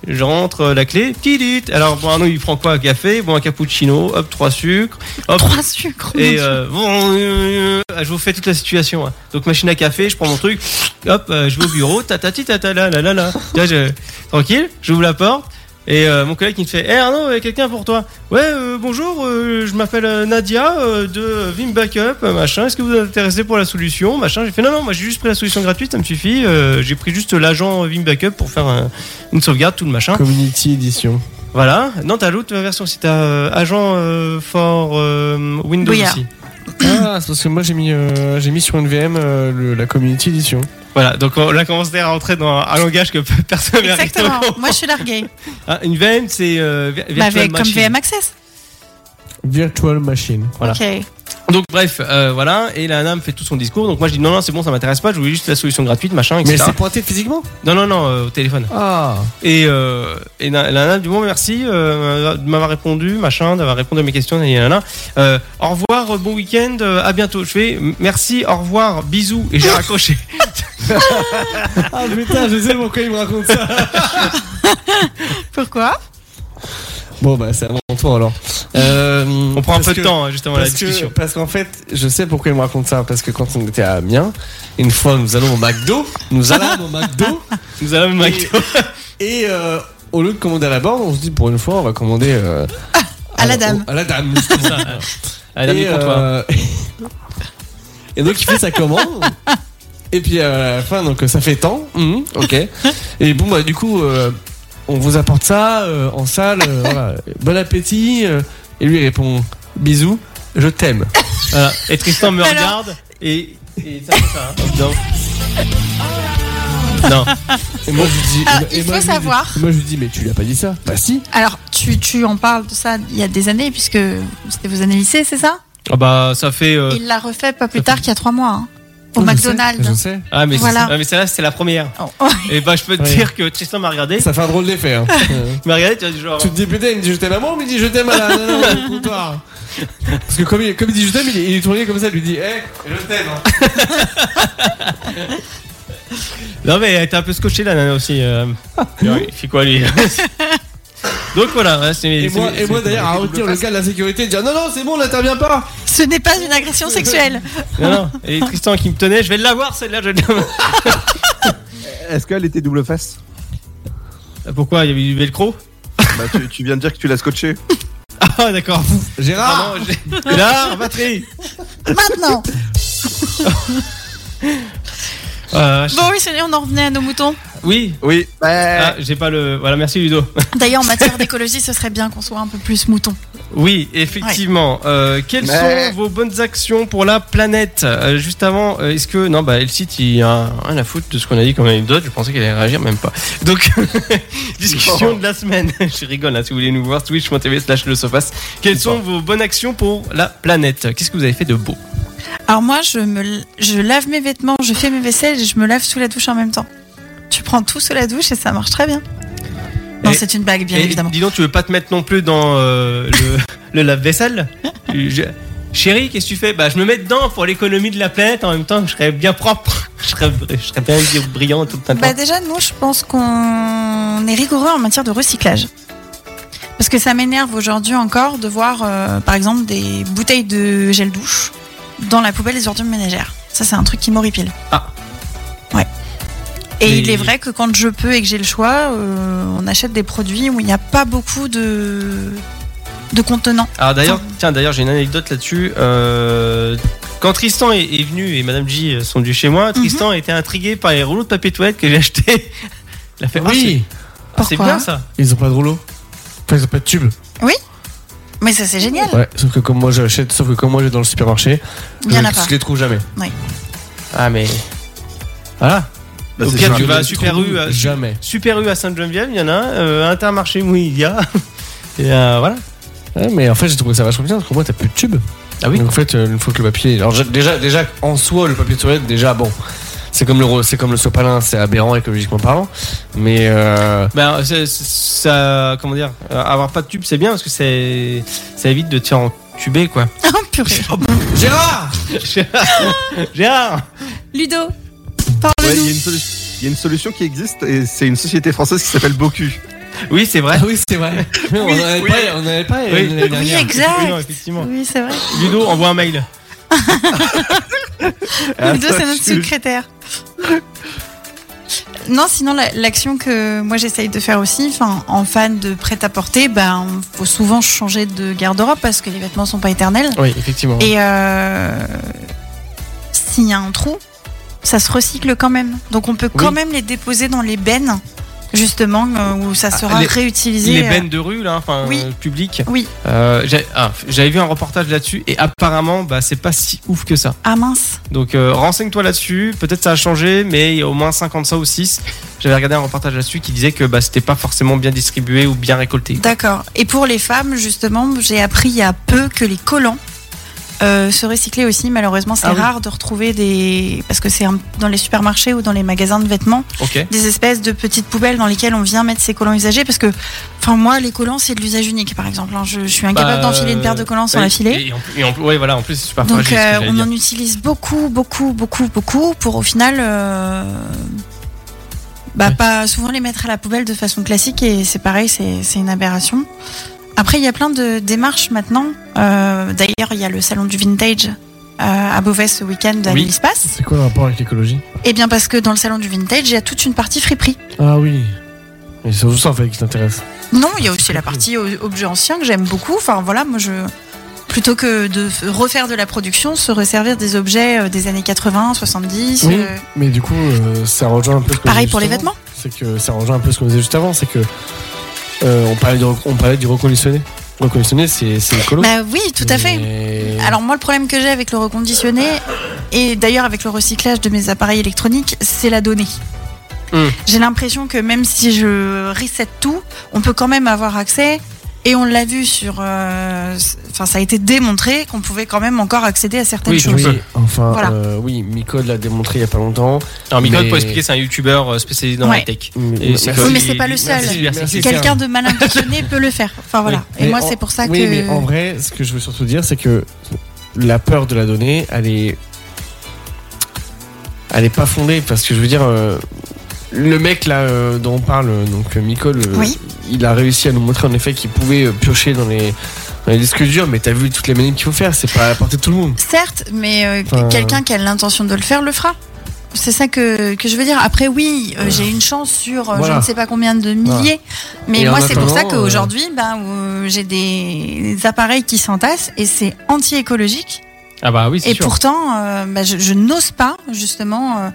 Speaker 2: Je rentre euh, la clé, tidit. Alors, bon, Arnaud, il prend quoi Un café, bon, un cappuccino, hop, trois sucres, hop,
Speaker 4: Trois sucres. mon
Speaker 2: et
Speaker 4: Dieu.
Speaker 2: euh, bon, euh, euh, je vous fais toute la situation. hein. Donc machine à café, je prends mon truc, hop, euh, je vais au bureau, tatati tata la la la la. Là, je, tranquille, j'ouvre la porte. Et euh, mon collègue qui me fait Eh Arnaud, euh, quelqu'un pour toi Ouais, euh, bonjour, euh, je m'appelle euh, Nadia euh, de Vim Backup, euh, machin. Est-ce que vous êtes intéressé pour la solution machin J'ai fait Non, non, moi j'ai juste pris la solution gratuite, ça me suffit. Euh, j'ai pris juste l'agent Vim Backup pour faire un- une sauvegarde, tout le machin.
Speaker 3: Community Edition.
Speaker 2: Voilà. Non, t'as l'autre version aussi, t'as euh, agent euh, for euh, Windows
Speaker 4: Bouillard.
Speaker 2: aussi.
Speaker 3: Ah, c'est parce que moi j'ai mis, euh, j'ai mis sur une VM euh, le- la Community Edition.
Speaker 2: Voilà, donc on, là commence à rentrer dans un langage que personne n'arrive à
Speaker 4: Exactement.
Speaker 2: comprendre.
Speaker 4: Moi, je suis larguée.
Speaker 2: Ah, une VM, c'est euh, vi-
Speaker 4: Bah,
Speaker 2: virtual
Speaker 4: avec- comme
Speaker 2: machine.
Speaker 4: VM Access.
Speaker 3: Virtual Machine.
Speaker 2: Voilà.
Speaker 4: Ok.
Speaker 2: Donc bref, euh, voilà, et la nana me fait tout son discours. Donc moi je dis non non c'est bon, ça m'intéresse pas, je voulais juste la solution gratuite, machin,
Speaker 3: Mais elle
Speaker 2: etc.
Speaker 3: s'est pointée physiquement
Speaker 2: Non non non euh, au téléphone.
Speaker 3: Ah
Speaker 2: Et, euh, et na- la nana me dit bon merci euh, de m'avoir répondu, machin, d'avoir répondu à mes questions, et nana. Euh, au revoir, euh, bon week-end, euh, à bientôt. Je fais merci, au revoir, bisous, et j'ai raccroché.
Speaker 3: Ah putain, je sais pourquoi il me raconte ça.
Speaker 4: Pourquoi
Speaker 3: Bon bah c'est à mon tour alors. Euh,
Speaker 2: On prend un
Speaker 3: parce
Speaker 2: peu de
Speaker 3: que-
Speaker 2: temps hein, justement à la
Speaker 3: Parce que-
Speaker 2: discussion.
Speaker 3: parce qu'en fait, je sais pourquoi il me raconte ça. Parce que quand on était à Amiens, une fois nous allons au McDo, nous allons au McDo,
Speaker 2: Nous allons au McDo.
Speaker 3: et euh, au lieu de commander à la borne, on se dit pour une fois on va commander euh,
Speaker 4: à la dame.
Speaker 3: au- À la dame. justement.
Speaker 2: Ah, la
Speaker 3: et,
Speaker 2: dame du comptoir.
Speaker 3: euh, et donc il fait sa commande. Et puis euh, à la fin, donc ça fait tant. Mhm, ok. Et bon, bah du coup, euh, on vous apporte ça euh, en salle. euh, voilà. Bon appétit. euh. et lui il répond bisous, je t'aime.
Speaker 2: Voilà. Et Tristan me
Speaker 4: Alors-
Speaker 2: regarde et, et ça fait ça. hein. Non. Non.
Speaker 3: Et moi je lui dis.
Speaker 4: Alors,
Speaker 3: et
Speaker 4: Ah,
Speaker 3: moi,
Speaker 4: il faut
Speaker 3: je lui dis-
Speaker 4: savoir.
Speaker 3: et moi je lui dis, mais tu lui as pas dit ça Bah
Speaker 2: oh.
Speaker 3: si.
Speaker 4: Alors, tu, tu en parles de ça il y a des années, puisque c'était vos années lycée, c'est ça
Speaker 2: Ah bah ça fait. euh, Oh,
Speaker 4: Il l'a refait pas plus tard qu'il y a trois mois. hein, au
Speaker 3: Je sais, Je
Speaker 4: McDonald's.
Speaker 3: sais.
Speaker 2: Ah mais,
Speaker 4: Voilà.
Speaker 2: c'est- ah, mais celle-là c'est la première.
Speaker 4: Oh, oh,
Speaker 2: Et bah je peux te
Speaker 3: Oui.
Speaker 2: dire que Tristan m'a regardé.
Speaker 3: Ça fait un drôle d'effet. hein. Euh,
Speaker 2: Il m'a regardé, tu as dit genre.
Speaker 3: tu te dis putain, il me dit je t'aime à moi, ou il me dit je t'aime à la nana au comptoir. Parce que comme il, comme il dit je t'aime, il, est- il est tourné comme ça, il lui dit hé, je t'aime. hein.
Speaker 2: Non mais elle était un peu scotché la nana aussi. euh. Il fait quoi lui Donc voilà, ouais, c'est
Speaker 3: Et
Speaker 2: c'est-
Speaker 3: moi, et
Speaker 2: c'est-
Speaker 3: moi d'ailleurs à retenir le gars de la sécurité et dire non non c'est bon on n'intervient pas
Speaker 4: ce n'est pas une agression sexuelle.
Speaker 2: Non, non. Et Tristan qui me tenait, je vais l'avoir celle-là, je l'ai-
Speaker 5: Est-ce qu'elle était double face
Speaker 2: Pourquoi Il y avait du velcro
Speaker 5: bah, tu, tu viens de dire que tu l'as scotché.
Speaker 2: Ah d'accord.
Speaker 3: Gérard
Speaker 2: Ah, non, j'ai- Là, batterie
Speaker 4: Maintenant.
Speaker 3: Ah,
Speaker 2: Euh, je-
Speaker 4: Bon, oui, c'est on en revenait à nos moutons.
Speaker 2: Oui
Speaker 5: Oui.
Speaker 2: Ah, j'ai pas le. Voilà, merci Ludo.
Speaker 4: D'ailleurs, en matière d'écologie, ce serait bien qu'on soit un peu plus mouton.
Speaker 2: Oui, effectivement. Euh, quelles
Speaker 5: Mais-
Speaker 2: sont vos bonnes actions pour la planète Euh, Juste avant, euh, est-ce que. Non, bah, Elsite, il a rien à foutre de ce qu'on a dit comme anecdote. Je pensais qu'elle allait réagir, même pas. Donc, discussion de la semaine. Je rigole, hein, si vous voulez nous voir, twitch.tv slash le sofas. Quelles sont vos bonnes actions pour la planète Qu'est-ce que vous avez fait de beau
Speaker 4: Alors moi, je me, l- je lave mes vêtements, je fais mes vaisselles et je me lave sous la douche en même temps. Tu prends tout sous la douche et ça marche très bien. Non,
Speaker 2: Et-
Speaker 4: c'est une blague, bien
Speaker 2: Et
Speaker 4: évidemment.
Speaker 2: Dis donc, tu veux pas te mettre non plus dans euh, le, le lave-vaisselle Je- Chérie, qu'est-ce que tu fais Bah, je me mets dedans pour l'économie de la planète en même temps que je serais bien propre. Je serais, je serais bien brillant tout le temps.
Speaker 4: Bah déjà, nous, je pense qu'on est rigoureux en matière de recyclage. Parce que ça m'énerve aujourd'hui encore de voir, euh, par exemple, des bouteilles de gel douche dans la poubelle des ordures ménagères. Ça, c'est un truc qui m'horripile.
Speaker 2: Ah.
Speaker 4: Ouais. Et
Speaker 2: Mais-
Speaker 4: il est vrai que quand je peux et que j'ai le choix, euh, on achète des produits où il n'y a pas beaucoup de, de contenants.
Speaker 2: Alors Ah, d'ailleurs, tiens, d'ailleurs, j'ai une anecdote là-dessus. Euh, quand Tristan est, est venu et Madame J sont venus chez moi, Tristan était intrigué par les rouleaux de papier toilette que j'ai acheté. Il a fait, ah,
Speaker 3: oui
Speaker 2: c'est- ah, c'est
Speaker 4: Pourquoi
Speaker 2: bien ça.
Speaker 3: ils ont pas de rouleau enfin ils ont pas de tube
Speaker 4: Mais ça, c'est génial.
Speaker 3: ouais sauf que comme moi j'achète sauf que comme moi j'ai dans le supermarché
Speaker 4: Ah. Il n'y en a
Speaker 3: je,
Speaker 4: pas.
Speaker 3: je les trouve jamais
Speaker 2: Ah mais
Speaker 3: voilà
Speaker 5: Bah,
Speaker 2: Au
Speaker 5: c'est
Speaker 2: pire,
Speaker 5: ça.
Speaker 2: tu
Speaker 3: Je
Speaker 2: vas à
Speaker 3: les
Speaker 2: Super
Speaker 3: trouve
Speaker 2: U, à-
Speaker 3: jamais
Speaker 2: Super U à Sainte-Geneviève, il y en a. un, euh, Intermarché, oui, il y a. Et euh, voilà.
Speaker 3: Ouais, mais en fait j'ai trouvé ça vachement bien parce que moi t'as plus de tube
Speaker 2: Ah oui.
Speaker 3: donc en fait euh, une fois que le papier alors je- déjà déjà en soi le papier de toilette déjà bon c'est comme le ro- c'est comme le sopalin c'est aberrant écologiquement parlant mais euh,
Speaker 2: Ben, c'est- c'est- ça, comment dire, euh, avoir pas de tube, c'est bien parce que c'est, ça évite de te faire entuber, quoi.
Speaker 4: Oh, purée.
Speaker 3: Gérard
Speaker 2: Gérard,
Speaker 4: Ludo,
Speaker 5: Ouais, Il
Speaker 4: parle-nous.
Speaker 5: y a une solu- il y a une solution qui existe et c'est une société française qui s'appelle Boku.
Speaker 2: oui, c'est vrai.
Speaker 3: Ah oui c'est vrai on en avait pas on en avait pas euh,
Speaker 2: Oui.
Speaker 3: l'année
Speaker 4: oui,
Speaker 2: Oui, non,
Speaker 3: dernière.
Speaker 4: exact.
Speaker 2: effectivement.
Speaker 4: Oui, c'est vrai.
Speaker 2: Ludo, envoie un mail.
Speaker 4: Ludo,
Speaker 5: Ah,
Speaker 2: Euh,
Speaker 4: c'est notre
Speaker 5: je-
Speaker 4: secrétaire. non, sinon la- l'action que moi j'essaye de faire aussi, enfin en fan de prêt-à-porter, ben faut souvent changer de garde-robe parce que les vêtements sont pas éternels.
Speaker 3: Oui, effectivement.
Speaker 4: Et euh, s'il y a un trou, ça se recycle quand même. Donc on peut quand
Speaker 3: Oui.
Speaker 4: même les déposer dans les bennes, justement, euh, où ça sera
Speaker 2: Ah, les-
Speaker 4: réutilisé.
Speaker 2: Les
Speaker 4: euh,
Speaker 2: bennes de rue, là, enfin,
Speaker 4: Oui.
Speaker 2: euh, public.
Speaker 4: Oui.
Speaker 2: Euh, j'ai- ah, J'avais vu un reportage là-dessus et apparemment, bah, c'est pas si ouf que ça.
Speaker 4: Ah mince.
Speaker 2: Donc euh, renseigne-toi là-dessus. Peut-être ça a changé, mais il y a au moins 50 ça ou 6. J'avais regardé un reportage là-dessus qui disait que bah, c'était pas forcément bien distribué ou bien récolté.
Speaker 4: D'accord. Et pour les femmes, justement, j'ai appris il y a peu que les collants euh, se recyclaient aussi. Malheureusement, c'est
Speaker 2: Ah oui.
Speaker 4: rare de retrouver des. Parce que c'est un- dans les supermarchés ou dans les magasins de vêtements,
Speaker 2: Ok.
Speaker 4: des espèces de petites poubelles dans lesquelles on vient mettre ses collants usagés. Parce que, enfin, moi, les collants, c'est de l'usage unique, par exemple. hein. Je, je suis incapable
Speaker 2: Bah,
Speaker 4: d'enfiler une paire de collants sans
Speaker 2: oui,
Speaker 4: la filer.
Speaker 2: Et, en, et en- ouais, voilà, en plus, c'est super
Speaker 4: Donc,
Speaker 2: fragile, ce que
Speaker 4: euh,
Speaker 2: j'allais
Speaker 4: on
Speaker 2: dire.
Speaker 4: en utilise beaucoup, beaucoup, beaucoup, beaucoup pour au final. euh, Bah,
Speaker 3: Ouais.
Speaker 4: pas souvent les mettre à la poubelle de façon classique et c'est pareil, c'est c'est une aberration. Après, il y a plein de démarches maintenant. Euh, D'ailleurs, il y a le salon du vintage euh, à Beauvais ce week-end à
Speaker 2: Oui.
Speaker 4: Villispace.
Speaker 3: C'est quoi le rapport avec l'écologie
Speaker 4: Et bien, parce que dans le salon du vintage, il y a toute une partie friperie.
Speaker 3: Ah oui. Mais c'est surtout ça en fait qui t'intéresse.
Speaker 4: Non, il y a aussi la partie o- objets anciens que j'aime beaucoup. Enfin voilà, moi je plutôt que de f- refaire de la production, se resservir des objets euh, des années 80, 70.
Speaker 3: Oui.
Speaker 4: euh,
Speaker 3: Mais du coup, euh, ça rejoint un peu. Ce que
Speaker 4: Pareil
Speaker 3: on disait
Speaker 4: pour les
Speaker 3: juste
Speaker 4: vêtements.
Speaker 3: avant. C'est que ça rejoint un peu ce qu'on disait juste avant, c'est que euh, on parlait du, rec- on parlait du reconditionné. Reconditionné, c'est c'est écolo.
Speaker 4: Bah oui, tout à fait.
Speaker 3: Mmh. Mais-
Speaker 4: Alors moi, le problème que j'ai avec le reconditionné et d'ailleurs avec le recyclage de mes appareils électroniques, c'est la donnée.
Speaker 3: Mmh.
Speaker 2: Hmm.
Speaker 4: J'ai l'impression que même si je reset tout, on peut quand même avoir accès. Et on l'a vu sur, euh, c- enfin ça a été démontré qu'on pouvait quand même encore accéder à certaines
Speaker 2: Oui, je
Speaker 4: choses.
Speaker 3: Oui, enfin,
Speaker 4: Voilà.
Speaker 3: euh, oui, Micode l'a démontré il y a pas longtemps.
Speaker 2: Alors, Mickaël,
Speaker 3: Mais-
Speaker 2: pour expliquer, c'est un youtubeur euh, spécialisé dans la
Speaker 4: Ouais.
Speaker 2: tech.
Speaker 3: Et c'est
Speaker 4: Oui,
Speaker 2: que-
Speaker 4: mais c'est pas le seul.
Speaker 2: Merci, merci.
Speaker 3: Merci.
Speaker 4: Quelqu'un de mal intentionné peut le faire. Enfin voilà.
Speaker 3: Oui.
Speaker 4: Et
Speaker 3: Mais
Speaker 4: moi,
Speaker 3: en-
Speaker 4: c'est pour ça
Speaker 3: oui,
Speaker 4: que.
Speaker 3: mais en vrai, ce que je veux surtout dire, c'est que la peur de la donnée, elle est. Elle est pas fondée, parce que je veux dire. euh, Le mec là euh, dont on parle, euh, donc euh, Micole, euh,
Speaker 4: Oui.
Speaker 3: il a réussi à nous montrer en effet qu'il pouvait euh, piocher dans les, dans les disques durs, mais t'as vu toutes les manips qu'il faut faire, c'est pas à la portée de tout le monde.
Speaker 4: Certes, mais euh,
Speaker 3: Enfin,
Speaker 4: quelqu'un qui a l'intention de le faire le fera. C'est ça que, que je veux dire. Après, oui, euh, j'ai une chance sur euh,
Speaker 3: Voilà.
Speaker 4: je ne sais pas combien de milliers. Mais
Speaker 3: Et en
Speaker 4: moi, c'est pour ça
Speaker 3: attendant, euh,
Speaker 4: qu'aujourd'hui, ben, euh, j'ai des, des appareils qui s'entassent et c'est anti-écologique.
Speaker 2: Ah, bah oui, c'est
Speaker 4: Et
Speaker 2: sûr.
Speaker 4: pourtant, euh, ben, je, je n'ose pas, justement, euh,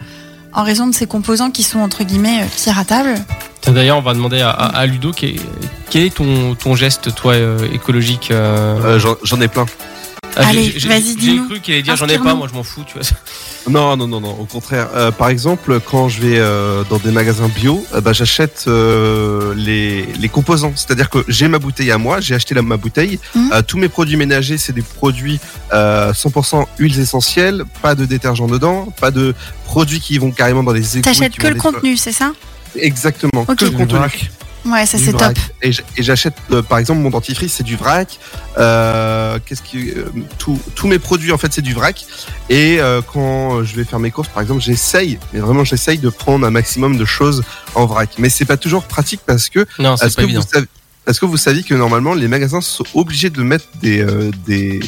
Speaker 4: en raison de ces composants qui sont, entre guillemets, euh, piratables.
Speaker 2: Tiens, D'ailleurs, on va demander à, à- à Ludo quel est, quel est ton, ton geste, toi, euh, écologique euh,
Speaker 5: Euh, J'en j'en ai plein.
Speaker 2: ah, j'ai-
Speaker 4: Allez,
Speaker 2: j'ai-
Speaker 4: vas-y,
Speaker 2: J'ai
Speaker 4: dis-nous.
Speaker 2: cru qu'il allait dire j'en ai pas,
Speaker 4: Inspire-nous.
Speaker 2: moi je m'en fous, tu vois.
Speaker 5: Non, non, non, non. Au contraire, Euh, par exemple, quand je vais euh, dans des magasins bio, euh, bah, j'achète euh, les, les composants. C'est-à-dire que j'ai ma bouteille à moi, j'ai acheté la, ma bouteille.
Speaker 4: Mhm.
Speaker 5: Euh, tous mes produits ménagers, c'est des produits euh, 100% huiles essentielles, pas de détergent dedans, pas de produits qui vont carrément dans les égouts. et
Speaker 4: T'achètes
Speaker 5: qui
Speaker 4: que
Speaker 5: vont
Speaker 4: le
Speaker 5: des-
Speaker 4: contenu, c'est ça
Speaker 5: Exactement,
Speaker 4: Ok.
Speaker 5: que le
Speaker 4: Du
Speaker 5: contenu.
Speaker 4: Ouais, ça
Speaker 5: Du
Speaker 4: c'est
Speaker 5: vrac.
Speaker 4: top.
Speaker 5: Et j- et j'achète, euh, par exemple, mon dentifrice, c'est du vrac. Euh, Qu'est-ce qui, euh, tout- tous mes produits, en fait, c'est du vrac. Et euh, quand je vais faire mes courses, par exemple, j'essaye, mais vraiment, j'essaye de prendre un maximum de choses en vrac. Mais c'est pas toujours pratique parce que
Speaker 2: Non, c'est
Speaker 5: est-ce
Speaker 2: pas
Speaker 5: que,
Speaker 2: évident.
Speaker 5: vous savez, est-ce que vous saviez que normalement les magasins sont obligés de mettre des, euh, des,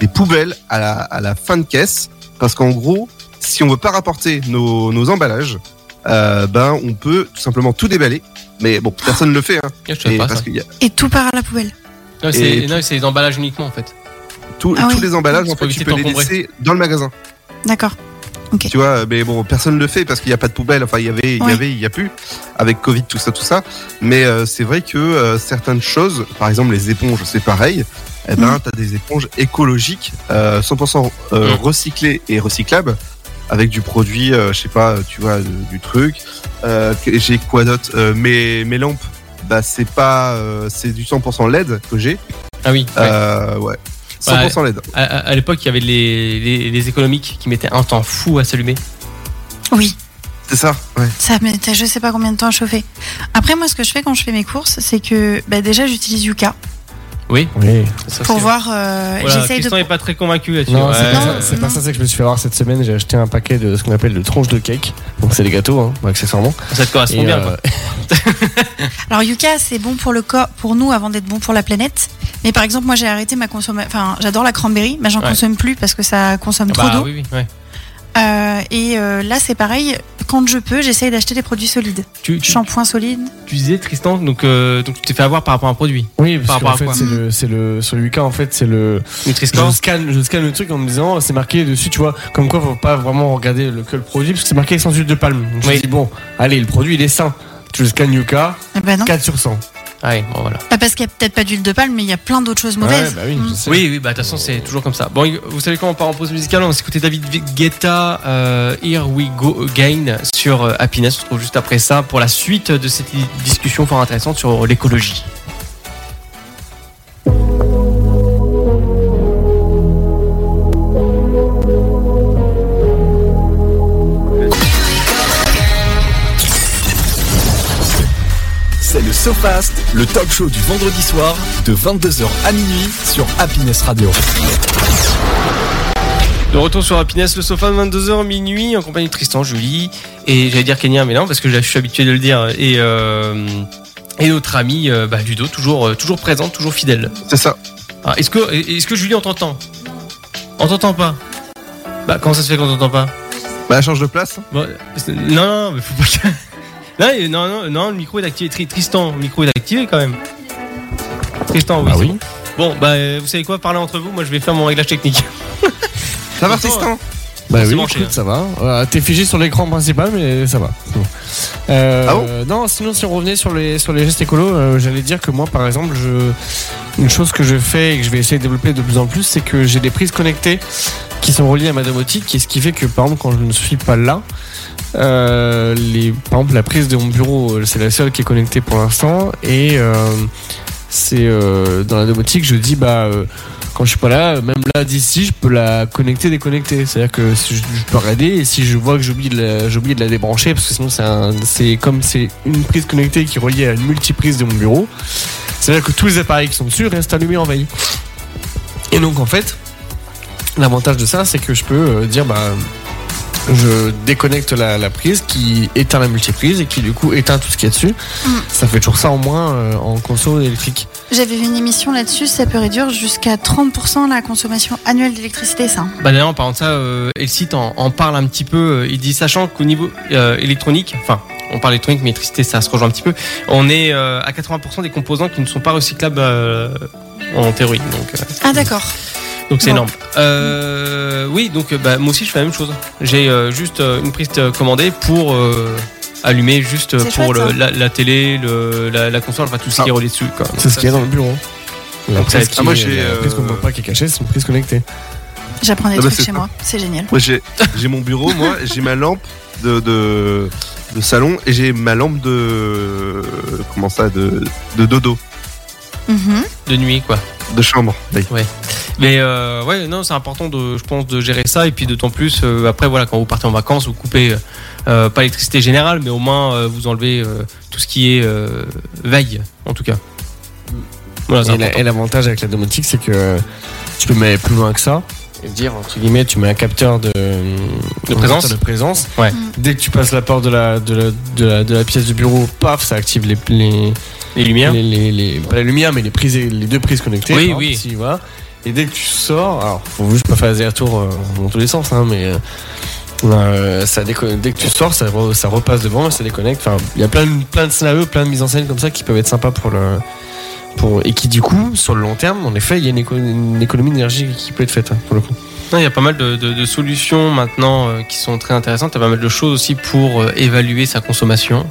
Speaker 5: des poubelles à la, à la fin de caisse Parce qu'en gros, si on veut pas rapporter nos, nos emballages, euh, ben on peut tout simplement tout déballer. Mais bon, personne ne le fait. Hein,
Speaker 2: Je savais
Speaker 5: Et
Speaker 2: pas
Speaker 5: parce
Speaker 2: ça.
Speaker 5: qu'il y a
Speaker 4: Et tout part à la poubelle.
Speaker 2: Non, c'est-
Speaker 5: et-
Speaker 2: Non, c'est des emballages uniquement en fait.
Speaker 5: tout-
Speaker 4: Ah oui.
Speaker 5: tous les emballages,
Speaker 2: C'est
Speaker 5: en
Speaker 2: pour
Speaker 5: fait, tu
Speaker 2: éviter
Speaker 5: peux les
Speaker 2: d'encombrer.
Speaker 5: laisser dans le magasin.
Speaker 4: D'accord.
Speaker 5: Tu vois, mais bon, personne le fait parce qu'il n'y a pas de poubelle. Enfin, il y avait, il
Speaker 4: Oui.
Speaker 5: y avait, il y a plus avec Covid, tout ça, tout ça. Mais euh, c'est vrai que euh, certaines choses, par exemple les éponges, c'est pareil. Eh ben,
Speaker 4: Mm.
Speaker 5: t'as des éponges écologiques, euh, 100% euh,
Speaker 2: Mm.
Speaker 5: recyclées et recyclables, avec du produit, euh, je sais pas, tu vois, de- du truc. Euh, que- j'ai quoi d'autre Euh, mes, mes lampes, bah c'est pas, euh, c'est du 100% LED que j'ai.
Speaker 2: Ah oui. ouais. Bah,
Speaker 5: Euh, ouais. 100% LED.
Speaker 2: À, à- à l'époque, il y avait les, les, les économiques qui mettaient un temps fou à s'allumer.
Speaker 4: Oui.
Speaker 5: C'est ça. Ouais.
Speaker 4: Ça mettait je sais pas combien de temps à chauffer. Après, moi, ce que je fais quand je fais mes courses, c'est que bah, déjà, j'utilise Yuka
Speaker 3: Oui.
Speaker 2: Ça,
Speaker 4: pour
Speaker 2: c'est-
Speaker 4: voir. euh,
Speaker 2: Voilà,
Speaker 4: J'essaye de.
Speaker 2: Tristan est pas très convaincu là-dessus.
Speaker 3: Non, c'est
Speaker 2: Ouais.
Speaker 3: pas,
Speaker 4: Non,
Speaker 3: ça, c'est pas
Speaker 4: non.
Speaker 3: ça que je me suis fait avoir cette semaine. J'ai acheté un paquet de ce qu'on appelle de tronches de cake. Donc c'est des gâteaux, hein, accessoirement.
Speaker 2: Ça te correspond
Speaker 3: Et,
Speaker 2: bien.
Speaker 3: euh,
Speaker 2: quoi.
Speaker 4: Alors, Yuka, c'est bon pour le corps, pour nous, avant d'être bon pour la planète. Mais par exemple, moi, j'ai arrêté ma consommation. Enfin, j'adore la cranberry, mais j'en
Speaker 2: Ouais.
Speaker 4: consomme plus parce que ça consomme
Speaker 2: Ah
Speaker 4: trop
Speaker 2: bah
Speaker 4: d'eau.
Speaker 2: oui, oui, ouais.
Speaker 4: Euh, et euh, là, c'est pareil. Quand quand je peux, j'essaye d'acheter des produits solides.
Speaker 2: Tu, tu,
Speaker 4: Shampoing solide.
Speaker 2: tu disais, Tristan, donc, euh, donc tu t'es fait avoir par rapport à un produit.
Speaker 3: Oui,
Speaker 2: Par
Speaker 3: parce
Speaker 2: rapport à
Speaker 3: qu'en fait,
Speaker 2: quoi
Speaker 3: c'est le, c'est le, sur Lucas, en fait, c'est le,
Speaker 2: Nutriscore
Speaker 3: je scanne, je scanne le truc en me disant c'est marqué dessus, tu vois, comme quoi faut pas vraiment regarder le, que le produit parce que c'est marqué essence d'huile de palme. Donc je
Speaker 2: Oui.
Speaker 3: me dis bon, allez, le produit il est sain. Tu le scannes Yuka,
Speaker 4: Eh ben non.
Speaker 3: 4 sur 100.
Speaker 2: Ouais, bon, voilà.
Speaker 4: Pas parce qu'il n'y a peut-être pas d'huile de palme, mais il y a plein d'autres choses mauvaises.
Speaker 3: Ouais, bah oui,
Speaker 4: Mm.
Speaker 3: je sais.
Speaker 2: Oui, oui, bah de toute façon, c'est toujours comme ça. Bon, vous savez quand on part en pause musicale, on va s'écouter David Guetta, euh, Here We Go Again sur euh, Happiness. On se retrouve juste après ça pour la suite de cette discussion fort intéressante sur l'écologie.
Speaker 1: C'est le SoFast, le talk show du vendredi soir de 22h à minuit sur Happiness Radio.
Speaker 2: De retour sur Happiness, le sofa de 22h minuit en compagnie de Tristan, Julie et j'allais dire Kenya, mais non, parce que je suis habitué de le dire. Et, euh, et notre ami euh, bah, Ludo, toujours, euh, toujours présent, toujours fidèle.
Speaker 5: C'est ça.
Speaker 2: Ah, est-ce, que, est-ce que Julie, on t'entend On t'entend pas Bah, comment ça se fait qu'on t'entend pas
Speaker 5: Bah, change de place.
Speaker 2: Bon, c'est- non, non, mais faut pas. Là, il- non, non, non, le micro est activé. Tri- Tristan, le micro est activé quand même. Tristan, oui.
Speaker 3: Bah
Speaker 2: c'est
Speaker 3: oui.
Speaker 2: Bon, Bon, bah, euh, vous savez quoi Parlez entre vous. Moi, je vais faire mon réglage technique.
Speaker 5: Ça va,
Speaker 2: Pourtant,
Speaker 5: Tristan
Speaker 3: Bah
Speaker 2: C'est
Speaker 3: oui,
Speaker 2: branché,
Speaker 3: écoute,
Speaker 2: hein.
Speaker 3: ça va. Voilà, T'es figé sur l'écran principal, mais ça va. C'est bon. Euh,
Speaker 5: Ah bon
Speaker 3: non, sinon si on revenait sur les sur les gestes écolos, euh, j'allais dire que moi, par exemple, je une chose que je fais et que je vais essayer de développer de plus en plus, c'est que j'ai des prises connectées qui sont reliées à ma domotique, et ce qui fait que par exemple quand je ne suis pas là, euh, les par exemple la prise de mon bureau, euh, c'est la seule qui est connectée pour l'instant, et euh, c'est euh, dans la domotique, je dis bah euh, quand je suis pas là, même là d'ici, je peux la connecter, déconnecter. C'est-à-dire que si je, je peux regarder et si je vois que j'oublie de, la- j'oublie de la débrancher, parce que sinon c'est, un- c'est comme c'est une prise connectée qui est reliée à une multiprise de mon bureau, c'est-à-dire que tous les appareils qui sont dessus restent allumés en veille. Et donc en fait, l'avantage de ça, c'est que je peux euh, dire bah je déconnecte la, la prise qui éteint la multiprise et qui du coup éteint tout ce qu'il y a dessus.
Speaker 4: Mm.
Speaker 3: Ça fait toujours ça en moins euh, en conso électrique.
Speaker 4: J'avais vu une émission là-dessus, ça peut réduire jusqu'à 30% la consommation annuelle d'électricité, ça.
Speaker 2: Bah d'ailleurs, en parlant de ça, euh, Elsite en, en parle un petit peu. euh, Il dit sachant qu'au niveau euh, électronique, enfin, on parle électronique, mais électricité, ça se rejoint un petit peu. On est euh, à 80% des composants qui ne sont pas recyclables euh, en théorie. Donc, euh,
Speaker 4: Ah d'accord.
Speaker 2: donc c'est
Speaker 4: Bon.
Speaker 2: énorme. Euh, oui, donc euh, bah, moi aussi je fais la même chose. J'ai euh, juste euh, une prise euh, commandée pour euh, allumer juste euh,
Speaker 4: C'est
Speaker 2: pour
Speaker 4: chouette,
Speaker 2: le-
Speaker 4: ça.
Speaker 2: la, la télé, le- la, la console, enfin tout
Speaker 3: Ah.
Speaker 2: ce qui est relié dessus. Quoi.
Speaker 3: C'est ce qu'il y a dans le bureau. La
Speaker 2: Donc ça
Speaker 3: prise,
Speaker 2: va être-
Speaker 3: qui
Speaker 5: Ah, moi,
Speaker 3: est-
Speaker 5: j'ai,
Speaker 3: la prise qu'on
Speaker 5: euh,
Speaker 3: voit pas qui est cachée, c'est une prise connectée.
Speaker 4: J'apprends des
Speaker 5: Ah bah,
Speaker 4: trucs
Speaker 5: c'est
Speaker 4: chez
Speaker 5: cool.
Speaker 4: moi, c'est génial.
Speaker 5: Moi, j'ai j'ai mon bureau, moi, j'ai ma lampe de, de, de salon et j'ai ma lampe de. Comment ça De, de dodo,
Speaker 4: Mhm.
Speaker 2: De nuit, quoi.
Speaker 5: de chambre. Oui.
Speaker 2: Mais euh, ouais, non, c'est important de, je pense, de gérer ça et puis d'autant plus euh, après voilà quand vous partez en vacances, vous coupez euh, pas l'électricité générale, mais au moins euh, vous enlevez euh, tout ce qui est euh, veille en tout cas. Voilà, c'est
Speaker 3: Et, la-
Speaker 2: important.
Speaker 3: et l'avantage avec la domotique, c'est que euh, tu peux mettre plus loin que ça. Et dire, entre guillemets, tu mets un capteur de, un
Speaker 2: présence.
Speaker 3: capteur de présence.
Speaker 2: Ouais.
Speaker 4: Mm.
Speaker 3: Dès que tu passes la porte de la, de la, de la, de la pièce du bureau, paf, ça active les, les,
Speaker 2: les lumières.
Speaker 3: les, les- les- Hein pas la lumière, mais les, prises, les deux prises connectées.
Speaker 2: Oui,
Speaker 3: par
Speaker 2: oui.
Speaker 3: exemple, si, voilà. Et dès que tu sors, alors faut juste pas faire des retours dans tous les sens, hein, mais euh, euh, ça déco- dès que tu sors, ça, re- ça repasse devant, ça déconnecte. Enfin, il y a plein de, plein de scénarios, plein de mises en scène comme ça qui peuvent être sympas pour le. Pour, et qui du coup, sur le long terme, en effet, il y a une, éco- une économie d'énergie qui peut être faite hein, pour le coup.
Speaker 2: Non, il y a pas mal de, de- de solutions maintenant euh, qui sont très intéressantes. Il y a pas mal de choses aussi pour euh, évaluer sa consommation.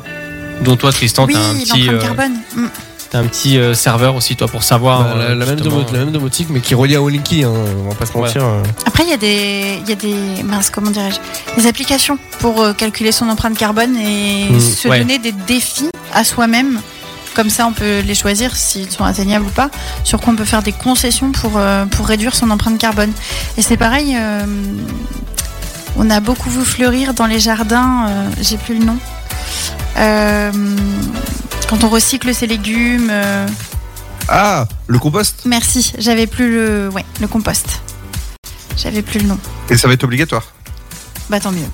Speaker 2: Dont toi, Tristan,
Speaker 4: Oui,
Speaker 2: t'as un petit,
Speaker 4: l'empreinte
Speaker 2: euh,
Speaker 4: carbone. Mm.
Speaker 2: t'as un petit euh, serveur aussi toi pour savoir.
Speaker 3: Bah, la,
Speaker 2: euh,
Speaker 3: la même
Speaker 2: justement,
Speaker 3: domo- la même domotique, mais qui est reliée à Olinky, hein, on va pas se mentir. euh.
Speaker 4: Après, il y a des, il y a des, mince, comment dirais-je, des applications pour euh, calculer son empreinte carbone et
Speaker 3: Mm,
Speaker 4: se
Speaker 2: ouais.
Speaker 4: donner des défis à soi-même. Comme ça, on peut les choisir s'ils sont atteignables ou pas. Sur quoi on peut faire des concessions pour euh, pour réduire son empreinte carbone. Et c'est pareil. euh, on a beaucoup vu fleurir dans les jardins. euh, J'ai plus le nom. Euh, quand on recycle ses légumes. euh,
Speaker 5: Ah, le compost
Speaker 4: merci. J'avais plus le, ouais, le compost. J'avais plus le nom.
Speaker 5: Et ça va être obligatoire.
Speaker 4: Bah tant mieux.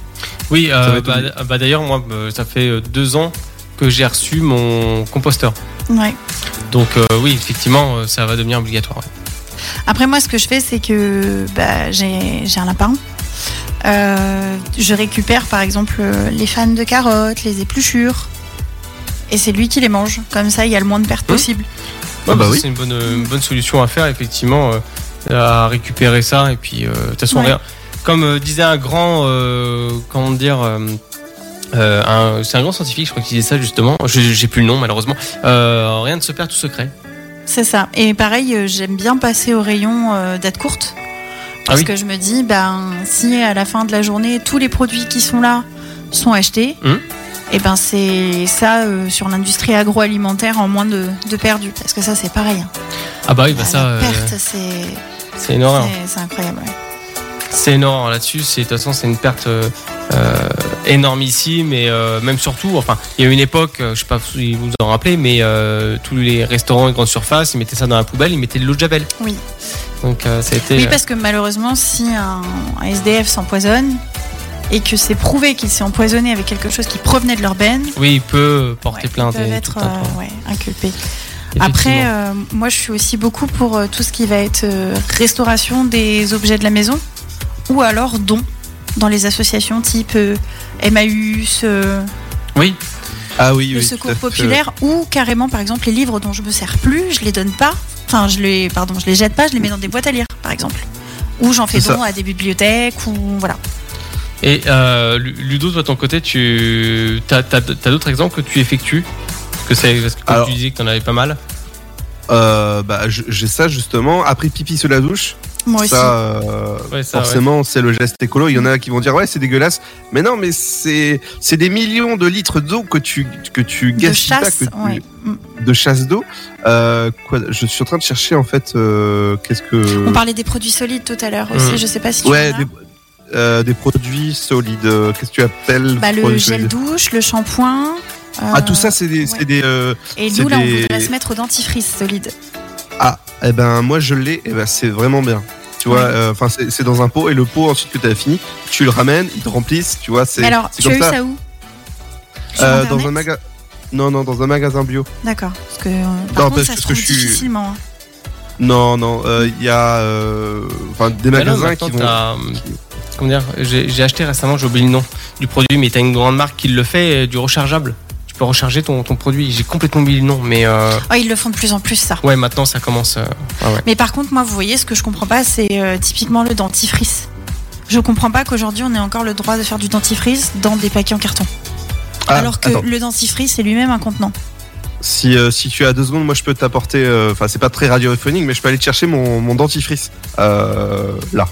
Speaker 2: Oui, euh,
Speaker 5: Ça va être
Speaker 2: bah,
Speaker 5: obligé.
Speaker 2: bah, d'ailleurs, moi, euh, ça fait euh, deux ans que j'ai reçu mon composteur.
Speaker 4: Ouais.
Speaker 2: Donc euh, oui, effectivement, euh, ça va devenir obligatoire. ouais.
Speaker 4: Après, moi, ce que je fais, c'est que bah, j'ai j'ai un lapin. Euh, je récupère par exemple euh, les fans de carottes, les épluchures. Et c'est lui qui les mange. Comme ça, il y a le moins de pertes
Speaker 2: Mmh.
Speaker 4: possible.
Speaker 5: Ah bah
Speaker 2: ça,
Speaker 5: oui.
Speaker 2: C'est une bonne, une bonne solution à faire, effectivement, euh, à récupérer ça. Et puis, euh, de toute façon,
Speaker 4: Ouais.
Speaker 2: rien- comme euh, disait un grand, euh, comment dire, euh, euh, un- c'est un grand scientifique, je crois qu'il disait ça justement. Je- J'ai plus le nom, malheureusement. Euh, rien ne se perd, tout secret.
Speaker 4: C'est ça. Et pareil, euh, j'aime bien passer au rayon euh, date courte.
Speaker 2: Ah
Speaker 4: Parce
Speaker 2: oui.
Speaker 4: que je me dis, ben, si à la fin de la journée, tous les produits qui sont là sont achetés,
Speaker 2: Mhm.
Speaker 4: et ben c'est ça euh, sur l'industrie agroalimentaire en moins de, de perdus. Parce que ça, c'est pareil. hein.
Speaker 2: Ah bah oui, bah
Speaker 4: La
Speaker 2: ça, euh,
Speaker 4: perte, c'est
Speaker 2: c'est une horreur.
Speaker 4: c'est- c'est incroyable. ouais.
Speaker 2: C'est énorme là-dessus. C'est de toute façon, c'est une perte euh, euh, énormissime et euh, même surtout. Enfin, il y a une époque, euh, je sais pas si vous vous en rappelez, mais euh, tous les restaurants et grandes surfaces, ils mettaient ça dans la poubelle, ils mettaient de l'eau de javel.
Speaker 4: Oui.
Speaker 2: Donc euh, ça a été.
Speaker 4: Oui, parce que malheureusement, si un, un SDF s'empoisonne et que c'est prouvé qu'il s'est empoisonné avec quelque chose qui provenait de l'urbaine,
Speaker 2: Oui, il peut porter
Speaker 4: ouais,
Speaker 2: plainte.
Speaker 4: ils peuvent
Speaker 2: et
Speaker 4: être
Speaker 2: tout un tas.
Speaker 4: euh, ouais, inculpés.
Speaker 2: Effectivement.
Speaker 4: Après, euh, moi, je suis aussi beaucoup pour euh, tout ce qui va être euh, restauration des objets de la maison ou alors don dans les associations type euh, Emmaüs, euh,
Speaker 2: oui,
Speaker 5: Ah oui,
Speaker 4: le
Speaker 5: oui. tout à
Speaker 4: Secours
Speaker 5: fait,
Speaker 4: Populaire ou carrément, par exemple, les livres dont je me sers plus, je les donne pas. Enfin, je les, pardon, je les jette pas, je les mets dans des boîtes à lire, par exemple. Ou j'en fais
Speaker 5: C'est ça.
Speaker 4: don à des bibliothèques ou voilà.
Speaker 2: Et euh, Lu- Ludo, toi, de ton côté, tu as, d'autres exemples que tu effectues Parce que c'est parce que comme
Speaker 5: Alors-
Speaker 2: tu disais que t'en avais pas mal.
Speaker 5: Euh, bah, je- j'ai ça justement. Après pipi sous la douche,
Speaker 4: Moi aussi.
Speaker 5: ça, euh,
Speaker 2: Ouais, ça, ouais.
Speaker 5: forcément, c'est le geste écolo. Il y en a qui vont dire ouais, c'est dégueulasse. Mais non, mais c'est c'est des millions de litres d'eau que tu que tu
Speaker 4: de
Speaker 5: gaspilles pas,
Speaker 4: chasse,
Speaker 5: que tu-
Speaker 4: ouais. Mm.
Speaker 5: de chasse d'eau. Euh, quoi, je suis en train de chercher en fait. euh, Qu'est-ce que
Speaker 4: On parlait des produits solides tout à l'heure aussi,
Speaker 2: Mm.
Speaker 4: je sais pas si tu
Speaker 5: ouais
Speaker 4: en as.
Speaker 5: des, euh, des produits solides. euh, Qu'est-ce que tu appelles
Speaker 4: Bah, le
Speaker 5: produits
Speaker 4: gel
Speaker 5: solides
Speaker 4: douche, le shampoing.
Speaker 5: Ah
Speaker 4: euh,
Speaker 5: tout ça c'est
Speaker 4: ouais.
Speaker 5: des c'est des euh,
Speaker 4: Et
Speaker 5: c'est
Speaker 4: nous, là, on
Speaker 5: des-
Speaker 4: voudrait se mettre au dentifrice solide.
Speaker 5: Ah, eh ben moi je l'ai, eh ben, c'est vraiment bien. Tu vois, euh, enfin c'est- c'est dans un pot et le pot ensuite que tu as fini, tu le ramènes, ils te remplissent, tu vois, c'est
Speaker 4: Mais alors,
Speaker 5: c'est
Speaker 4: tu as
Speaker 5: comme
Speaker 4: eu
Speaker 5: ça.
Speaker 4: ça où Sur
Speaker 5: Euh, dans
Speaker 4: Internet
Speaker 5: un magasin. Non, non, dans un magasin bio.
Speaker 4: D'accord. Parce que, euh, par
Speaker 5: Non,
Speaker 4: contre,
Speaker 5: parce
Speaker 4: ça se
Speaker 5: que
Speaker 4: trouve
Speaker 5: je suis-
Speaker 4: difficilement. hein.
Speaker 5: Non, non, euh, il y a euh, enfin des
Speaker 2: Bah non,
Speaker 5: magasins
Speaker 2: maintenant,
Speaker 5: qui vont.
Speaker 2: t'as,
Speaker 5: qui-
Speaker 2: Comment dire J'ai j'ai acheté récemment, j'ai oublié le nom du produit, mais t'as une grande marque qui le fait, euh, du rechargeable. Tu peux recharger ton, ton produit. J'ai complètement oublié le nom, mais euh,
Speaker 4: Oh, ils le font de plus en plus, ça.
Speaker 2: ouais, maintenant ça commence. euh,
Speaker 4: Mais par contre, moi, vous voyez, ce que je comprends pas, c'est euh, typiquement le dentifrice. Je comprends pas qu'aujourd'hui, on ait encore le droit de faire du dentifrice dans des paquets en carton.
Speaker 5: Ah,
Speaker 4: alors que
Speaker 5: attends,
Speaker 4: le dentifrice est lui-même un contenant.
Speaker 5: si, euh, si tu as deux secondes, moi je peux t'apporter. euh, Enfin, c'est pas très radiophonique, mais je peux aller te chercher mon, mon dentifrice. Euh, là.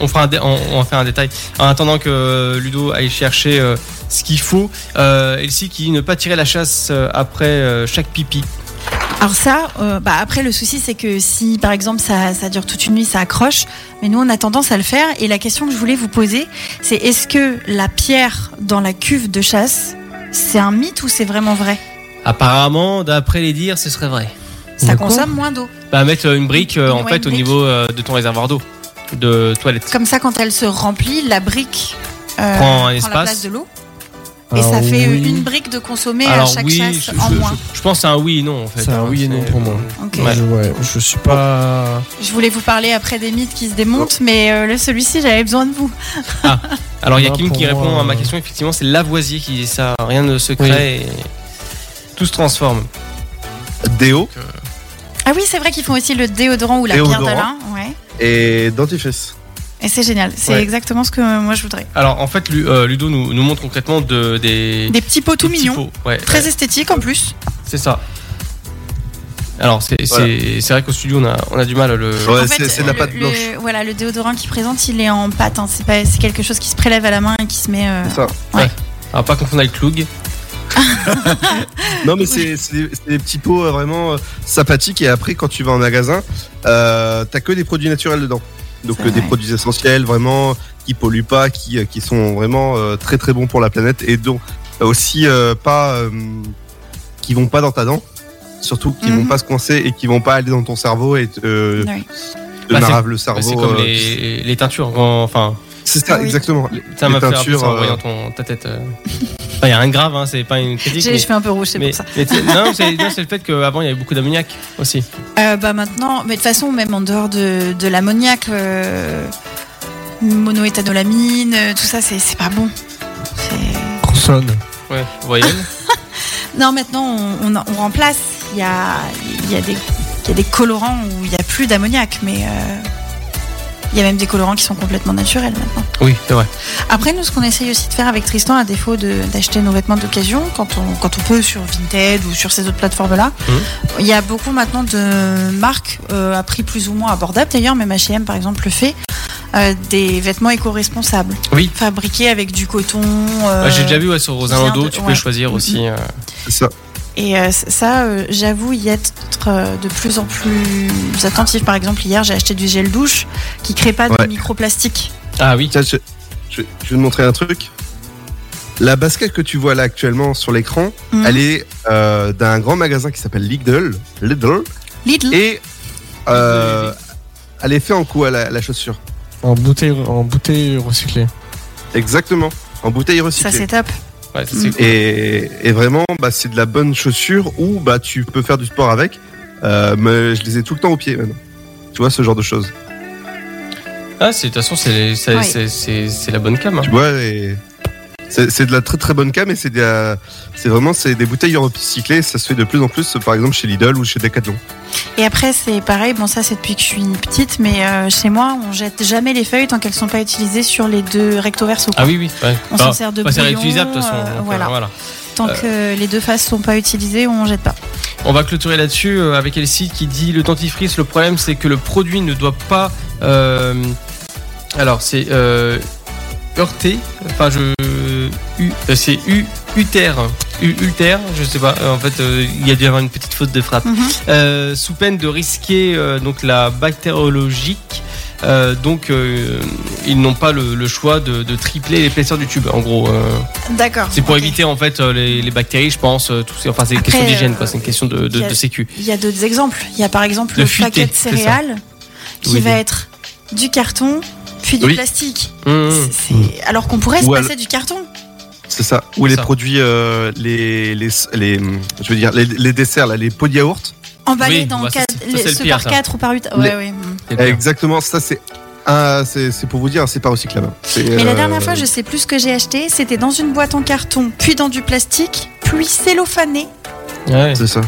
Speaker 2: On fera un dé- on, on va faire un détail. En attendant que euh, Ludo aille chercher euh, ce qu'il faut, euh, Elsie qui ne pas tirer la chasse euh, après euh, chaque pipi.
Speaker 4: Alors ça, euh, bah après le souci c'est que si par exemple ça, ça dure toute une nuit, ça accroche, mais nous on a tendance à le faire. Et la question que je voulais vous poser, c'est est-ce que la pierre dans la cuve de chasse, c'est un mythe ou c'est vraiment vrai
Speaker 2: Apparemment, d'après les dires, ce serait vrai.
Speaker 4: Ça consomme moins d'eau.
Speaker 2: Bah, mettre euh, une brique euh, en
Speaker 4: Ouais,
Speaker 2: fait
Speaker 4: une
Speaker 2: au
Speaker 4: brique.
Speaker 2: niveau euh, de ton réservoir d'eau, de toilette.
Speaker 4: Comme ça quand elle se remplit, la brique euh,
Speaker 2: Prend un
Speaker 4: la
Speaker 2: espace.
Speaker 4: place de l'eau. Et
Speaker 3: Ah
Speaker 4: ça fait euh, une brique de consommer à chaque
Speaker 2: oui,
Speaker 4: chasse
Speaker 2: je,
Speaker 4: en
Speaker 2: je-
Speaker 4: moins.
Speaker 2: je- je pense que c'est un oui et non en fait.
Speaker 3: C'est un
Speaker 2: hein,
Speaker 3: oui et non
Speaker 2: c'est-
Speaker 3: pour moi.
Speaker 4: Ok.
Speaker 2: Ouais.
Speaker 3: Je, ouais, Ah. je suis pas.
Speaker 4: Je voulais vous parler après des mythes qui se démontent, mais euh, le- celui-ci j'avais besoin de vous.
Speaker 2: Alors il y a
Speaker 3: Moi,
Speaker 2: Kim
Speaker 3: pour
Speaker 2: qui répond
Speaker 3: moi,
Speaker 2: à ma
Speaker 3: euh,
Speaker 2: question, effectivement c'est Lavoisier qui dit ça, rien ne se crée, et tout se transforme.
Speaker 5: Déo
Speaker 4: Ah oui, c'est vrai qu'ils font aussi le déodorant ou la pierre
Speaker 5: Déodorant.
Speaker 4: d'Alain. Ouais.
Speaker 5: et dentifrice.
Speaker 4: Et c'est génial, c'est
Speaker 2: Ouais.
Speaker 4: exactement ce que euh, moi je voudrais.
Speaker 2: Alors en fait Lu- euh, Ludo nous, nous montre concrètement de, des...
Speaker 4: Des petits pots tout
Speaker 2: des petits
Speaker 4: mignons,
Speaker 2: pots. Ouais,
Speaker 4: très esthétiques en plus.
Speaker 2: c'est ça. Alors c'est
Speaker 5: Voilà.
Speaker 2: c'est- c'est vrai qu'au studio on a, on a du mal à le...
Speaker 5: Ouais,
Speaker 4: En
Speaker 5: c'est
Speaker 4: fait,
Speaker 5: c'est de la
Speaker 4: le-
Speaker 5: pâte
Speaker 4: le-
Speaker 5: blanche.
Speaker 4: voilà, le déodorant qui présente, il est en pâte. hein, C'est pas, c'est quelque chose qui se prélève à la main et qui se met. euh,
Speaker 5: C'est ça.
Speaker 2: Alors pas confondre avec Klug.
Speaker 5: Non mais c'est c'est des, c'est des petits pots euh, vraiment euh, sympathiques et après quand tu vas en magasin, euh, t'as que des produits naturels dedans. Donc
Speaker 4: C'est
Speaker 5: euh, des
Speaker 4: vrai.
Speaker 5: produits essentiels vraiment qui polluent pas, qui, euh, qui sont vraiment euh, très très bons pour la planète et donc euh, aussi euh, pas euh, qui vont pas dans ta dent, surtout qui vont
Speaker 4: Mhm.
Speaker 5: pas se coincer et qui vont pas aller dans ton cerveau et te, euh,
Speaker 4: ouais.
Speaker 5: te
Speaker 2: Bah, c'est-
Speaker 5: marave le
Speaker 2: C'est
Speaker 5: cerveau.
Speaker 2: comme
Speaker 5: euh,
Speaker 2: les, les teintures, en- enfin
Speaker 5: C'est ça
Speaker 4: Oui.
Speaker 5: exactement. Les-
Speaker 2: ça
Speaker 5: les
Speaker 2: m'a fait un peu
Speaker 5: teintures,
Speaker 2: ça en
Speaker 5: euh,
Speaker 2: voyant ton, ta tête. euh. Enfin il y a rien de grave, hein, c'est pas une critique.
Speaker 4: J'ai
Speaker 2: mais-
Speaker 4: les cheveux un peu rouges, c'est
Speaker 2: mais-
Speaker 4: pour ça.
Speaker 2: mais tu sais- non, c'est non, c'est le fait qu'avant il y avait beaucoup d'ammoniac aussi.
Speaker 4: Euh, bah maintenant, mais de toute façon, même en dehors de, de l'ammoniac, euh, monoéthanolamine, euh, tout ça, c'est c'est pas bon. C'est-
Speaker 3: Consonne.
Speaker 2: Ouais, voyelle.
Speaker 4: Non, maintenant, on, on- on remplace. Il y a, il y, a des- il y a des colorants où il n'y a plus d'ammoniac, mais euh, il y a même des colorants qui sont complètement naturels maintenant.
Speaker 2: oui, c'est vrai.
Speaker 4: Après, nous, ce qu'on essaye aussi de faire avec Tristan, à défaut de- d'acheter nos vêtements d'occasion, quand on, quand on peut sur Vinted ou sur ces autres plateformes-là,
Speaker 2: Mhm.
Speaker 4: il y a beaucoup maintenant de marques euh, à prix plus ou moins abordable. D'ailleurs, même H&M, par exemple, le fait. euh, des vêtements éco-responsables.
Speaker 2: Oui.
Speaker 4: Fabriqués avec du coton. euh,
Speaker 2: Ouais, Ah, J'ai déjà vu ouais, sur Rosalando,
Speaker 4: viande,
Speaker 2: tu
Speaker 4: ouais.
Speaker 2: peux choisir aussi. euh,
Speaker 5: C'est ça.
Speaker 4: Et euh, c- ça, euh, j'avoue y être euh, de plus en plus attentif. Par exemple, hier, j'ai acheté du gel douche qui crée pas de
Speaker 5: Ouais.
Speaker 4: microplastique.
Speaker 2: Ah oui.
Speaker 5: Tiens, je, je- je vais te montrer un truc. La basket que tu vois là actuellement sur l'écran,
Speaker 4: Mhm.
Speaker 5: elle est euh, d'un grand magasin qui s'appelle Lidl. Lidl.
Speaker 4: Lidl.
Speaker 5: Et euh, elle est faite en quoi la, la chaussure
Speaker 3: En bouteille, en bouteille recyclée.
Speaker 5: Exactement. En bouteille
Speaker 4: ça,
Speaker 5: recyclée.
Speaker 4: c'est top.
Speaker 2: Ouais, ça, c'est cool.
Speaker 5: Mm. et, et vraiment, bah, c'est de la bonne chaussure où bah, tu peux faire du sport avec. Euh, mais je les ai tout le temps aux pieds maintenant. Tu vois ce genre de choses.
Speaker 2: Ah, c'est- de toute façon, c'est c'est-
Speaker 4: Ouais.
Speaker 2: c'est- c'est- c'est la bonne cam. hein.
Speaker 5: Tu vois, et c'est c'est de la très très bonne cam et c'est des, euh, c'est vraiment c'est des bouteilles recyclées. Ça se fait de plus en plus, par exemple chez Lidl ou chez Decathlon.
Speaker 4: Et après, c'est pareil. Bon, ça, c'est depuis que je suis petite, mais euh, chez moi, on jette jamais les feuilles tant qu'elles sont pas utilisées sur les deux recto verso. quoi.
Speaker 2: Ah oui, oui. ouais.
Speaker 4: On
Speaker 2: Bah,
Speaker 4: s'en sert de
Speaker 2: bah, c'est
Speaker 4: bouillon,
Speaker 2: réutilisable de toute façon.
Speaker 4: euh,
Speaker 2: donc, euh,
Speaker 4: voilà.
Speaker 2: voilà.
Speaker 4: Tant
Speaker 2: Euh.
Speaker 4: que les deux faces sont pas utilisées, on jette pas.
Speaker 2: On va clôturer là-dessus euh, avec Elsie qui dit le dentifrice, le problème c'est que le produit ne doit pas. euh, alors c'est euh, heurter, enfin je. U- euh, c'est U. Utère, U- Utère, je sais pas. euh, En fait, euh, il y a dû y avoir une petite faute de frappe.
Speaker 4: Mhm.
Speaker 2: Euh, sous peine de risquer euh, donc la bactériologique. Euh, donc, euh, ils n'ont pas le, le choix de, de tripler l'épaisseur du tube. En gros, euh,
Speaker 4: D'accord.
Speaker 2: c'est pour
Speaker 4: Ok.
Speaker 2: éviter en fait euh, les, les bactéries, je pense. euh, Tout, c'est- enfin, c'est une
Speaker 4: Après,
Speaker 2: question d'hygiène,
Speaker 4: euh,
Speaker 2: quoi. C'est une question de, de,
Speaker 4: il y a-
Speaker 2: de sécu.
Speaker 4: Il y a d'autres exemples. Il y a par exemple
Speaker 2: De
Speaker 4: le
Speaker 2: fuiter,
Speaker 4: paquet de
Speaker 2: c'est ça.
Speaker 4: céréales qui
Speaker 2: Oui.
Speaker 4: va être du carton puis du
Speaker 5: Oui.
Speaker 4: plastique.
Speaker 2: Hum, hum.
Speaker 4: C'est- Alors qu'on pourrait se
Speaker 5: Ou
Speaker 4: passer du carton.
Speaker 5: C'est ça. Ou les
Speaker 2: ça.
Speaker 5: produits, euh, les, les, les, je veux dire, les, les desserts, là, les pots de yaourt.
Speaker 4: Emballé
Speaker 2: Oui,
Speaker 4: dans
Speaker 2: bah, ça,
Speaker 4: quatre-
Speaker 2: c'est- ça,
Speaker 4: les-
Speaker 2: c'est le
Speaker 4: ce
Speaker 2: pire,
Speaker 4: par
Speaker 2: ça.
Speaker 4: 4 ou par 8.
Speaker 5: Les-
Speaker 4: Ouais, ouais.
Speaker 2: Eh,
Speaker 5: Exactement. Ça, c'est ah, c'est c'est pour vous dire, c'est pas recyclable. C'est,
Speaker 4: Mais la
Speaker 5: euh,
Speaker 4: dernière fois, je sais plus ce que j'ai acheté. C'était dans une boîte en carton, puis dans du plastique, puis cellophané,
Speaker 2: Ouais.
Speaker 5: C'est ça.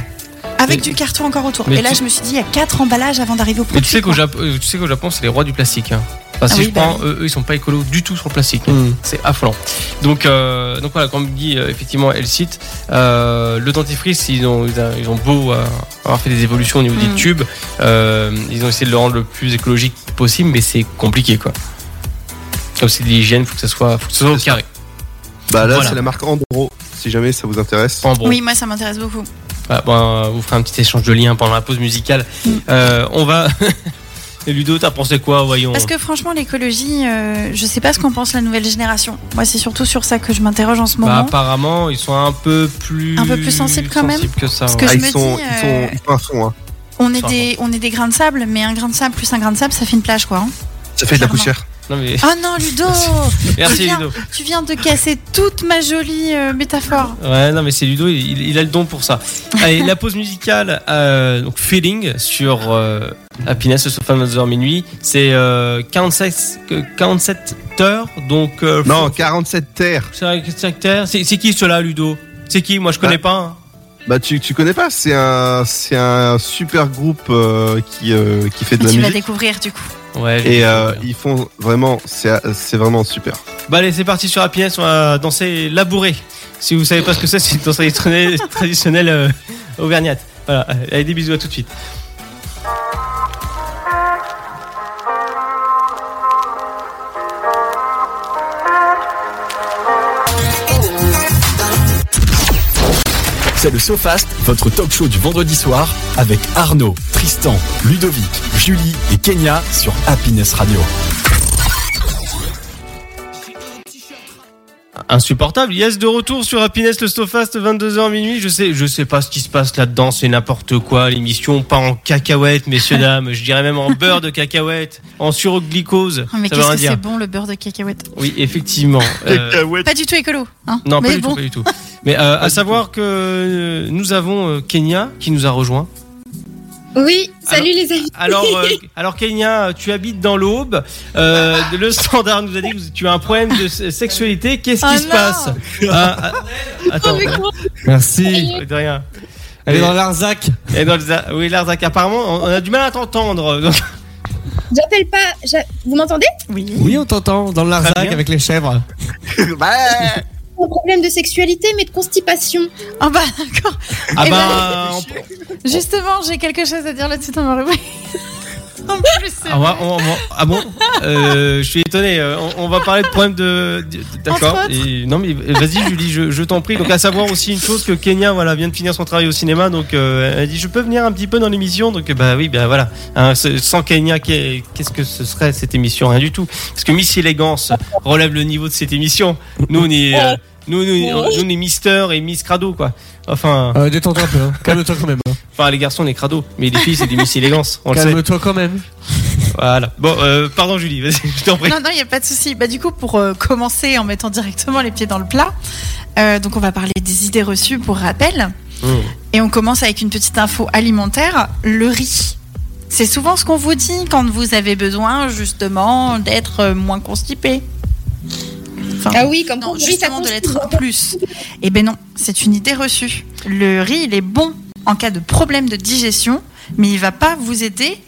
Speaker 4: avec
Speaker 2: Mais-
Speaker 4: du carton encore autour.
Speaker 2: mais
Speaker 4: Et là,
Speaker 2: tu-
Speaker 4: je me suis dit, il y a quatre emballages avant d'arriver au produit.
Speaker 2: Mais tu sais qu'au
Speaker 4: quoi.
Speaker 2: Japon, euh, tu sais qu'au Japon, c'est les rois du plastique. hein. Enfin, si
Speaker 4: Ah oui,
Speaker 2: je
Speaker 4: bah
Speaker 2: prends, eux, eux, ils sont pas écolos du tout sur le plastique. C'est affolant. Donc, euh, donc voilà, comme dit euh, effectivement elle cite, euh, le dentifrice, ils ont, ils ont- ils ont beau euh, avoir fait des évolutions au niveau
Speaker 4: Mm.
Speaker 2: des tubes, euh, ils ont essayé de le rendre le plus écologique possible, mais c'est compliqué quoi. Comme c'est de l'hygiène, faut que ça soit, faut que ça soit au
Speaker 5: C'est ça.
Speaker 2: carré.
Speaker 5: Bah là,
Speaker 2: Voilà.
Speaker 5: c'est la marque Andro. Si jamais ça vous intéresse.
Speaker 2: En gros.
Speaker 4: Oui, moi, ça m'intéresse beaucoup.
Speaker 2: Voilà, bon, euh, vous ferez un petit échange de liens pendant la pause musicale.
Speaker 4: Mmh.
Speaker 2: Euh, on va. Et Ludo, t'as pensé quoi, voyons
Speaker 4: Parce que franchement, l'écologie, euh, je sais pas ce qu'en pense la nouvelle génération. Moi, c'est surtout sur ça que je m'interroge en ce
Speaker 2: Bah,
Speaker 4: moment.
Speaker 2: apparemment, ils sont un peu plus.
Speaker 4: Un peu plus sensibles quand même.
Speaker 2: sensibles que ça.
Speaker 4: Parce
Speaker 2: ouais.
Speaker 4: que je
Speaker 5: Ah, ils,
Speaker 4: me
Speaker 5: sont,
Speaker 4: dis,
Speaker 5: ils
Speaker 4: euh,
Speaker 5: sont, ils sont à fond. hein.
Speaker 4: On est,
Speaker 2: Enfin,
Speaker 4: des, on est des grains de sable, mais un grain de sable plus un grain de sable, ça fait une plage, quoi. hein.
Speaker 5: Ça fait de la
Speaker 4: clairement.
Speaker 5: poussière.
Speaker 2: Non, mais...
Speaker 4: Oh non, Ludo
Speaker 2: Merci
Speaker 4: viens-
Speaker 2: Ludo.
Speaker 4: Tu viens de casser toute ma jolie euh, métaphore.
Speaker 2: Ouais, non, mais c'est Ludo, il, il a le don pour ça. Allez, la pause musicale, euh, donc Feeling sur euh, Happiness, sauf à 9h minuit. C'est euh, 46, que- 47 heures, donc. euh,
Speaker 5: Non,
Speaker 2: faut-
Speaker 5: 47 terres.
Speaker 2: c'est un caractère. C'est c'est qui cela, Ludo C'est qui Moi, je connais pas. hein.
Speaker 5: Bah tu, tu connais pas, c'est un c'est un super groupe euh, qui euh, qui fait de la
Speaker 4: tu vas
Speaker 5: musique
Speaker 4: découvrir, du coup.
Speaker 2: hein. Ouais. je-
Speaker 5: et euh, ils font vraiment c'est c'est vraiment super.
Speaker 2: Bah allez, c'est parti sur Happiness, on va danser labouré. Si vous savez pas ce que c'est, c'est une danse traditionnelle, traditionnelle euh, auvergnate. Voilà, allez, des bisous, à tout de suite.
Speaker 1: C'est le SoFast, votre talk show du vendredi soir avec Arnaud, Tristan, Ludovic, Julie et Kenya sur Happiness Radio.
Speaker 2: Insupportable, yes, de retour sur Happiness, le Stofast, 22h minuit. Je sais, je sais pas ce qui se passe là-dedans, c'est n'importe quoi. L'émission part en cacahuète, messieurs, dames. Je dirais même en beurre de cacahuète, en surglycose.
Speaker 4: Oh, mais
Speaker 2: ça veut
Speaker 4: qu'est-ce
Speaker 2: rien
Speaker 4: que c'est
Speaker 2: dire.
Speaker 4: bon le beurre de cacahuète
Speaker 2: Oui, effectivement. Euh,
Speaker 4: Pas du tout écolo. Hein
Speaker 2: non, pas
Speaker 4: mais
Speaker 2: du,
Speaker 4: bon,
Speaker 2: tout, pas du tout. Mais euh, à savoir que euh, nous avons euh, Kenya qui nous a rejoint.
Speaker 9: Oui, salut les amis.
Speaker 2: Alors, euh, alors Kenya, tu habites dans l'Aube. Euh,
Speaker 4: Ah.
Speaker 2: le standard nous a dit que tu as un problème de se- sexualité. Qu'est-ce qui
Speaker 4: Oh
Speaker 2: se
Speaker 4: non. Oh,
Speaker 2: passe Ah, ah, Attends,
Speaker 3: Merci.
Speaker 2: de rien.
Speaker 3: Elle est dans l'Arzac.
Speaker 2: Et dans le Za- oui, Larzac, apparemment, on on a du mal à t'entendre. Donc,
Speaker 4: Eh
Speaker 9: J'appelle pas. j'a- Vous m'entendez
Speaker 4: Oui.
Speaker 3: Oui, on t'entend. Dans
Speaker 2: Très
Speaker 3: l'Arzac
Speaker 2: bien.
Speaker 3: avec les chèvres.
Speaker 5: Bah,
Speaker 9: Pas de problème de sexualité, mais de constipation.
Speaker 4: Ah bah d'accord.
Speaker 2: Ah
Speaker 4: Eh
Speaker 2: bah, on,
Speaker 4: Justement, j'ai quelque chose à dire là-dessus dans ma rubrique. En plus, c'est
Speaker 2: ah, ouais, on- on- ah bon Euh, Je suis étonné. euh, On, on va parler de problème de. de- D'accord.
Speaker 4: Entre autres.
Speaker 2: Et- Non mais euh, vas-y Julie, je, je t'en prie. Donc à savoir aussi une chose que Kenya voilà vient de finir son travail au cinéma, donc euh, elle dit je peux venir un petit peu dans l'émission. Donc bah oui bah voilà. Hein, ce- sans Kenya qu'est- qu'est-ce que ce serait cette émission Rien du tout. Parce que Miss Élégance relève le niveau de cette émission. Nous on est euh, nous, nous, nous, on est Mister et Miss Crado quoi. Enfin
Speaker 3: Euh, Détends-toi un peu. hein. Calme-toi quand même. hein.
Speaker 2: enfin les garçons on est Crado, mais les filles c'est des Miss Élégance. On le sait.
Speaker 3: Calme-toi quand même.
Speaker 2: Voilà. Bon, euh, pardon Julie, vas-y, je t'en prie.
Speaker 4: Non, non, il n'y a pas de souci. Bah, du coup, pour euh, commencer en mettant directement les pieds dans le plat, euh, donc on va parler des idées reçues pour rappel.
Speaker 2: Mmh.
Speaker 4: Et on commence avec une petite info alimentaire, le riz. C'est souvent ce qu'on vous dit quand vous avez besoin justement d'être euh, moins constipé. Enfin,
Speaker 9: Ah oui, comme
Speaker 4: non,
Speaker 9: compris, ça
Speaker 4: justement de
Speaker 9: constipe.
Speaker 4: l'être plus. Eh ben non, c'est une idée reçue. Le riz, il est bon en cas de problème de digestion, mais il va pas vous aider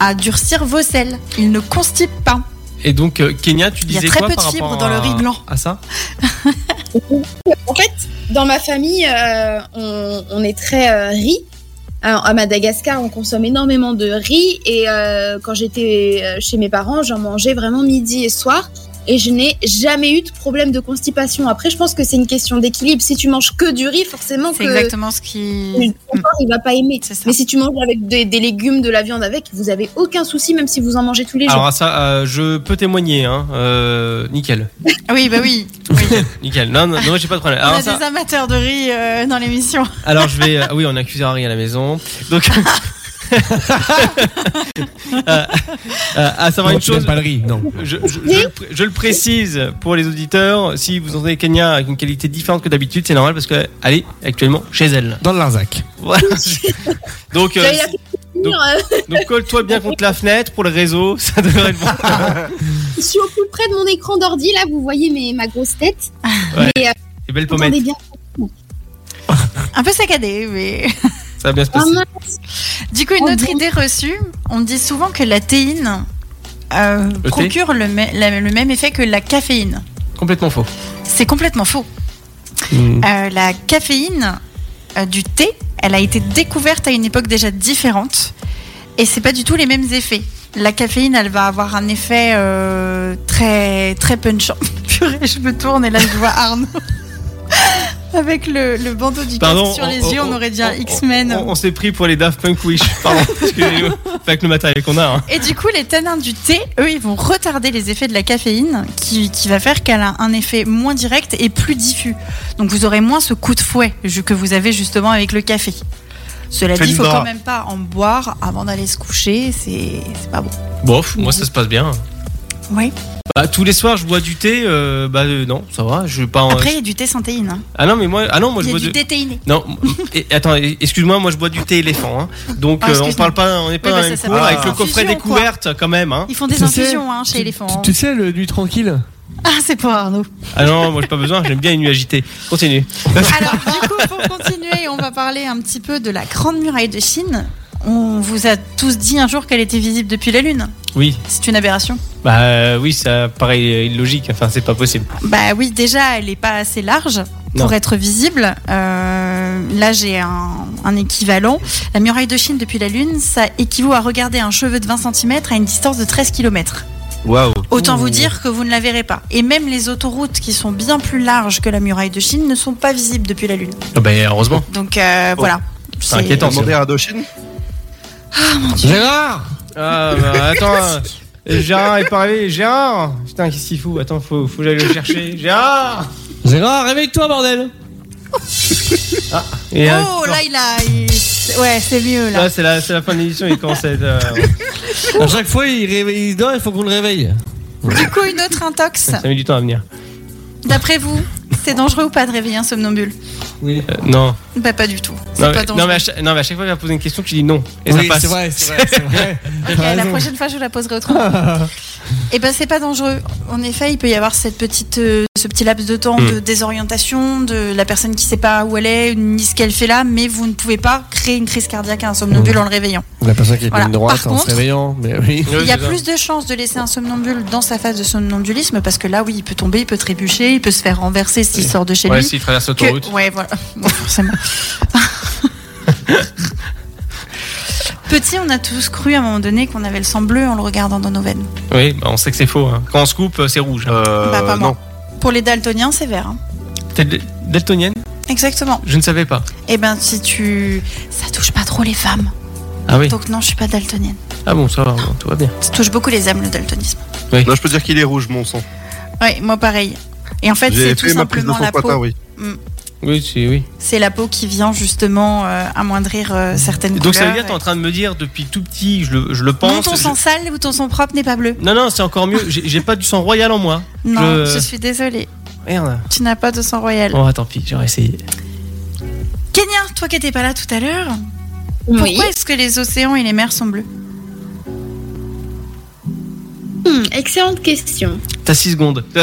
Speaker 4: à durcir vos selles. Il ne constipe pas.
Speaker 2: Et donc, euh, Kenya, tu
Speaker 4: Il y a
Speaker 2: disais
Speaker 4: très
Speaker 2: quoi
Speaker 4: peu de
Speaker 2: par
Speaker 4: fibres
Speaker 2: rapport
Speaker 4: dans le
Speaker 2: à-
Speaker 4: riz blanc.
Speaker 2: À ça
Speaker 9: En fait, dans ma famille, euh, on, on est très euh, riz. Alors, à Madagascar, on consomme énormément de riz. Et euh, quand j'étais euh, chez mes parents, j'en mangeais vraiment midi et soir. Et je n'ai jamais eu de problème de constipation. Après, je pense que c'est une question d'équilibre. Si tu manges que du riz, forcément
Speaker 4: C'est
Speaker 9: que
Speaker 4: exactement ce qui.
Speaker 9: ton corps, il va pas aimer.
Speaker 4: C'est ça.
Speaker 9: Mais si tu manges avec des, des légumes, de la viande avec, vous avez aucun souci, même si vous en mangez tous les
Speaker 2: Alors,
Speaker 9: jours.
Speaker 2: à ça, euh, je peux témoigner. Hein. euh, nickel.
Speaker 4: Ah oui, bah oui.
Speaker 2: Nickel. Non, non, non j'ai pas de problème.
Speaker 4: On
Speaker 2: Alors,
Speaker 4: a
Speaker 2: ça-
Speaker 4: des amateurs de riz euh, dans l'émission.
Speaker 2: alors je vais. ah oui, on accuse Harry à la maison. Donc. Euh, euh, à savoir
Speaker 3: Non,
Speaker 2: une
Speaker 3: tu n'aimes
Speaker 2: chose,
Speaker 3: pas le riz, non.
Speaker 2: je, je- je le pr- je le précise pour les auditeurs, si vous entendez Kenya avec une qualité différente que d'habitude, c'est normal parce qu'elle est actuellement chez elle.
Speaker 3: Dans l'Arzac.
Speaker 2: Voilà. Donc, euh,
Speaker 9: J'allais la finir, euh,
Speaker 2: donc colle-toi bien contre la fenêtre pour le réseau, ça devrait être bon.
Speaker 4: Ah.
Speaker 9: je suis au plus près de mon écran d'ordi, là, vous voyez mes, ma grosse tête.
Speaker 2: Ouais.
Speaker 9: Mais, euh,
Speaker 2: Et belle
Speaker 9: vous
Speaker 2: pommette,
Speaker 9: entendez bien.
Speaker 4: Un peu saccadé, mais.
Speaker 2: ça va bien se
Speaker 9: Ah,
Speaker 2: passer.
Speaker 9: mince.
Speaker 4: Du coup, une
Speaker 9: Oh,
Speaker 4: autre
Speaker 9: bon.
Speaker 4: idée reçue, on dit souvent que la théine euh,
Speaker 2: thé
Speaker 4: procure le, me- la- le même effet que la caféine.
Speaker 2: Complètement faux.
Speaker 4: C'est complètement faux.
Speaker 2: Mm.
Speaker 4: Euh, la caféine euh, du thé, elle a été découverte à une époque déjà différente et c'est pas du tout les mêmes effets. La caféine, elle va avoir un effet euh, très très punchant. Purée, je me tourne et là je vois Arnaud avec le, le bandeau du casque sur les yeux. On, aurait dit un
Speaker 2: on-
Speaker 4: X-Men.
Speaker 2: On, on s'est pris pour les Daft Punk Wish. Pardon, parce que euh, avec le matériel qu'on a. hein.
Speaker 4: Et du coup, les tanins du thé, eux, ils vont retarder les effets de la caféine qui, qui va faire qu'elle a un effet moins direct et plus diffus. Donc vous aurez moins ce coup de fouet ju- que vous avez justement avec le café. Cela dit, il faut
Speaker 2: Fais-le-moi.
Speaker 4: quand même pas en boire avant d'aller se coucher, c'est c'est pas bon.
Speaker 2: Bof, moi ça se passe bien.
Speaker 4: Oui.
Speaker 2: Bah, tous les soirs je bois du thé. euh, bah euh, non, ça va. Je vais pas. en-
Speaker 4: Après, il y a du thé sans théine. hein.
Speaker 2: Ah non mais moi, ah non moi
Speaker 4: Il
Speaker 2: je
Speaker 4: y a
Speaker 2: bois
Speaker 4: du
Speaker 2: du.
Speaker 4: thé théiné.
Speaker 2: Non, m- et- attends, et- excuse-moi, moi je bois du thé éléphant. hein. Donc euh,
Speaker 4: Ah,
Speaker 2: on
Speaker 4: excuse-moi.
Speaker 2: parle pas, on n'est pas
Speaker 4: Oui,
Speaker 2: dans
Speaker 4: bah,
Speaker 2: la même
Speaker 4: ça, ça
Speaker 2: cour,
Speaker 4: va,
Speaker 2: avec
Speaker 4: c'est
Speaker 2: le
Speaker 4: une
Speaker 2: coffret
Speaker 4: infusion, quoi.
Speaker 2: découverte quand même. Hein.
Speaker 4: Ils font des
Speaker 3: Tu sais-
Speaker 4: infusions hein, chez
Speaker 3: tu-
Speaker 4: Elephant.
Speaker 3: tu- Tu sais, le nuit tranquille.
Speaker 4: Ah, c'est pour Arnaud.
Speaker 2: Ah non, moi j'ai pas besoin, j'aime bien une nuit agitée. Continue.
Speaker 4: Alors, du coup, pour continuer, on va parler un petit peu de la Grande Muraille de Chine. On vous a tous dit un jour qu'elle était visible depuis la Lune.
Speaker 2: Oui,
Speaker 4: C'est une aberration.
Speaker 2: bah euh, oui, ça paraît illogique. Enfin, c'est pas possible.
Speaker 4: Bah oui, déjà, elle n'est pas assez large pour
Speaker 2: Non.
Speaker 4: être visible. Euh, là, j'ai un, un équivalent. La muraille de Chine depuis la Lune, ça équivaut à regarder un cheveu de 20 cm à une distance de 13 km.
Speaker 5: waouh.
Speaker 4: Autant vous dire que vous ne la verrez pas. Et même les autoroutes qui sont bien plus larges que la muraille de Chine ne sont pas visibles depuis la Lune.
Speaker 2: Ah, bah heureusement. Oh,
Speaker 4: Donc euh, voilà.
Speaker 2: c'est inquiétant.
Speaker 5: T'as demandé à Radoshin
Speaker 3: Gérard
Speaker 2: Ah bah attends, euh, Gérard est pas arrivé. Gérard Putain, qu'est-ce qu'il fout Attends, faut, faut que j'aille le chercher. Gérard
Speaker 3: Gérard, réveille-toi, bordel
Speaker 2: Et, Ah, euh,
Speaker 4: Oh là, il a. il- Ouais, c'est mieux
Speaker 2: non,
Speaker 4: là.
Speaker 2: là, c'est la, c'est la fin de l'émission, il commence à être. euh,
Speaker 3: À chaque fois, il, réveille, il dort, il faut qu'on le réveille.
Speaker 4: Du coup, une autre intox.
Speaker 2: ça met du temps à venir.
Speaker 4: D'après vous, C'est dangereux ou pas de réveiller un somnambule
Speaker 2: Euh, non.
Speaker 4: Bah pas du tout. C'est
Speaker 2: Non
Speaker 4: pas
Speaker 2: mais,
Speaker 4: dangereux.
Speaker 2: non, mais à chaque, non, mais à chaque fois, il va poser une question, tu dis non. Et
Speaker 3: Oui,
Speaker 2: ça passe.
Speaker 3: c'est vrai, c'est vrai, c'est vrai.
Speaker 4: Ok,
Speaker 3: T'as
Speaker 4: la
Speaker 3: raison.
Speaker 4: prochaine fois, je la poserai autrement. Et ben, c'est pas dangereux. En effet, il peut y avoir cette petite, euh, ce petit laps de temps
Speaker 2: Mm.
Speaker 4: de désorientation, de la personne qui sait pas où elle est, ni ce qu'elle fait là, mais vous ne pouvez pas créer une crise cardiaque à un somnambule
Speaker 3: Mm.
Speaker 4: en le réveillant.
Speaker 3: La personne qui est
Speaker 4: Voilà.
Speaker 3: une droite
Speaker 4: Par
Speaker 3: en se
Speaker 4: contre-
Speaker 3: réveillant, mais oui.
Speaker 2: Ouais,
Speaker 4: il y a
Speaker 2: c'est ça.
Speaker 4: plus de chances de laisser un somnambule dans sa phase de somnambulisme parce que là, oui, il peut tomber, il peut trébucher, il peut se faire renverser s'il sort de chez
Speaker 2: Ouais,
Speaker 4: lui.
Speaker 2: s'il traverse
Speaker 4: que-
Speaker 2: l'autoroute.
Speaker 4: Ouais, voilà. Bon, forcément. Petit, on a tous cru à un moment donné qu'on avait le sang bleu en le regardant dans nos veines.
Speaker 2: Oui, bah, on sait que c'est faux. hein. Quand on se coupe, euh, c'est rouge. hein.
Speaker 5: Euh,
Speaker 4: Bah, pas moi.
Speaker 5: non.
Speaker 4: Pour les daltoniens, c'est vert. hein.
Speaker 2: T'es d- daltonienne
Speaker 4: Exactement.
Speaker 2: Je ne savais pas.
Speaker 4: Eh ben, si tu. Ça touche pas trop les femmes.
Speaker 2: Ah oui.
Speaker 4: Donc, non, je suis pas daltonienne.
Speaker 2: Ah bon, ça va, bon, tout va bien.
Speaker 4: Ça touche beaucoup les âmes, le daltonisme.
Speaker 5: Non, je peux dire qu'il est rouge, mon sang.
Speaker 4: Oui, moi pareil. Et en fait,
Speaker 5: J'ai
Speaker 4: c'est tout
Speaker 5: fait ma prise de
Speaker 4: simplement
Speaker 5: sang
Speaker 4: la
Speaker 5: ce matin,
Speaker 4: peau.
Speaker 5: oui.
Speaker 2: Oui, c'est oui.
Speaker 4: C'est la peau qui vient justement euh, amoindrir euh, certaines
Speaker 2: Donc ça veut
Speaker 4: couleurs.
Speaker 2: dire que t'es en train de me dire depuis tout petit, je le, je le
Speaker 4: non,
Speaker 2: pense.
Speaker 4: ton
Speaker 2: je-
Speaker 4: sang sale ou ton sang propre n'est pas bleu.
Speaker 2: Non, non, c'est encore mieux. J'ai j'ai pas du sang royal en moi.
Speaker 4: Non,
Speaker 2: Je-
Speaker 4: je suis désolée.
Speaker 2: Merde.
Speaker 4: Tu n'as pas de sang royal.
Speaker 2: Bon, ah, tant pis, j'aurais essayé.
Speaker 4: Kenya, toi qui n'étais pas là tout à l'heure, pourquoi
Speaker 9: Oui.
Speaker 4: est-ce que les océans et les mers sont bleus
Speaker 9: Hmm, excellente question.
Speaker 2: T'as 6 secondes.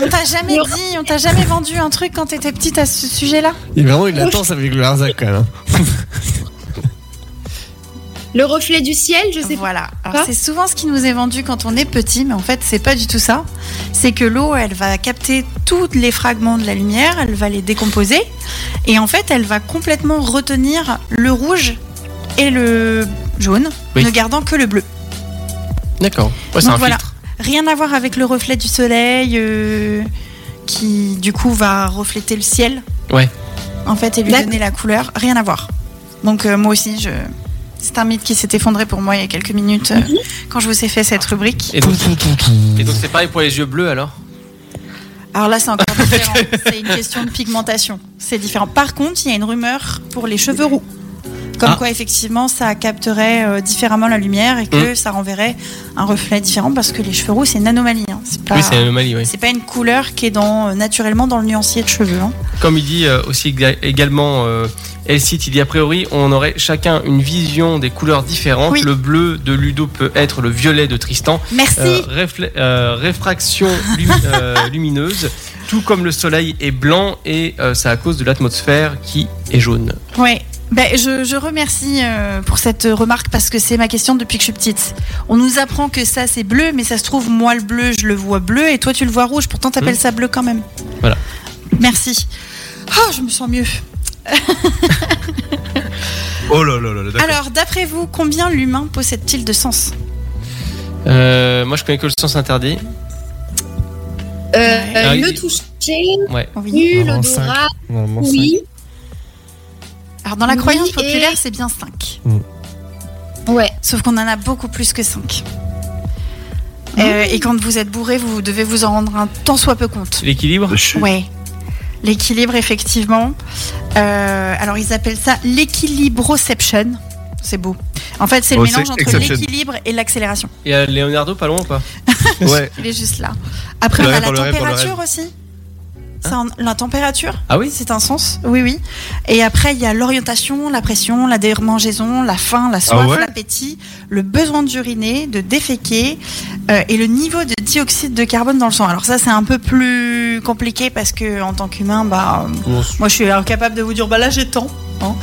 Speaker 4: On t'a jamais dit, on t'a jamais vendu un truc quand t'étais petite à ce sujet-là
Speaker 3: Il vraiment une latence avec le Larzac quand même. hein.
Speaker 9: Le reflet du ciel, je sais pas.
Speaker 4: Voilà. Alors, c'est souvent ce qui nous est vendu quand on est petit, mais en fait, c'est pas du tout ça. C'est que l'eau, elle va capter tous les fragments de la lumière, elle va les décomposer, et en fait, elle va complètement retenir le rouge et le jaune,
Speaker 2: Oui.
Speaker 4: ne gardant que le bleu.
Speaker 2: D'accord. Ouais, c'est
Speaker 4: Donc
Speaker 2: un
Speaker 4: voilà.
Speaker 2: filtre.
Speaker 4: Rien à voir avec le reflet du soleil, euh, qui du coup va refléter le ciel.
Speaker 2: Ouais.
Speaker 4: En fait, et lui
Speaker 9: D'accord.
Speaker 4: donner la couleur. Rien à voir. Donc euh, moi aussi, je. C'est un mythe qui s'est effondré pour moi il y a quelques minutes euh, quand je vous ai fait cette rubrique.
Speaker 2: Et donc, et donc c'est pareil pour les yeux bleus alors
Speaker 4: Alors là, c'est encore différent. c'est une question de pigmentation. C'est différent. Par contre, il y a une rumeur pour les cheveux roux. Comme
Speaker 2: Ah.
Speaker 4: quoi, effectivement, ça capterait euh, différemment la lumière et
Speaker 2: Mm.
Speaker 4: que ça renverrait un reflet différent parce que les cheveux roux, c'est une anomalie. hein. C'est pas,
Speaker 2: Oui, c'est une anomalie, oui.
Speaker 4: c'est pas une couleur qui est dans, euh, naturellement dans le nuancier de cheveux. hein.
Speaker 2: Comme il dit euh, aussi éga- également euh, Elsith, il dit a priori, on aurait chacun une vision des couleurs différentes.
Speaker 4: Oui.
Speaker 2: Le bleu de Ludo peut être le violet de Tristan.
Speaker 4: Merci.
Speaker 2: Euh, réfle- euh, réfraction lumi- euh, lumineuse, tout comme le soleil est blanc et euh, c'est à cause de l'atmosphère qui est jaune.
Speaker 4: Ouais. Ben, je, je remercie euh, pour cette remarque parce que c'est ma question depuis que je suis petite. On nous apprend que ça c'est bleu, mais ça se trouve, moi le bleu, je le vois bleu et toi tu le vois rouge, pourtant t'appelles
Speaker 5: Mm.
Speaker 4: ça bleu quand même.
Speaker 2: Voilà.
Speaker 4: Merci. Oh, je me sens mieux.
Speaker 5: Oh là là là là, d'accord.
Speaker 4: Alors, d'après vous, combien l'humain possède-t-il de sens
Speaker 2: Euh, moi, je connais que le sens interdit.
Speaker 9: Euh, euh,
Speaker 2: Ah,
Speaker 9: le
Speaker 2: il-
Speaker 9: toucher,
Speaker 4: Oui.
Speaker 9: nu,
Speaker 3: Normalement,
Speaker 9: l'odorat,
Speaker 3: Normalement, c'est-
Speaker 9: oui.
Speaker 4: Alors, dans la
Speaker 9: Oui,
Speaker 4: croyance
Speaker 9: et-
Speaker 4: populaire, c'est bien 5.
Speaker 9: Ouais.
Speaker 4: Sauf qu'on en a beaucoup plus que 5. et quand vous êtes bourré, vous devez vous en rendre un tant soit peu compte.
Speaker 2: L'équilibre
Speaker 5: Je suis-
Speaker 4: Ouais. L'équilibre, effectivement. Euh, alors, ils appellent ça l'équilibroception. C'est beau. En fait, c'est le
Speaker 5: Oh,
Speaker 4: mélange
Speaker 5: c'est
Speaker 4: entre
Speaker 5: exception.
Speaker 4: l'équilibre et l'accélération.
Speaker 2: Et euh, Leonardo, pas loin ou pas
Speaker 5: Ouais.
Speaker 4: Il est juste là. Après,
Speaker 5: Pour
Speaker 4: on
Speaker 5: le
Speaker 4: a
Speaker 5: rêve,
Speaker 4: la
Speaker 5: pour le rêve, pour le Hein
Speaker 4: température aussi. Ça en- la température
Speaker 2: Ah oui
Speaker 4: C'est un sens, oui, oui. Et après, il y a l'orientation, la pression, la démangeaison, la faim, la soif,
Speaker 5: Ah ouais
Speaker 4: l'appétit, le besoin d'uriner, de déféquer euh, et le niveau de dioxyde de carbone dans le sang. Alors ça, c'est un peu plus compliqué parce que en tant qu'humain, bah, euh,
Speaker 2: Bon, c'est-
Speaker 4: moi, je suis incapable de vous dire, bah là, j'ai tant. hein.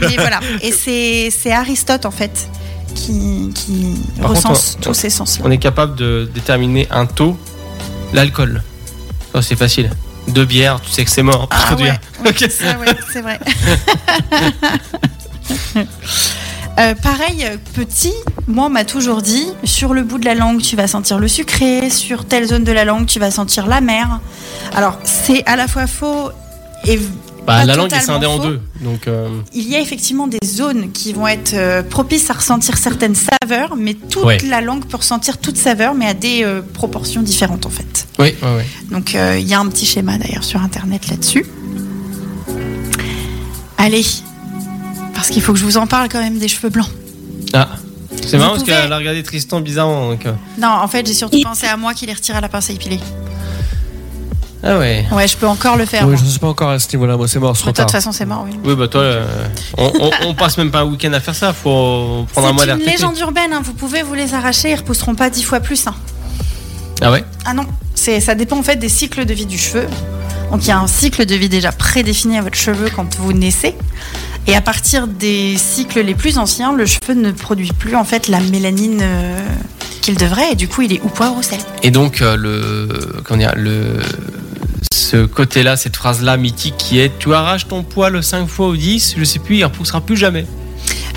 Speaker 4: Mais voilà. Et c'est c'est Aristote, en fait, qui, qui
Speaker 2: Par contre,
Speaker 4: recense
Speaker 2: on-
Speaker 4: tous ces sens-là.
Speaker 2: On est capable de déterminer un taux. L'alcool. Oh, c'est facile. Deux bières, tu sais que c'est mort.
Speaker 4: Ah
Speaker 2: Trop de
Speaker 4: ouais,
Speaker 2: bière.
Speaker 4: ouais,
Speaker 2: Ok.
Speaker 4: ça, ouais, c'est vrai. Euh, pareil, euh, petit, moi on m'a toujours dit, sur le bout de la langue tu vas sentir le sucré, sur telle zone de la langue tu vas sentir la mer. Alors c'est à la fois faux et
Speaker 2: Bah,
Speaker 4: pas
Speaker 2: la langue est
Speaker 4: totalement
Speaker 2: scindée en
Speaker 4: faux.
Speaker 2: deux. Donc, euh,
Speaker 4: il y a effectivement des zones qui vont être euh, propices à ressentir certaines saveurs, mais toute
Speaker 2: Ouais.
Speaker 4: la langue peut ressentir toute saveur, mais à des euh, proportions différentes en fait.
Speaker 2: oui, ouais, ouais.
Speaker 4: Donc euh, il y a un petit schéma d'ailleurs sur internet là-dessus. Allez, parce qu'il faut que je vous en parle quand même des cheveux blancs.
Speaker 2: Ah. C'est
Speaker 4: Vous
Speaker 2: marrant parce
Speaker 4: pouvez-
Speaker 2: qu'elle a regardé Tristan bizarrement. Donc, euh,
Speaker 4: Non, en fait, j'ai surtout pensé à moi qui les retire à la pince à épiler.
Speaker 3: Ah ouais.
Speaker 4: Ouais, je peux encore le faire.
Speaker 3: Oui,
Speaker 4: moi.
Speaker 3: je ne suis pas encore à ce niveau-là, moi c'est mort, c'est trop
Speaker 4: Mais toi, de
Speaker 3: tard.
Speaker 4: toute façon, c'est mort. Oui.
Speaker 2: Oui, bah toi, euh, on, on- on passe même pas un week-end à faire ça. Faut
Speaker 4: C'est
Speaker 2: prendre un mois
Speaker 4: une
Speaker 2: d'RTT.
Speaker 4: légende urbaine. hein, Vous pouvez vous les arracher. Ils repousseront pas dix fois plus. hein.
Speaker 2: Ah ouais
Speaker 4: Ah non, c'est ça dépend en fait des cycles de vie du cheveu. Donc il y a un cycle de vie déjà prédéfini à votre cheveu quand vous naissez. Et à partir des cycles les plus anciens, le cheveu ne produit plus en fait la mélanine euh, qu'il devrait et du coup il est ou poivre ou sel.
Speaker 2: Et donc, euh, le. Comment dire le, Ce côté-là, cette phrase-là mythique qui est Tu arraches ton poil 5 fois ou 10, je sais plus, il repoussera plus jamais.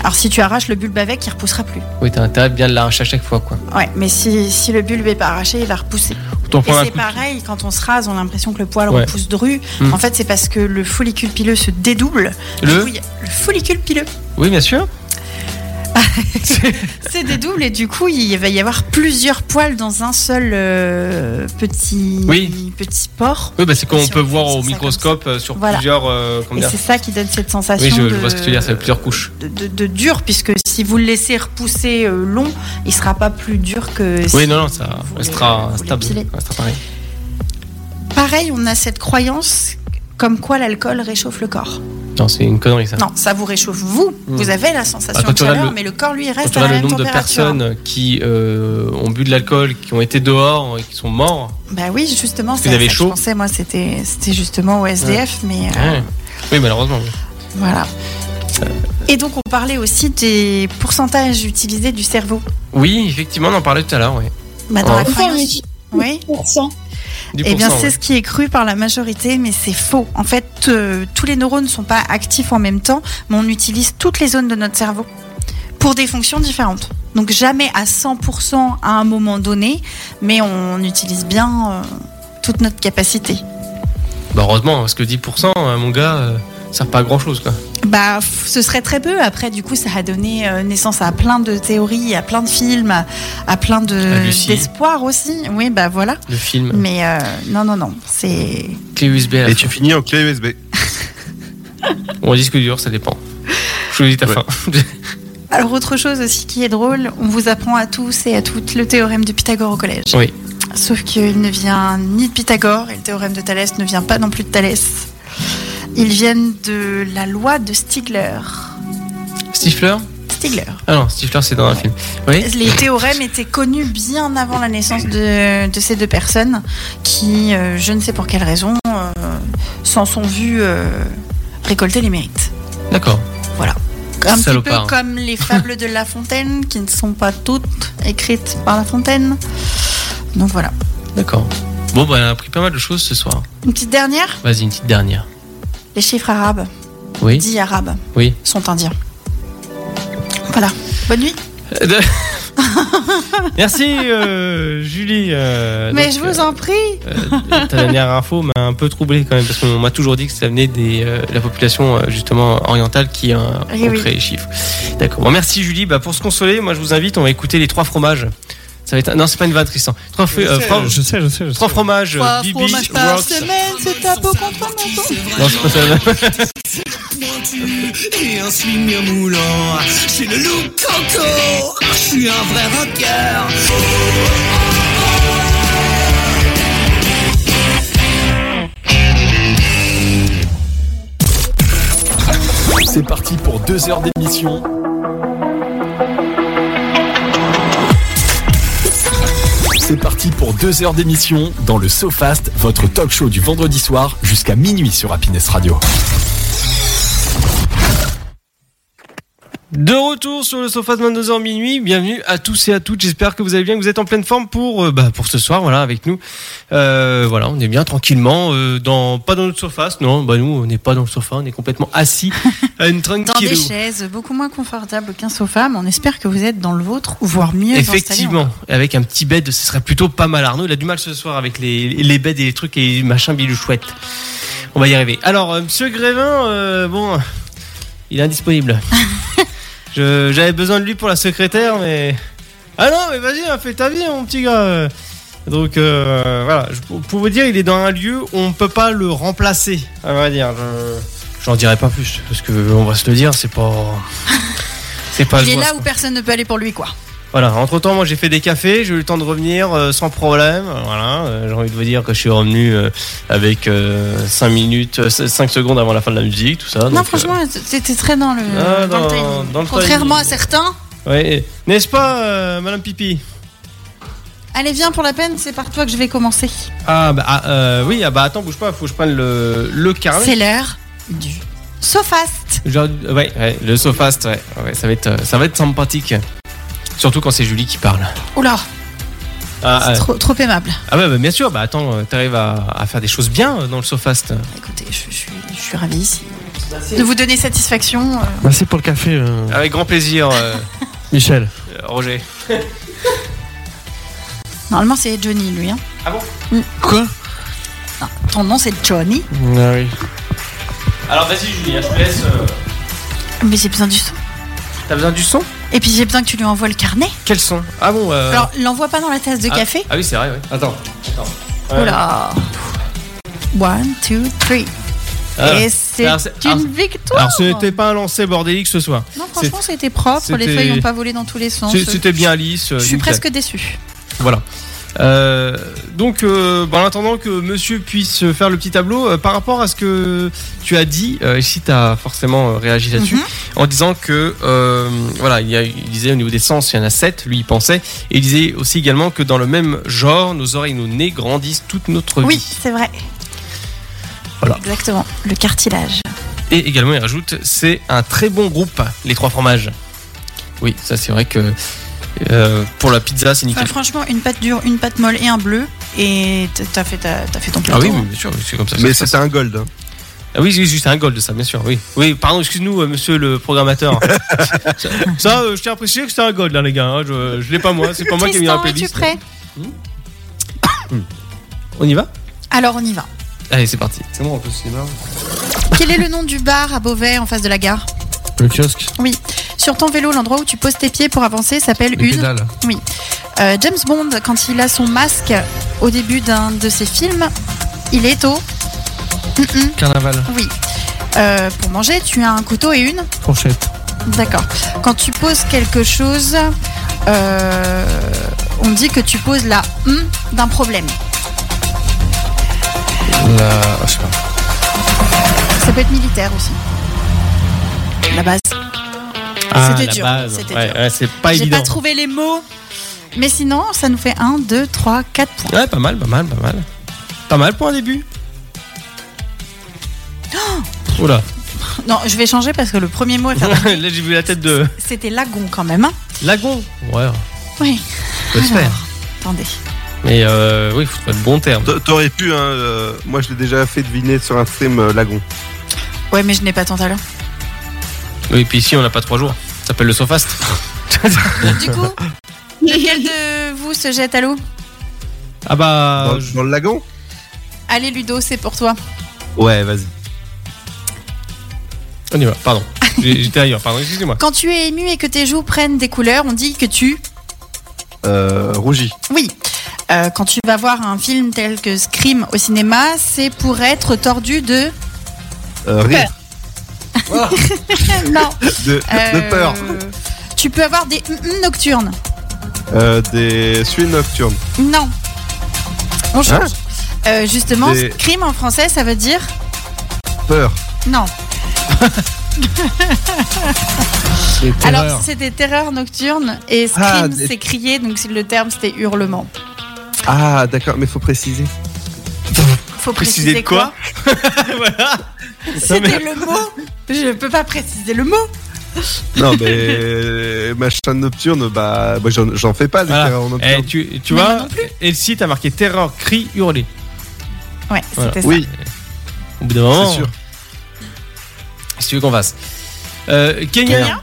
Speaker 4: Alors si tu arraches le bulbe avec, il repoussera plus.
Speaker 2: Oui, t'as intérêt de bien de l'arracher à chaque fois, quoi.
Speaker 4: Ouais, mais si, si le bulbe est pas arraché, il va repousser.
Speaker 2: Autant
Speaker 4: Et
Speaker 2: prendre un
Speaker 4: c'est
Speaker 2: coup de-
Speaker 4: pareil, quand on se rase, on a l'impression que le poil
Speaker 2: Ouais.
Speaker 4: repousse dru.
Speaker 2: Mm.
Speaker 4: En fait, c'est parce que le follicule pileux se dédouble. Du
Speaker 2: Le
Speaker 4: coup, il y a le follicule pileux.
Speaker 2: Oui, bien sûr.
Speaker 4: C'est des doubles et du coup il va y avoir plusieurs poils dans un seul euh, petit
Speaker 2: Oui.
Speaker 4: petit port.
Speaker 2: Oui, bah, c'est qu'on
Speaker 4: Si on
Speaker 2: peut
Speaker 4: fait
Speaker 2: voir
Speaker 4: ça
Speaker 2: au
Speaker 4: comme ça.
Speaker 2: microscope euh, sur
Speaker 4: Voilà.
Speaker 2: plusieurs. euh, comment
Speaker 4: Et
Speaker 2: dire
Speaker 4: c'est ça qui donne cette sensation
Speaker 2: Oui, je,
Speaker 4: de,
Speaker 2: je vois ce que tu veux dire, ça fait plusieurs couches.
Speaker 4: de, de- de dur puisque si vous le laissez repousser euh, long, il sera pas plus dur que.
Speaker 2: Oui,
Speaker 4: si
Speaker 2: non, non, ça
Speaker 4: vous
Speaker 2: restera
Speaker 4: voulez- vous
Speaker 2: stable.
Speaker 4: l'épilez.
Speaker 2: Ça restera pareil.
Speaker 4: Pareil, on a cette croyance comme quoi l'alcool réchauffe le corps.
Speaker 2: Non, c'est une connerie, ça.
Speaker 4: Non, ça vous réchauffe vous.
Speaker 2: Mm.
Speaker 4: Vous avez la sensation
Speaker 2: Bah, Ah. quand
Speaker 4: de
Speaker 2: tu regardes
Speaker 4: chaleur,
Speaker 2: le-
Speaker 4: mais le corps lui il
Speaker 2: Quand
Speaker 4: reste
Speaker 2: tu
Speaker 4: à la
Speaker 2: regardes le
Speaker 4: même
Speaker 2: nombre de
Speaker 4: température.
Speaker 2: personnes qui euh, ont bu de l'alcool, qui ont été dehors et qui sont morts,
Speaker 4: Bah oui, justement,
Speaker 2: qu'ils
Speaker 4: c'est à
Speaker 2: avaient
Speaker 4: ça que
Speaker 2: chaud.
Speaker 4: Je pensais, moi, c'était c'était justement au SDF, mais. euh,
Speaker 2: Ouais. Oui, malheureusement. oui.
Speaker 4: Voilà. Et donc on parlait aussi des pourcentages utilisés du cerveau.
Speaker 2: Oui, effectivement, on en parlait tout à l'heure. Oui.
Speaker 4: Bah, dans
Speaker 2: Oh.
Speaker 4: la
Speaker 9: Pourquoi on
Speaker 4: croyance-
Speaker 9: utilise
Speaker 4: Oui.
Speaker 9: 10%
Speaker 4: Eh bien, c'est
Speaker 2: ouais.
Speaker 4: ce qui est cru par la majorité, mais c'est faux. En fait, euh, tous les neurones ne sont pas actifs en même temps, mais on utilise toutes les zones de notre cerveau pour des fonctions différentes. Donc jamais à 100% à un moment donné, mais on utilise bien euh, toute notre capacité.
Speaker 2: Bah, heureusement, parce que 10%, euh, mon gars, euh, ça sert pas à grand chose. Quoi.
Speaker 4: Bah, f- ce serait très peu. Après, du coup, ça a donné euh, naissance à plein de théories, à plein de films, à, à plein
Speaker 2: À
Speaker 4: de
Speaker 2: Lucie.
Speaker 4: d'espoir aussi. Oui, bah voilà.
Speaker 2: Le film,
Speaker 4: Mais euh, non, non, non, c'est
Speaker 2: clé USB, à la fin.
Speaker 5: Et tu finis en clé USB.
Speaker 2: ou en disque dur, ça dépend. Je vous dis ta
Speaker 5: Ouais.
Speaker 2: fin.
Speaker 4: alors autre chose aussi qui est drôle. On vous apprend à tous et à toutes le théorème de Pythagore au collège.
Speaker 2: Oui.
Speaker 4: Sauf qu'il ne vient ni de Pythagore et le théorème de Thalès ne vient pas non plus de Thalès. Ils viennent de la loi de Stigler.
Speaker 2: Stifler
Speaker 4: Stigler.
Speaker 2: Ah non, Stifler, c'est dans un film. Oui
Speaker 4: Les théorèmes étaient connus bien avant la naissance de, de ces deux personnes qui, euh, je ne sais pour quelle raison, euh, s'en sont vues euh, récolter les mérites.
Speaker 2: D'accord.
Speaker 4: Un petit peu
Speaker 2: Salopard.
Speaker 4: comme les fables de La Fontaine qui ne sont pas toutes écrites par La Fontaine. Donc voilà.
Speaker 2: D'accord. Bon, bah, on a appris pas mal de choses ce soir.
Speaker 4: Une petite dernière
Speaker 2: Vas-y, une petite dernière.
Speaker 4: les chiffres arabes,
Speaker 2: Oui
Speaker 4: dits arabes,
Speaker 2: Oui.
Speaker 4: sont indiens. Voilà. Bonne nuit.
Speaker 2: Merci, euh, Julie. euh,
Speaker 4: Mais
Speaker 2: donc,
Speaker 4: je vous en prie.
Speaker 2: Euh, ta dernière info m'a un peu troublé quand même parce qu'on m'a toujours dit que ça venait des, euh, de la population euh, justement orientale qui a
Speaker 4: Eh Oui, oui.
Speaker 2: créé les chiffres. D'accord. Bon, merci Julie. Bah, pour se consoler, moi je vous invite, on va écouter les trois fromages. Ça va être un- Non, c'est pas une vanne, Tristan. Trois, fr- euh, from-
Speaker 3: Je sais, je sais, je sais.
Speaker 2: trois fromages. euh, BB Works.
Speaker 4: c'est un peu contre
Speaker 2: Non, c'est pas ça.
Speaker 8: et un swing moulant. J'ai le look coco, je suis un vrai rocker.
Speaker 1: C'est parti pour deux heures d'émission. C'est parti pour deux heures d'émission dans le SoFast, votre talk show du vendredi soir jusqu'à minuit sur Happiness Radio.
Speaker 2: De retour sur le sofa de 22h minuit, bienvenue à tous et à toutes, j'espère que vous allez bien, que vous êtes en pleine forme pour, euh, bah, pour ce soir, voilà, avec nous. Euh, voilà, on est bien tranquillement, euh, dans, pas dans notre surface, non, bah nous on n'est pas dans le sofa, on est complètement assis à une
Speaker 4: Dans des
Speaker 2: tranquille.
Speaker 4: chaises beaucoup moins confortables qu'un sofa, mais on espère que vous êtes dans le vôtre, voire mieux.
Speaker 2: Effectivement, avec un petit bed, ce serait plutôt pas mal Arnaud, il a du mal ce soir avec les, les beds et les trucs et les machins bilou chouette. On va y arriver. Alors, euh, monsieur Grévin, euh, bon, il est indisponible. Je- J'avais besoin de lui pour la secrétaire, mais. Ah non, mais vas-y, hein, fais ta vie, mon petit gars. euh. Donc, euh, voilà, je- pour- pour vous dire, il est dans un lieu où on ne peut pas le remplacer, à vrai dire. Je- J'en dirai pas plus, parce que on va se le dire, c'est pas. C'est pas
Speaker 4: Il est
Speaker 2: jouable. Ah,
Speaker 4: là où personne ne peut aller pour lui, quoi.
Speaker 2: Voilà, entre temps, moi j'ai fait des cafés, j'ai eu le temps de revenir euh, sans problème. Voilà, euh, j'ai envie de vous dire que je suis revenu euh, avec 5 minutes, 5 secondes avant la fin de la musique, tout ça. donc,
Speaker 4: non,
Speaker 2: euh,
Speaker 4: franchement, c'était très dans le,
Speaker 2: Ah,
Speaker 4: dans le
Speaker 2: dans-
Speaker 4: timing.
Speaker 2: dans le
Speaker 4: Contrairement à
Speaker 2: timing.
Speaker 4: certains,
Speaker 2: ouais. N'est-ce pas, euh, Madame Pipi
Speaker 4: allez, viens pour la peine, c'est par toi que je vais commencer.
Speaker 2: Ah, bah ah, euh, oui, ah, bah attends, bouge pas, faut que je prenne le, le carnet.
Speaker 4: C'est l'heure du SoFast.
Speaker 2: Genre, euh, ouais, ouais, le Sofast, ouais, ouais, ça va être, euh, ça va être sympathique. Surtout quand c'est Julie qui parle.
Speaker 4: Oula,
Speaker 2: Ah,
Speaker 4: c'est
Speaker 2: ah,
Speaker 4: trop, trop aimable.
Speaker 2: ah bah, bah, bien sûr, bah attends, euh, t'arrives à, à faire des choses bien euh, dans le Sofast.
Speaker 4: Écoutez, je, je suis, je suis ravie ici. de vous donner satisfaction. euh.
Speaker 3: Merci pour le café, euh,
Speaker 2: Avec grand plaisir, euh,
Speaker 3: Michel.
Speaker 2: euh, Roger.
Speaker 4: Normalement, c'est Johnny, lui. Hein.
Speaker 3: Quoi
Speaker 4: Non, ton nom, c'est Johnny.
Speaker 3: Ah oui.
Speaker 2: Alors vas-y, Julie, hein, je te laisse. euh,
Speaker 4: Mais j'ai besoin du son.
Speaker 2: T'as besoin du son
Speaker 4: Et puis, j'ai besoin que tu lui envoies le carnet.
Speaker 2: Quel son Ah bon euh,
Speaker 4: Alors, l'envoie pas dans la tasse de
Speaker 2: ah,
Speaker 4: café.
Speaker 2: Ah oui, c'est vrai, oui. Attends.
Speaker 4: Oula. One, two, three.
Speaker 2: Alors,
Speaker 4: Et c'est
Speaker 2: Ah. alors, c'est- alors,
Speaker 4: une victoire.
Speaker 2: alors, ce n'était pas un lancer bordélique ce soir.
Speaker 4: Non, franchement, c'était propre. Les
Speaker 2: c'était-
Speaker 4: feuilles n'ont pas volé dans tous les sens.
Speaker 2: C'est- C'était bien lisse. euh,
Speaker 4: Je suis
Speaker 2: nickel.
Speaker 4: presque déçue.
Speaker 2: Voilà. Euh, donc, euh, bah, en attendant que monsieur puisse faire le petit tableau, euh, par rapport à ce que tu as dit, euh, si tu as forcément euh, réagi là-dessus,
Speaker 4: Mhm.
Speaker 2: en disant que, euh, voilà, il, y a- il disait au niveau des sens, il y en a 7, lui il pensait, et il disait aussi également que dans le même genre, nos oreilles, nos nez grandissent toute notre
Speaker 4: Oui,
Speaker 2: vie.
Speaker 4: c'est vrai.
Speaker 2: Voilà.
Speaker 4: Exactement. Le cartilage.
Speaker 2: Et également, il rajoute, c'est un très bon groupe, les trois fromages. Oui, ça c'est vrai que euh, pour la pizza, c'est nickel.
Speaker 4: Enfin, franchement, une pâte dure, une pâte molle et un bleu. Et t- t'as fait, ta- t'as fait ton plateau.
Speaker 2: Ah oui,
Speaker 4: hein.
Speaker 2: oui, bien sûr, c'est comme ça. que
Speaker 5: Mais
Speaker 2: ça se passe.
Speaker 5: c'était un gold. hein.
Speaker 2: Ah oui, oui, juste un gold de ça, bien sûr. Oui, oui pardon, excuse-nous, euh, monsieur le programmateur. ça, ça, euh, je tiens à préciser que c'est un gold, là, les gars. hein. je je l'ai pas moi, c'est pas moi qui ai mis la
Speaker 4: Tristan, es-tu
Speaker 2: playlist.
Speaker 4: prêt
Speaker 2: On y va
Speaker 4: Alors, on y va.
Speaker 2: Allez, c'est parti.
Speaker 3: C'est bon, en plus, c'est marrant.
Speaker 4: Quel est le nom du bar à Beauvais, en face de la gare
Speaker 3: Le kiosque,
Speaker 4: Oui. Sur ton vélo, l'endroit où tu poses tes pieds pour avancer s'appelle
Speaker 3: les
Speaker 4: une.
Speaker 3: pédales.
Speaker 4: Euh, James Bond, quand il a son masque au début d'un de ses films, il est au. Hum, hum,
Speaker 3: Carnaval,
Speaker 4: oui. Euh, pour manger, tu as un couteau et une.
Speaker 3: fourchette,
Speaker 4: D'accord. Quand tu poses quelque chose, euh, on dit que tu poses la hum d'un problème.
Speaker 3: la. ah, je sais pas.
Speaker 4: Ça peut être militaire aussi. La base.
Speaker 3: Ah,
Speaker 4: C'était
Speaker 2: Ah, la
Speaker 4: dur,
Speaker 2: base.
Speaker 4: c'était
Speaker 2: Ouais,
Speaker 4: dur.
Speaker 2: ouais, c'est pas
Speaker 4: J'ai
Speaker 2: évident.
Speaker 4: pas trouvé les mots. Mais sinon, ça nous fait 1, 2, 3, 4 points.
Speaker 2: Ouais, pas mal, pas mal, pas mal. Pas mal pour un début. Oula,
Speaker 4: Non, je vais changer parce que le premier mot, enfin,
Speaker 2: Oh là j'ai vu la tête de
Speaker 4: c'était lagon quand même. hein.
Speaker 2: Lagon. Ouais,
Speaker 4: oui.
Speaker 2: peut se
Speaker 4: Alors,
Speaker 2: faire.
Speaker 4: Attendez.
Speaker 2: Mais euh, oui, il faut trouver le bon terme.
Speaker 5: T'a- T'aurais pu, hein, euh, moi je l'ai déjà fait deviner sur un stream euh, Lagon.
Speaker 4: Ouais, mais je n'ai pas ton talent.
Speaker 2: Oui, et puis ici on n'a pas trois jours. Ça s'appelle le Sofast.
Speaker 4: Du coup, lequel de vous se jette à l'eau
Speaker 2: Ah bah.
Speaker 5: dans,
Speaker 2: je-
Speaker 5: dans le Lagon
Speaker 4: Allez, Ludo, c'est pour toi.
Speaker 5: Ouais, vas-y.
Speaker 2: On y va, pardon. J'ai- J'étais ailleurs, pardon, excusez-moi.
Speaker 4: Quand tu es ému et que tes joues prennent des couleurs, on dit que tu.
Speaker 5: Euh, Rougi.
Speaker 4: Oui. Euh, quand tu vas voir un film tel que Scream au cinéma, c'est pour être tordu de.
Speaker 5: Euh, rire.
Speaker 4: non.
Speaker 5: De,
Speaker 4: euh,
Speaker 5: de peur.
Speaker 4: Tu peux avoir des hum, hum nocturnes.
Speaker 5: Euh, des suites nocturnes.
Speaker 4: Non. On change. Euh, justement,
Speaker 5: Hein Des-
Speaker 4: Scream en français, ça veut dire.
Speaker 5: Peur.
Speaker 4: Non.
Speaker 3: Les
Speaker 4: Alors,
Speaker 3: terreurs.
Speaker 4: c'était terreur nocturne et
Speaker 5: Ah,
Speaker 4: scream,
Speaker 5: des-
Speaker 4: c'est crier, donc c'est- le terme c'était hurlement.
Speaker 5: Ah, d'accord, mais faut préciser.
Speaker 4: Faut
Speaker 2: Préciser
Speaker 4: préciser,
Speaker 2: de quoi voilà.
Speaker 4: C'était le mot. Je peux pas préciser le mot.
Speaker 5: Non, mais machin nocturne, bah, moi j'en j'en fais pas des
Speaker 2: Voilà.
Speaker 5: terreurs nocturnes.
Speaker 2: Eh, tu tu
Speaker 4: Mais moi
Speaker 2: vois,
Speaker 4: non plus.
Speaker 2: et le site a marqué terreur, cri, hurler.
Speaker 4: Ouais,
Speaker 2: Voilà.
Speaker 4: c'était ça.
Speaker 5: Oui,
Speaker 2: Au bout d'un
Speaker 5: c'est
Speaker 2: moment,
Speaker 5: sûr.
Speaker 2: si tu veux qu'on fasse. Euh, Kenya.
Speaker 4: Kenya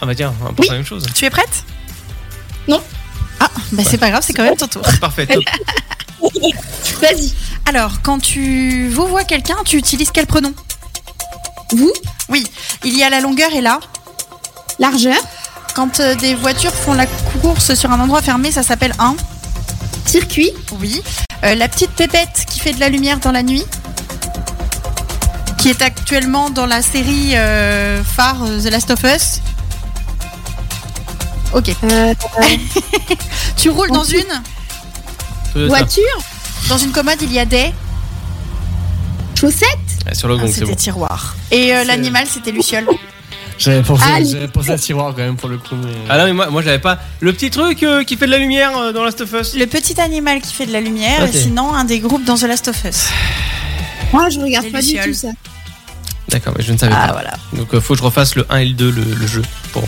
Speaker 2: Ah bah tiens, on va penser
Speaker 9: Oui.
Speaker 2: à la même chose.
Speaker 4: Tu es prête
Speaker 9: Non.
Speaker 4: Ah, bah c'est pas grave, c'est quand même ton tour.
Speaker 2: Parfait. top.
Speaker 9: Vas-y.
Speaker 4: Alors, quand tu vous vois quelqu'un, tu utilises quel pronom
Speaker 9: Vous
Speaker 4: Oui, il y a la longueur et là.
Speaker 9: Largeur.
Speaker 4: Quand euh, des voitures font la course sur un endroit fermé, ça s'appelle un.
Speaker 9: Circuit.
Speaker 4: Oui. Euh, la petite pépette qui fait de la lumière dans la nuit, qui est actuellement dans la série euh, phare euh, The Last of Us. Ok.
Speaker 9: Euh,
Speaker 4: Tu roules dans une,
Speaker 2: Toyota.
Speaker 9: voiture,
Speaker 4: dans une commode, il y a des.
Speaker 9: chaussettes,
Speaker 2: Ah, Sur le
Speaker 4: Ah,
Speaker 2: gong, c'est
Speaker 4: c'était
Speaker 2: bon.
Speaker 4: tiroir. Et euh, l'animal, c'était Luciole.
Speaker 3: J'avais pensé,
Speaker 9: Ah,
Speaker 3: j'avais pensé à tiroir quand même pour le coup. Mais...
Speaker 2: Ah non, mais moi, moi j'avais pas. Le petit truc euh, qui fait de la lumière euh, dans Last of Us.
Speaker 4: Le petit animal qui fait de la lumière,
Speaker 2: Ok.
Speaker 4: et sinon un des groupes dans The Last of Us.
Speaker 9: moi je regarde
Speaker 4: Les
Speaker 9: pas
Speaker 4: lucioles.
Speaker 9: du tout ça.
Speaker 2: D'accord, mais je ne savais
Speaker 4: Ah
Speaker 2: pas.
Speaker 4: voilà.
Speaker 2: Donc euh, faut que je refasse le 1 et le 2, le, le jeu. Pour...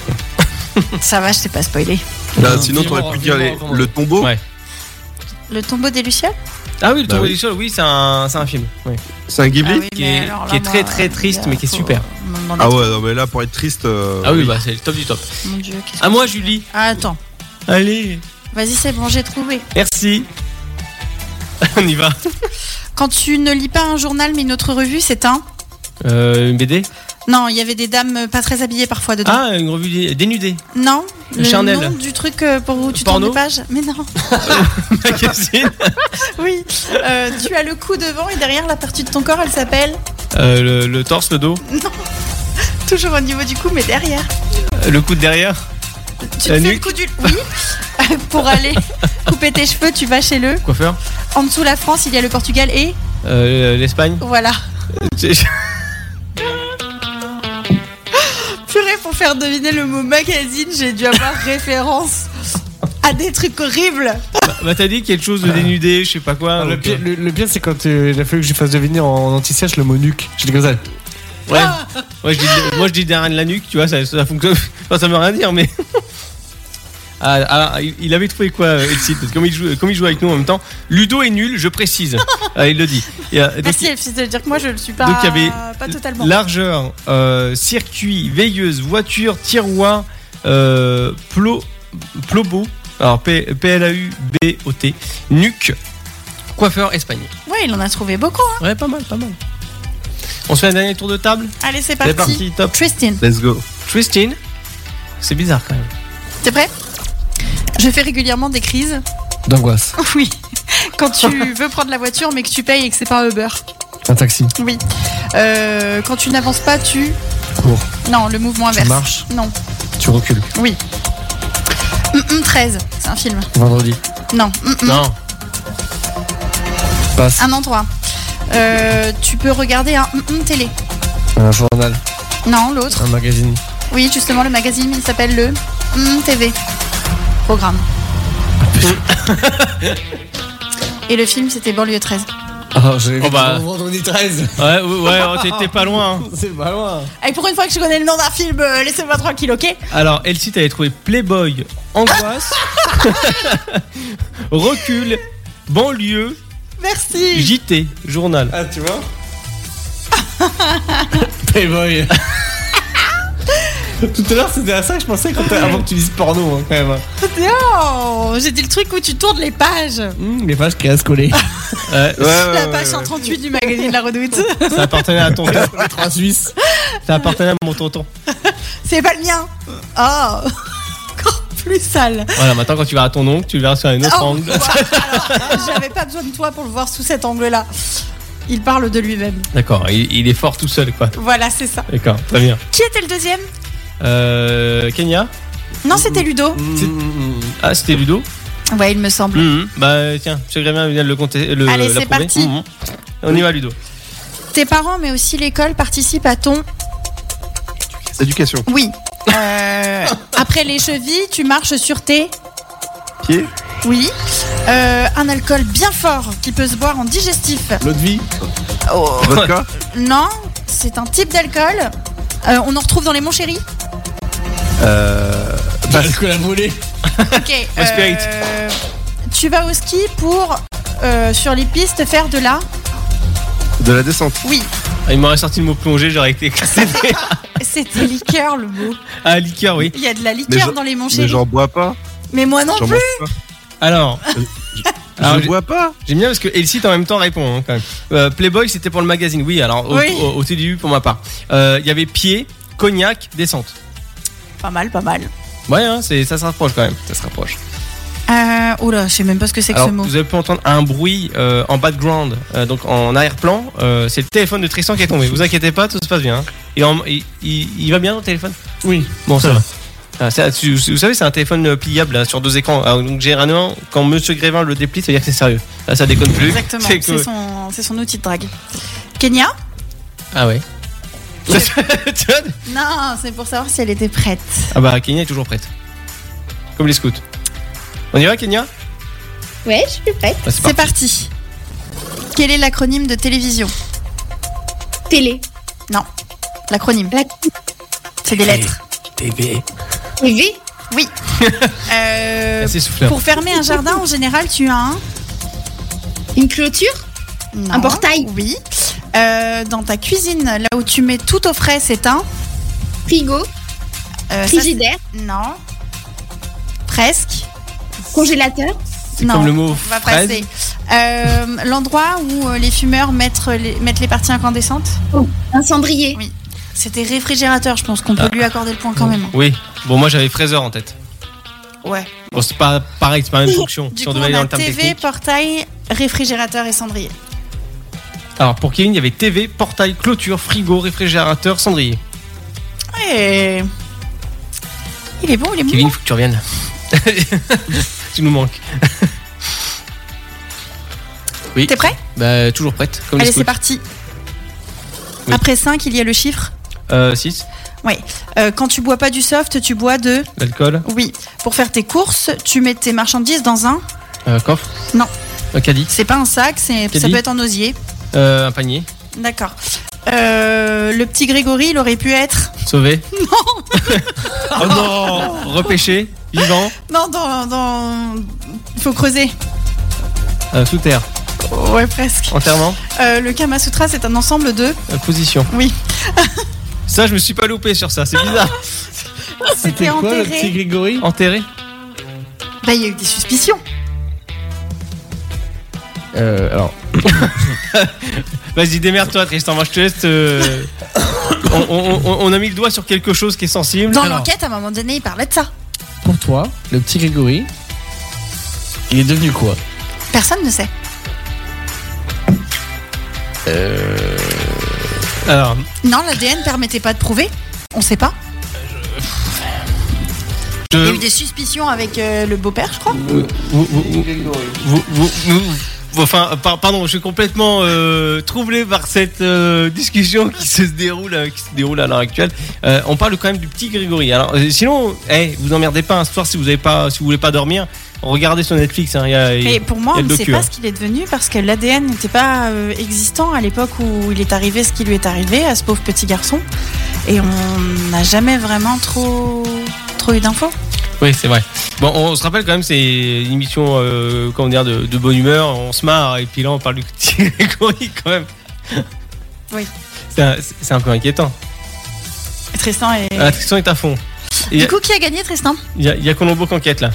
Speaker 4: Ça va, je t'ai pas spoilé.
Speaker 5: Là,
Speaker 3: Non,
Speaker 5: Bah, sinon, t'aurais
Speaker 3: vivement,
Speaker 5: pu dire les-
Speaker 3: vivement,
Speaker 5: le tombeau.
Speaker 2: Ouais.
Speaker 4: Le tombeau des Lucioles
Speaker 2: Ah oui, le
Speaker 5: Bah
Speaker 2: tombeau
Speaker 5: oui.
Speaker 2: du sol, oui, c'est un, c'est un film. Oui.
Speaker 5: C'est un Ghibli
Speaker 4: Ah oui,
Speaker 2: Qui
Speaker 4: mais
Speaker 2: est-
Speaker 4: alors là,
Speaker 2: qui est
Speaker 4: moi,
Speaker 2: très, très
Speaker 4: euh,
Speaker 2: triste, mais qui est
Speaker 4: faut-
Speaker 2: super.
Speaker 4: m'en demander-
Speaker 5: Ah ouais, non, mais là, pour être triste. euh,
Speaker 2: Ah oui, bah c'est le top du top.
Speaker 4: Mon Dieu, qu'est-ce
Speaker 2: À
Speaker 4: que
Speaker 2: moi,
Speaker 4: c'est
Speaker 2: Julie.
Speaker 4: Ah, attends,
Speaker 2: Allez.
Speaker 4: vas-y, c'est bon, j'ai trouvé.
Speaker 2: Merci. On y va.
Speaker 4: Quand tu ne lis pas un journal mais une autre revue, c'est un.
Speaker 2: Euh, une BD
Speaker 4: Non, il y avait des dames euh, pas très habillées parfois dedans.
Speaker 2: Ah, une revue dé- dénudée.
Speaker 4: non, le
Speaker 2: charnel.
Speaker 4: nom du truc euh, pour où tu tournes
Speaker 2: Ah, Porno
Speaker 4: les pages. Mais non,
Speaker 2: Magazine.
Speaker 4: oui. Euh, tu as le cou devant et derrière la partie de ton corps, elle s'appelle
Speaker 2: Euh, le, le torse, le dos,
Speaker 4: toujours au niveau du cou, mais derrière.
Speaker 2: euh, le coude derrière.
Speaker 4: Tu te
Speaker 2: La
Speaker 4: fais
Speaker 2: nuque.
Speaker 4: le coup du. Oui. pour aller couper tes cheveux, tu vas chez le.
Speaker 2: Coiffeur.
Speaker 4: En dessous la France, il y a le Portugal et
Speaker 2: Euh, L'Espagne.
Speaker 4: voilà.
Speaker 2: J'ai-
Speaker 4: Purée, pour faire deviner le mot magazine, j'ai dû avoir référence à des trucs horribles.
Speaker 2: Bah t'as dit quelque chose de dénudé, je sais pas quoi.
Speaker 3: Ah, le,
Speaker 2: donc,
Speaker 3: pire, le- le pire, c'est quand euh, il a fallu que je fasse devenir en anti-sèche le mot nuque. J'ai dit comme ça.
Speaker 2: euh, ouais.
Speaker 4: Ah,
Speaker 2: Ouais, je dis- moi je dis derrière de la nuque, tu vois, ça, ça fonctionne. Enfin, ça veut rien dire, mais. Ah, ah, il il avait trouvé quoi, euh, Elsie Parce que comme il, joue, comme il joue avec nous en même temps, Ludo est nul, je précise. Ah, il le dit. Et, euh, donc,
Speaker 4: Merci, Elfie, de dire que moi je le suis pas,
Speaker 2: Donc, il y avait
Speaker 4: pas totalement.
Speaker 2: Largeur, euh, circuit, veilleuse, voiture, tiroir, euh, plo, plobo, alors P- P-L-A-U-B-O-T, nuque, coiffeur, Espagne.
Speaker 4: Ouais, il en a trouvé beaucoup. hein.
Speaker 2: Ouais, pas mal, pas mal. On se fait un dernier tour de table
Speaker 4: Allez, c'est
Speaker 2: C'est
Speaker 4: parti.
Speaker 2: parti, top.
Speaker 4: Tristan,
Speaker 5: Let's go.
Speaker 2: Christine C'est bizarre quand même.
Speaker 4: t'es prêt Je fais régulièrement des crises.
Speaker 3: D'angoisse.
Speaker 4: Oui. Quand tu veux prendre la voiture mais que tu payes et que c'est pas Uber.
Speaker 3: Un taxi.
Speaker 4: Oui. Euh, quand tu n'avances pas, tu.
Speaker 3: Cours.
Speaker 4: Non, le mouvement inverse.
Speaker 3: marches.
Speaker 4: Non.
Speaker 3: Tu recules.
Speaker 4: Oui. Mm, mm, 13, c'est un film.
Speaker 3: Vendredi.
Speaker 4: Non. mm, mm,
Speaker 2: Non.
Speaker 3: Passe.
Speaker 4: Un endroit. Euh, tu peux regarder un mm, mm, télé.
Speaker 3: Un journal.
Speaker 4: Non, l'autre.
Speaker 3: Un magazine.
Speaker 4: Oui, justement, le magazine, il s'appelle le mm, TV. Programme. Et le film, c'était Banlieue 13.
Speaker 3: Ah, j'ai
Speaker 2: Oh, bah.
Speaker 3: vendredi 13.
Speaker 2: Ouais, ouais, ouais, oh, t'es- t'es pas loin. hein.
Speaker 3: c'est pas loin.
Speaker 4: Et pour une fois que je connais le nom d'un film, euh, laissez-moi tranquille, ok
Speaker 2: Alors, Elsie, t'avais trouvé Playboy, angoisse, recul, banlieue,
Speaker 4: Merci.
Speaker 2: JT, journal.
Speaker 3: Ah, tu vois Playboy. Tout à l'heure, c'était à ça que je pensais quand t'as- avant que tu dises porno, hein, quand même. hein.
Speaker 4: Oh, j'ai dit le truc où tu tournes les pages.
Speaker 3: Hum, les pages qui restent
Speaker 4: Ah,
Speaker 3: collées.
Speaker 2: Ouais,
Speaker 5: Ouais, ouais,
Speaker 4: La
Speaker 5: ouais,
Speaker 4: page
Speaker 5: ouais.
Speaker 4: 138 du magazine La Redoute.
Speaker 2: ça appartenait à ton tonton.
Speaker 3: Les trois Suisses.
Speaker 2: Ça appartenait à mon tonton.
Speaker 4: C'est pas le mien. Oh, encore plus sale.
Speaker 2: Voilà, maintenant quand tu verras ton oncle, tu le verras sur un autre
Speaker 4: Oh,
Speaker 2: angle.
Speaker 4: voilà. J'avais pas besoin de toi pour le voir sous cet angle-là. Il parle de lui-même.
Speaker 2: D'accord, il, il est fort tout seul, quoi.
Speaker 4: Voilà, c'est ça.
Speaker 2: D'accord, très bien.
Speaker 4: Qui était le deuxième
Speaker 2: Euh, Kenya
Speaker 4: Non, c'était Ludo.
Speaker 5: Mm.
Speaker 2: Ah, c'était Ludo
Speaker 4: Ouais, il me semble.
Speaker 2: Mhm. Bah tiens, je bien vient de le compter. Le,
Speaker 4: Allez, c'est
Speaker 2: l'approuver.
Speaker 4: parti.
Speaker 5: Mm-hmm.
Speaker 2: Mhm. On y va, Ludo.
Speaker 4: Tes parents, mais aussi l'école, participent à ton.
Speaker 5: Éducation.
Speaker 4: Oui. Euh, après les chevilles, tu marches sur tes.
Speaker 5: Pied.
Speaker 4: Oui. Euh, un alcool bien fort qui peut se boire en digestif.
Speaker 3: L'autre vie.
Speaker 4: Oh.
Speaker 5: Vodka.
Speaker 4: Non, c'est un type d'alcool. Euh, on en retrouve dans les Monts Chéri.
Speaker 5: Euh,
Speaker 2: Bah,
Speaker 3: Parce que la volée.
Speaker 4: Ok.
Speaker 2: Un spirit.
Speaker 4: euh, tu vas au ski pour euh, sur les pistes faire de la.
Speaker 5: de la descente.
Speaker 4: Oui,
Speaker 2: Ah, il m'aurait sorti le mot plongée, j'aurais été classé.
Speaker 4: c'était liqueur le mot.
Speaker 2: ah, liqueur, oui.
Speaker 4: Il y a de la
Speaker 5: Mais
Speaker 4: liqueur
Speaker 5: j'en-
Speaker 4: dans les Monts
Speaker 5: Mais
Speaker 4: Chéri.
Speaker 5: j'en bois pas.
Speaker 4: Mais moi non
Speaker 5: J'en
Speaker 4: plus.
Speaker 5: bois pas.
Speaker 2: Alors,
Speaker 3: Ah
Speaker 2: Alors,
Speaker 5: Je
Speaker 2: j'ai-
Speaker 5: bois pas.
Speaker 2: j'aime bien parce que Elsie en même temps répond hein, quand même. Euh, Playboy, c'était pour le magazine, oui, alors au,
Speaker 4: Oui.
Speaker 2: au- au tout début pour ma part. Euh, Il y avait pied, cognac, descente.
Speaker 4: Pas mal, pas mal.
Speaker 2: Ouais, hein, c'est, ça se rapproche quand même, ça se rapproche.
Speaker 4: Euh, oula, je sais même pas ce que c'est que
Speaker 2: Alors,
Speaker 4: ce mot.
Speaker 2: vous avez pu entendre un bruit euh, en background, euh, donc en arrière-plan. euh, c'est le téléphone de Tristan qui est tombé. Vous inquiétez pas, tout se passe bien. hein. Et en- il, il- il va bien ton téléphone
Speaker 3: Oui.
Speaker 2: Bon, ça va. Ah, ça, tu- vous savez, c'est un téléphone euh, pliable là, sur deux écrans. Ah, donc généralement, quand Monsieur Grévin le déplie, ça veut dire que c'est sérieux. Là, ça déconne plus.
Speaker 4: Exactement,
Speaker 2: C'est
Speaker 4: c'est
Speaker 2: cool.
Speaker 4: son, c'est son outil de drague. Kenya
Speaker 2: Ah ouais.
Speaker 4: Non, c'est pour savoir si elle était prête.
Speaker 2: ah bah Kenya est toujours prête. Comme les scouts. On y va Kenya
Speaker 9: Ouais, je suis prête.
Speaker 2: Bah, c'est
Speaker 4: C'est
Speaker 2: parti.
Speaker 4: parti. Quel est l'acronyme de télévision
Speaker 9: Télé.
Speaker 4: L'acronyme,
Speaker 9: La
Speaker 4: c'est des lettres.
Speaker 9: TV.
Speaker 2: Ah,
Speaker 4: Euh,
Speaker 3: C'est souffleur.
Speaker 4: pour fermer un jardin, en général, tu as un...
Speaker 9: Une clôture.
Speaker 4: Non.
Speaker 9: Un portail.
Speaker 4: Oui. Euh, dans ta cuisine, là où tu mets tout au frais, c'est un...
Speaker 9: Frigo.
Speaker 4: euh, ça,
Speaker 9: Frigidaire.
Speaker 4: c'est- non. Presque.
Speaker 9: Congélateur.
Speaker 2: C'est comme le mot
Speaker 4: On va
Speaker 2: fraise.
Speaker 4: passer. Euh, L'endroit où euh, les fumeurs mettent les, mettent les parties incandescentes
Speaker 9: Un cendrier.
Speaker 4: C'était réfrigérateur, je pense qu'on
Speaker 2: Ah.
Speaker 4: peut lui accorder le point quand même.
Speaker 2: Oui. Bon moi j'avais Fraser en tête.
Speaker 4: Ouais.
Speaker 2: Bon c'est pas pareil, c'est pas la même fonction.
Speaker 4: Du
Speaker 2: si
Speaker 4: coup,
Speaker 2: on
Speaker 4: on
Speaker 2: devait aller dans
Speaker 4: a
Speaker 2: le terme
Speaker 4: TV,
Speaker 2: technique.
Speaker 4: portail, réfrigérateur et cendrier.
Speaker 2: Alors pour Kevin, il y avait TV, portail, clôture, frigo, réfrigérateur, cendrier.
Speaker 4: Et... Il est bon, il est
Speaker 2: Kevin,
Speaker 4: bon.
Speaker 2: il faut que tu reviennes là. tu nous manques.
Speaker 4: T'es prêt
Speaker 3: Bah, toujours prête. Comme
Speaker 4: Allez, c'est parti.
Speaker 2: Oui.
Speaker 4: Après 5, il y a le chiffre.
Speaker 2: Euh, 6,
Speaker 4: Euh, quand tu bois pas du soft, tu bois de.
Speaker 2: l'alcool,
Speaker 4: Oui. Pour faire tes courses, tu mets tes marchandises dans un.
Speaker 2: euh, coffre.
Speaker 4: Non.
Speaker 2: Un caddie,
Speaker 4: C'est pas un sac, c'est... ça
Speaker 2: Kelly
Speaker 4: peut être en osier.
Speaker 2: euh, un panier,
Speaker 4: D'accord. Euh, le petit Grégory, il aurait pu être.
Speaker 2: sauvé. Non Oh non Repêché, vivant,
Speaker 4: Non, dans. dans... Faut creuser.
Speaker 2: euh, sous terre,
Speaker 4: Ouais, presque.
Speaker 2: enterrement,
Speaker 4: Euh, le Kama Sutra, c'est un ensemble de.
Speaker 2: euh, position.
Speaker 4: Oui.
Speaker 2: Ça, je me suis pas loupé sur ça, c'est bizarre.
Speaker 4: C'était enterré.
Speaker 3: Grégory
Speaker 2: Enterré
Speaker 4: Bah, il y a eu des suspicions.
Speaker 3: euh, Alors,
Speaker 2: Vas-y, démerde-toi, Tristan, moi je te laisse. te- on, on- on- on a mis le doigt sur quelque chose qui est sensible.
Speaker 4: Dans
Speaker 2: Alors,
Speaker 4: l'enquête, à un moment donné, il parlait de ça.
Speaker 3: pour toi, le petit Grégory, il est devenu quoi
Speaker 4: Personne ne sait.
Speaker 2: alors,
Speaker 4: Non, l'ADN permettait pas de prouver. On sait pas. Il y a eu
Speaker 2: je-
Speaker 4: des suspicions avec euh, le beau-père, je crois.
Speaker 2: vous- vous- vous- vous- vous- vous- vous- enfin, par- pardon, je suis complètement euh, troublé par cette euh, discussion qui se déroule, euh, qui se déroule à l'heure actuelle. Euh, on parle quand même du petit Grégory. Alors, euh, sinon, eh, vous emmerdez pas un soir si vous avez pas, si vous voulez pas dormir, regardez sur Netflix. hein, il y a- il-
Speaker 4: Mais pour moi,
Speaker 2: il y
Speaker 4: on
Speaker 2: a le
Speaker 4: ne sait
Speaker 2: docu, hein.
Speaker 4: pas ce qu'il est devenu parce que l'ADN n'était pas euh, existant à l'époque où il est arrivé ce qui lui est arrivé à ce pauvre petit garçon. Et on n'a jamais vraiment trop, trop eu d'infos.
Speaker 2: Oui, c'est vrai. Bon, on se rappelle quand même, c'est une émission, euh, comment dire, de, de bonne humeur. On se marre et puis là, on parle du petit Grégory quand même.
Speaker 4: Oui.
Speaker 2: C'est un, c'est un peu inquiétant.
Speaker 4: Tristan et.
Speaker 2: La Tristan est à fond.
Speaker 4: Du coup, qui a gagné, Tristan
Speaker 2: Il y a, il y a Colombo qu'enquête là.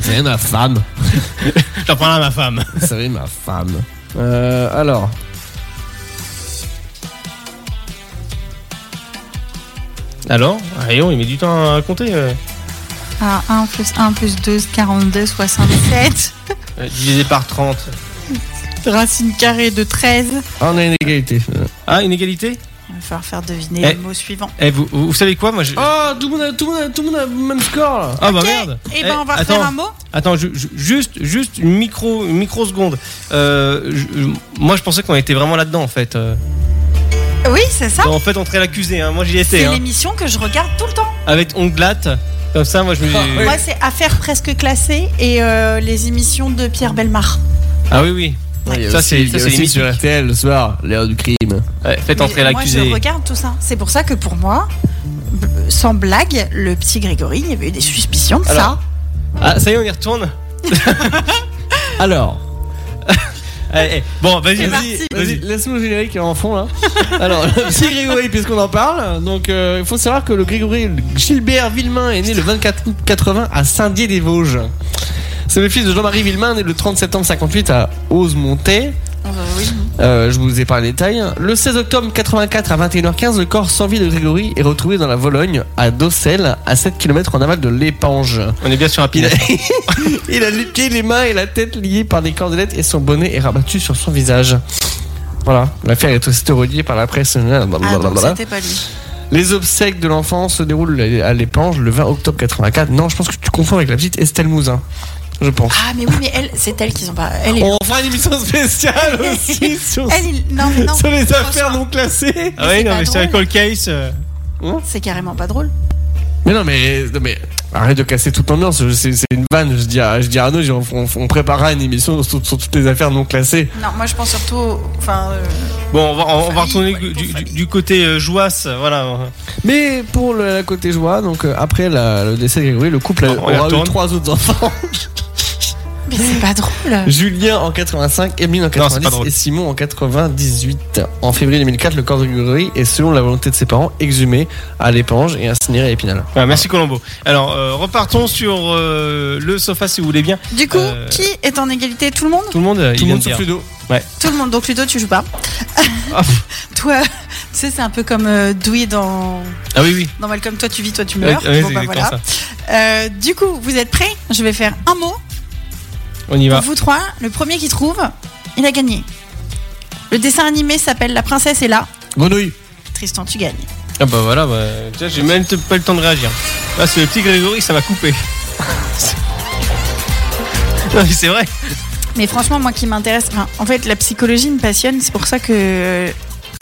Speaker 3: c'est ma femme.
Speaker 2: J'en parle à ma femme.
Speaker 3: Vous savez, ma femme. Euh, alors.
Speaker 2: Alors, Rayon, il met du temps à compter. euh.
Speaker 4: 1 plus 1 plus 2, 42, 67.
Speaker 2: Euh, divisé par 30.
Speaker 4: Racine carrée de 13.
Speaker 3: Ah, on a une égalité.
Speaker 2: Ah, une égalité
Speaker 4: Il va falloir faire deviner
Speaker 2: Eh.
Speaker 4: le mot suivant.
Speaker 2: Eh, vous, vous vous savez quoi Moi, je...
Speaker 3: Oh, tout le monde a, tout le monde a, tout le monde a le même score là.
Speaker 2: Ah bah
Speaker 4: Ok,
Speaker 2: merde
Speaker 4: Et
Speaker 2: Eh,
Speaker 4: ben, on va
Speaker 2: attends,
Speaker 4: refaire un mot.
Speaker 2: Attends, ju- ju- juste, juste une micro, une micro seconde. Euh, je- moi, je pensais qu'on était vraiment là-dedans en fait. Euh,
Speaker 4: Oui, c'est ça.
Speaker 2: En fait, on serait l'accusé. Hein. Moi, j'y étais.
Speaker 4: Ah. C'est
Speaker 2: Hein.
Speaker 4: l'émission que je regarde tout le temps.
Speaker 2: Avec Onglat, comme ça, moi, je me.
Speaker 3: Ah,
Speaker 4: Moi, c'est Affaires presque classées et euh, les émissions de Pierre Belmar.
Speaker 2: Ah oui, oui.
Speaker 3: Il y a
Speaker 2: Ça,
Speaker 3: aussi-
Speaker 2: c'est-
Speaker 3: il y
Speaker 2: ça,
Speaker 3: a
Speaker 2: c'est
Speaker 3: aussi
Speaker 2: limite.
Speaker 3: sur RTL le soir, l'heure du crime.
Speaker 2: Ouais, faites
Speaker 4: Mais euh,
Speaker 2: entrer
Speaker 4: Moi, je
Speaker 2: l'accusé.
Speaker 4: regarde tout ça. C'est pour ça que pour moi, b- sans blague, le petit Grégory, il y avait eu des suspicions de
Speaker 2: Alors, Ah, ça y est, on y retourne.
Speaker 3: Alors,
Speaker 2: Eh, eh, Bon, vas-y,
Speaker 4: C'est
Speaker 2: vas-y,
Speaker 4: parti.
Speaker 2: vas-y.
Speaker 3: laisse-moi le générique en fond là. Alors, le petit Grégory, puisqu'on en parle, donc euh, il faut savoir que le Grégory Gilbert Villemain est né le 24 août 80 à Saint-Dié-des-Vosges. C'est le fils de Jean-Marie Villemain, né le 30 septembre 58 à Ose-Montet.
Speaker 4: ça. Oui.
Speaker 3: Euh, je vous ai parlé les détails. Le 16 octobre 84 à 21h15, le corps sans vie de Grégory est retrouvé dans la Vologne, à Dossel, à 7 km en aval de l'Épange.
Speaker 2: On est bien sur un
Speaker 3: Il a,
Speaker 2: pilote.
Speaker 3: il a les pieds, les mains et la tête liés par des cordelettes et son bonnet est rabattu sur son visage. Voilà, l'affaire est aussitôt reliée par la presse.
Speaker 4: Ah, donc
Speaker 3: blablabla.
Speaker 4: c'était pas lui.
Speaker 3: Les obsèques de l'enfant se déroulent à l'épanche le 20 octobre 84. Non, je pense que tu confonds avec la petite Estelle Mouzin. Je pense.
Speaker 4: Ah, mais oui, mais elle, c'est elle qu'ils ont pas. Elle, est-
Speaker 3: On fera une émission spéciale aussi sur,
Speaker 4: elle, il- non, mais non.
Speaker 3: sur les
Speaker 4: Franchement,
Speaker 3: affaires non classées.
Speaker 2: Ah oui,
Speaker 4: c'est
Speaker 2: non,
Speaker 4: pas
Speaker 2: mais c'est un
Speaker 4: drôle.
Speaker 2: call case. euh,
Speaker 4: C'est carrément pas drôle.
Speaker 3: Mais non, mais, non, mais arrête de casser toute l'ambiance. Je- C'est c'est une vanne. Je dis à, je dis à Arnaud, je dis, on, on- on préparera une émission sur, sur toutes les affaires non classées.
Speaker 4: Non, moi je pense surtout. au- Enfin, euh,
Speaker 2: Bon, on va, on va
Speaker 4: Famille,
Speaker 2: retourner
Speaker 4: ouais,
Speaker 2: du,
Speaker 4: pour
Speaker 2: du-
Speaker 4: famille.
Speaker 2: du côté euh, jouasse, voilà.
Speaker 3: Mais pour le la côté joie, donc euh, après la- le décès de Grégory, le couple a-
Speaker 2: On y
Speaker 3: aura eu
Speaker 2: retourne.
Speaker 3: trois autres enfants
Speaker 4: mais c'est pas drôle.
Speaker 3: Julien en 85, Emeline en
Speaker 2: pas
Speaker 3: 90
Speaker 2: drôle.
Speaker 3: et Simon en 98. En février 2004, le corps de Grégory est, selon la volonté de ses parents, exhumé à l'épange et incinéré à Épinal.
Speaker 2: Ah, merci Colombo. Alors, euh, repartons sur euh, le sofa si vous voulez bien.
Speaker 4: Du coup,
Speaker 2: Euh,
Speaker 4: qui est en égalité Tout le monde
Speaker 2: Tout le monde, euh, il
Speaker 3: Tout le
Speaker 2: vient de
Speaker 3: monde
Speaker 2: dire.
Speaker 3: sauf Ludo.
Speaker 4: Tout le monde. Donc Ludo, tu joues pas.
Speaker 2: Ah.
Speaker 4: Toi, tu sais, c'est un peu comme euh, Douy dans,
Speaker 2: Ah oui, oui.
Speaker 4: dans Malcolm. Toi, tu vis, toi, tu meurs.
Speaker 2: Ouais, ouais,
Speaker 4: Bon,
Speaker 2: c'est
Speaker 4: bah,
Speaker 2: exactement
Speaker 4: voilà. Euh, du coup, vous êtes prêts Je vais faire un mot.
Speaker 2: ça. On y va.
Speaker 4: Pour vous trois, le premier qui trouve, il a gagné. Le dessin animé s'appelle La princesse est là.
Speaker 3: Grenouille.
Speaker 4: Tristan, tu gagnes.
Speaker 2: Ah bah voilà, bah, déjà, j'ai même t- pas eu le temps de réagir. Là, c'est le petit Grégory, ça m'a coupé. non, mais c'est vrai.
Speaker 4: Mais franchement, moi qui m'intéresse, enfin, en fait, la psychologie me passionne. C'est pour ça que euh,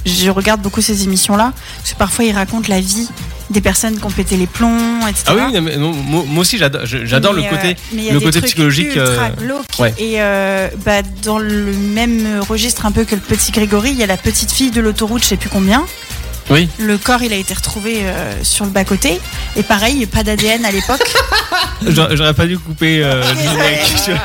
Speaker 4: je regarde beaucoup ces émissions-là. Parce que parfois, ils racontent la vie des personnes qui ont pété les plombs, etc.
Speaker 2: Ah oui, oui, non, mais non, moi, moi aussi, j'adore, je- j'adore le
Speaker 4: Mais,
Speaker 2: côté.
Speaker 4: euh, mais il y a
Speaker 2: le
Speaker 4: des
Speaker 2: côté
Speaker 4: trucs
Speaker 2: psychologique,
Speaker 4: ultra
Speaker 2: euh,
Speaker 4: glauques.
Speaker 2: ouais.
Speaker 4: Et euh, bah, dans le même registre un peu que le petit Grégory, il y a la petite fille de l'autoroute, je sais plus combien.
Speaker 2: Oui.
Speaker 4: Le corps, il a été retrouvé euh, sur le bas-côté. Et pareil, pas d'ADN à l'époque.
Speaker 2: J'aurais j'aurais pas dû couper euh, le générique. tu vois.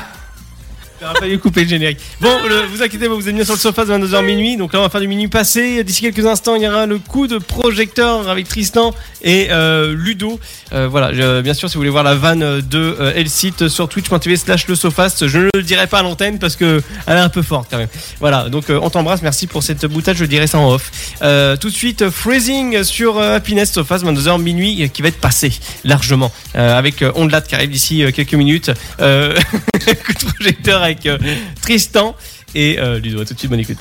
Speaker 2: J'aurais pas dû couper le générique. Bon, le- vous inquiétez pas, vous êtes bien sur le sofa de 22h minuit. Donc là, on va faire du minuit passé. D'ici quelques instants, il y aura le coup de projecteur avec Tristan et euh, Ludo. Euh, voilà, je- bien sûr, si vous voulez voir la vanne de euh, Elsite sur twitch.tv slash le sofast, je ne le dirai pas à l'antenne parce que elle est un peu forte quand même. Voilà, donc euh, on t'embrasse. Merci pour cette boutade. Je dirai ça en off. Euh, tout de suite, euh, Freezing sur euh, Happiness Sofast, 22h minuit, euh, qui va être passé largement euh, avec euh, Ondelat qui arrive d'ici euh, quelques minutes. Euh, coup de projecteur avec euh, Tristan et euh, Ludo. À tout de suite, bonne écoute.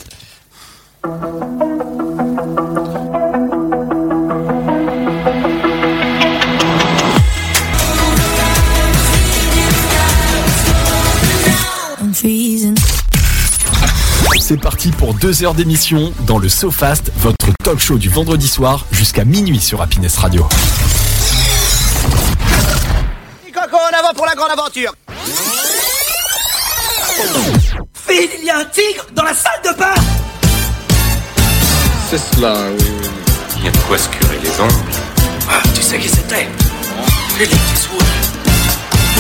Speaker 1: C'est parti pour deux heures d'émission dans le SoFast, votre talk show du vendredi soir jusqu'à minuit sur Happiness Radio.
Speaker 10: Coco en avant pour la grande aventure Phil, il y a un tigre dans la salle de bain
Speaker 11: Il y a de quoi se curer les ongles.
Speaker 10: Ah, tu sais qui c'était Phil Eastwood.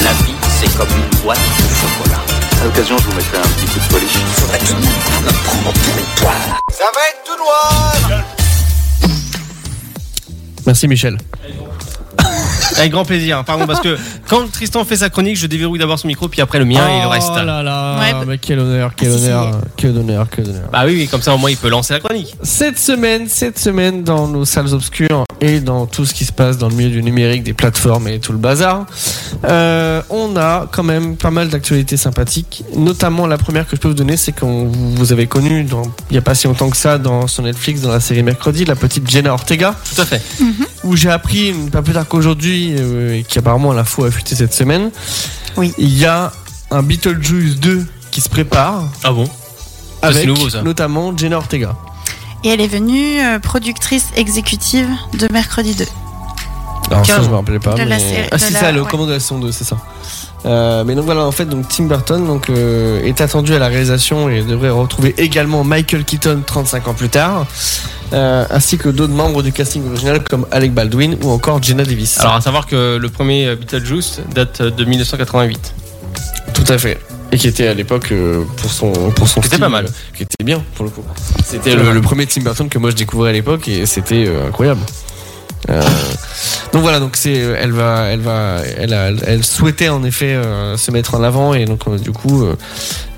Speaker 7: La vie, c'est comme une boîte de chocolat.
Speaker 11: À l'occasion, je vous mettrai un petit coup de polish.
Speaker 10: Faudrait tout de même pas me prendre pour une poire Ça va être tout noir
Speaker 3: Merci Michel.
Speaker 2: Avec grand plaisir. Pardon, parce que quand Tristan fait sa chronique, je déverrouille d'abord son micro, puis après le mien et le reste.
Speaker 3: Oh là là,
Speaker 4: Ouais, bah-
Speaker 3: mais quel honneur, quel
Speaker 4: Ah, si,
Speaker 3: honneur, quel honneur, quel honneur.
Speaker 2: Bah oui, oui, comme ça au moins il peut lancer la chronique.
Speaker 3: Cette semaine, cette semaine, dans nos salles obscures et dans tout ce qui se passe dans le milieu du numérique, des plateformes et tout le bazar, euh, on a quand même pas mal d'actualités sympathiques. Notamment, la première que je peux vous donner, c'est qu'on vous avez connu dans, il n'y a pas si longtemps que ça dans sur Netflix, dans la série Mercredi, la petite Jenna Ortega,
Speaker 2: Tout à fait.
Speaker 3: où j'ai appris, pas plus tard qu'aujourd'hui, euh, et qui apparemment la faux affûté cette semaine,
Speaker 4: Oui.
Speaker 3: il y a un Beetlejuice 2 qui se prépare,
Speaker 2: Ah bon Ça, c'est
Speaker 3: avec
Speaker 2: nouveau, ça.
Speaker 3: notamment Jenna Ortega.
Speaker 4: Et elle est venue euh, productrice exécutive de Mercredi 2.
Speaker 3: Alors Ah, ça,
Speaker 4: Carrément.
Speaker 3: je me rappelais pas.
Speaker 4: De
Speaker 3: mais-
Speaker 4: la série-
Speaker 3: ah
Speaker 4: de
Speaker 3: si,
Speaker 4: la-
Speaker 3: ça, le
Speaker 4: ouais.
Speaker 3: commando de la saison 2, c'est ça. Euh, mais donc voilà, en fait, donc Tim Burton donc, euh, est attendu à la réalisation et devrait retrouver également Michael Keaton 35 ans plus tard, euh, ainsi que d'autres membres du casting original comme Alec Baldwin ou encore Jenna Davis.
Speaker 2: Alors à savoir que le premier euh, Beetlejuice date euh, de 1988.
Speaker 3: tout à fait. Et qui était à l'époque euh, pour son pour son
Speaker 2: Qui était
Speaker 3: style,
Speaker 2: pas mal.
Speaker 3: euh, qui était bien pour le coup. C'était le, le premier Tim Burton que moi je découvrais à l'époque et c'était euh, incroyable. Euh, donc voilà, donc c'est, euh, elle va, elle va, elle, a- elle souhaitait en effet euh, se mettre en avant et donc euh, du coup, euh,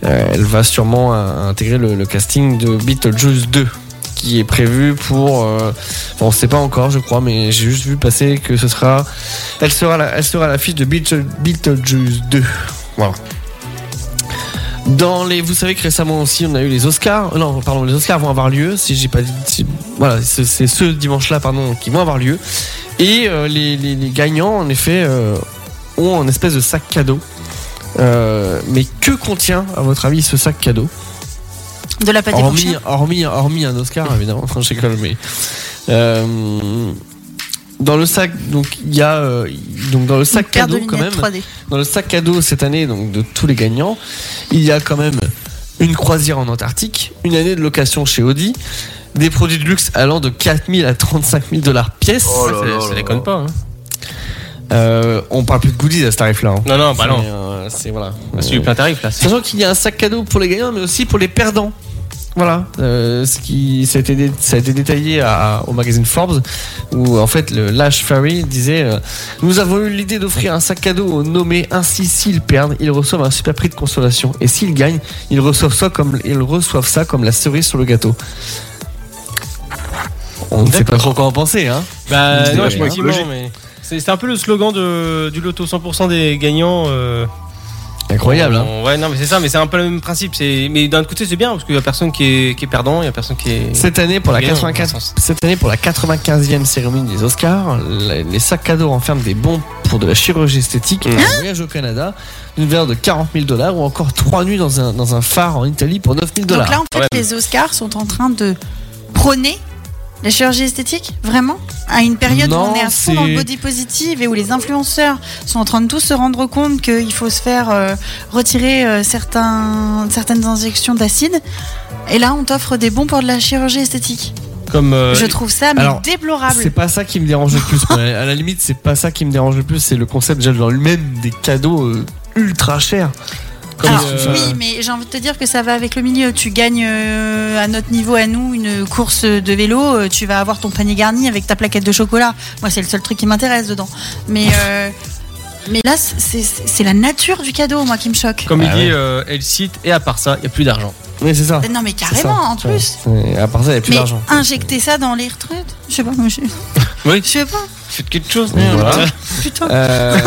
Speaker 3: euh, elle va sûrement euh, intégrer le, le casting de Beetlejuice 2 qui est prévu pour, euh, enfin, on sait pas encore, je crois, mais j'ai juste vu passer que ce sera, elle sera, la, elle sera à l'affiche de Beetle- Beetlejuice 2. Voilà. Dans les, vous savez que récemment aussi, on a eu les Oscars. Euh, Non, pardon, les Oscars vont avoir lieu. Si j'ai pas, dit- si- voilà, c'est c'est ce dimanche-là, pardon, qui vont avoir lieu. Et euh, les, les- les gagnants, en effet, euh, ont un espèce de sac cadeau. Euh, mais que contient, à votre avis, ce sac cadeau
Speaker 4: De la pâté pour
Speaker 3: hormis,
Speaker 4: chien.
Speaker 3: hormis, hormis un Oscar, évidemment. Enfin, je rigole, mais. euh, dans le sac, donc il y a euh, donc dans le sac
Speaker 4: paire de
Speaker 3: cadeau quand même.
Speaker 4: lunettes 3D.
Speaker 3: Dans le sac cadeau cette année, donc de tous les gagnants, il y a quand même une croisière en Antarctique, une année de location chez Audi, des produits de luxe allant de 4000 à 35 000 dollars pièce.
Speaker 2: Oh là Ça, là ça là déconne là. pas, hein.
Speaker 3: Euh, on parle plus de goodies à ce tarif-là. hein.
Speaker 2: Non, non, bah
Speaker 3: C'est,
Speaker 2: non.
Speaker 3: euh, c'est voilà.
Speaker 2: C'est eu plein tarif là.
Speaker 3: Sachant qu'il y a un sac cadeau pour les gagnants, mais aussi pour les perdants. Voilà, euh, ce qui ça a été, dé- ça a été détaillé à- au magazine Forbes, où en fait le Lash Ferry disait euh, Nous avons eu l'idée d'offrir un sac cadeau aux nommés, ainsi s'ils perdent, ils reçoivent un super prix de consolation, et s'ils gagnent, ils reçoivent ça comme, ils reçoivent ça comme la cerise sur le gâteau. On ne sait pas trop quoi en penser, hein
Speaker 2: Bah
Speaker 3: C'était
Speaker 2: non,
Speaker 3: vachement
Speaker 2: effectivement,
Speaker 3: écologique.
Speaker 2: mais c'est c'est un peu le slogan de, du loto 100% des gagnants. euh,
Speaker 3: Incroyable, hein
Speaker 2: on- Ouais, non, mais c'est ça, mais c'est un peu le même principe. c'est- Mais d'un autre côté, c'est bien parce qu'il y a personne qui est, qui est perdant, il y a personne qui est.
Speaker 3: Cette année, pour la
Speaker 2: gagnant,
Speaker 3: 95
Speaker 2: dans un sens.
Speaker 3: cette année, pour la 95e cérémonie des Oscars, les, les sacs cadeaux renferment des bons pour de la chirurgie esthétique, un voyage au Canada, une valeur de 40 000 dollars ou encore trois nuits dans un, dans un phare en Italie pour 9 000 dollars.
Speaker 4: Donc là, en fait, les Oscars sont en train de prôner la chirurgie esthétique, vraiment À une période où
Speaker 3: Non,
Speaker 4: on est à fond
Speaker 3: c'est-
Speaker 4: dans le body positive et où les influenceurs sont en train de tous se rendre compte qu'il faut se faire euh, retirer euh, certains, certaines injections d'acide. Et là, on t'offre des bons pour de la chirurgie esthétique.
Speaker 2: Comme, euh,
Speaker 4: Je trouve ça mais
Speaker 3: alors, C'est
Speaker 4: déplorable.
Speaker 3: pas ça qui me dérange le plus. moi. à la limite, c'est pas ça qui me dérange le plus, c'est le concept déjà dans lui-même des cadeaux euh, ultra chers. Comme,
Speaker 4: Alors,
Speaker 3: euh,
Speaker 4: Ah, oui, mais j'ai envie de te dire que ça va avec le milieu. Tu gagnes euh, à notre niveau, à nous, une course de vélo, euh, tu vas avoir ton panier garni avec ta plaquette de chocolat. Moi, c'est le seul truc qui m'intéresse dedans. Mais, euh, mais là, c'est c'est- c'est la nature du cadeau, moi, qui me choque.
Speaker 2: Comme il dit, euh, elle cite, et à part ça, il n'y a plus d'argent.
Speaker 3: Oui, c'est ça.
Speaker 4: Non, mais
Speaker 3: c'est ça.
Speaker 4: carrément, en plus.
Speaker 3: Ouais, À part ça, il n'y a plus
Speaker 4: Mais
Speaker 3: d'argent.
Speaker 4: injecter ça dans les retraites Je sais pas, moi, je...
Speaker 2: Oui.
Speaker 4: je sais pas.
Speaker 2: Faites quelque chose. hein.
Speaker 3: Voilà.
Speaker 4: Putain.
Speaker 3: Euh,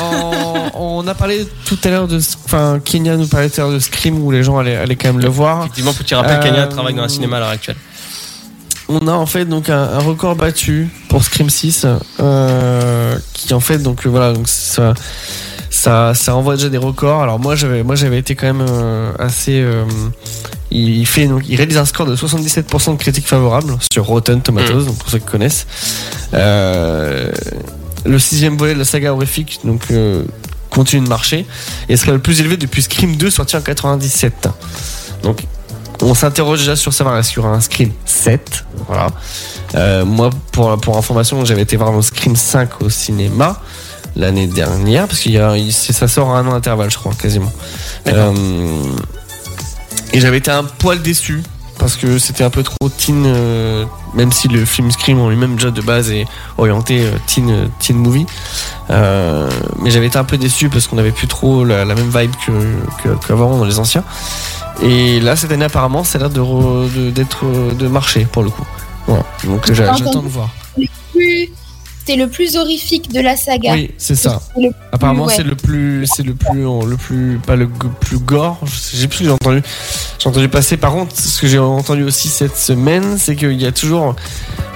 Speaker 3: en- on a parlé tout à l'heure de. Enfin, Kenya nous parlait tout à l'heure de Scream où les gens allaient, allaient quand même le voir.
Speaker 2: Effectivement, petit rappel,
Speaker 3: Euh,
Speaker 2: Kenya travaille dans un cinéma à l'heure actuelle.
Speaker 3: On a en fait donc un, un record battu pour Scream 6 euh, qui en fait donc euh, voilà donc ça ça ça envoie déjà des records. Alors moi j'avais moi j'avais été quand même euh, assez euh, il fait donc il réalise un score de 77% de critiques favorables sur Rotten Tomatoes donc pour ceux qui connaissent. Euh, le sixième volet de la saga horrifique donc euh, continue de marcher et serait le plus élevé depuis Scream 2 sorti en 97. Donc on s'interroge déjà sur savoir est-ce qu'il y aura un Scream 7. Voilà. Euh, moi, pour, pour information, j'avais été voir le Scream 5 au cinéma l'année dernière, parce que ça sort à un an d'intervalle, je crois, quasiment. Euh, et j'avais été un poil déçu, parce que c'était un peu trop teen, euh, même si le film Scream en lui-même, déjà de base, est orienté euh, teen, euh, teen movie. Euh, mais j'avais été un peu déçu parce qu'on avait plus trop la, la même vibe que- que- qu'avant dans les anciens. Et là, cette année, apparemment, ça a l'air de re- de- d'être euh, de, marcher pour le coup. Voilà. Donc j'a- j'attends de voir.
Speaker 9: Le plus- C'est le plus horrifique de la saga.
Speaker 3: Oui, c'est ça.
Speaker 9: C'est le plus-
Speaker 3: Apparemment,
Speaker 9: ouais.
Speaker 3: c'est le plus, c'est le plus, le plus, pas le g- plus gore. je sais- J'ai plus j'ai entendu, j'ai entendu passer. Par contre, ce que j'ai entendu aussi cette semaine, c'est qu'il y a toujours,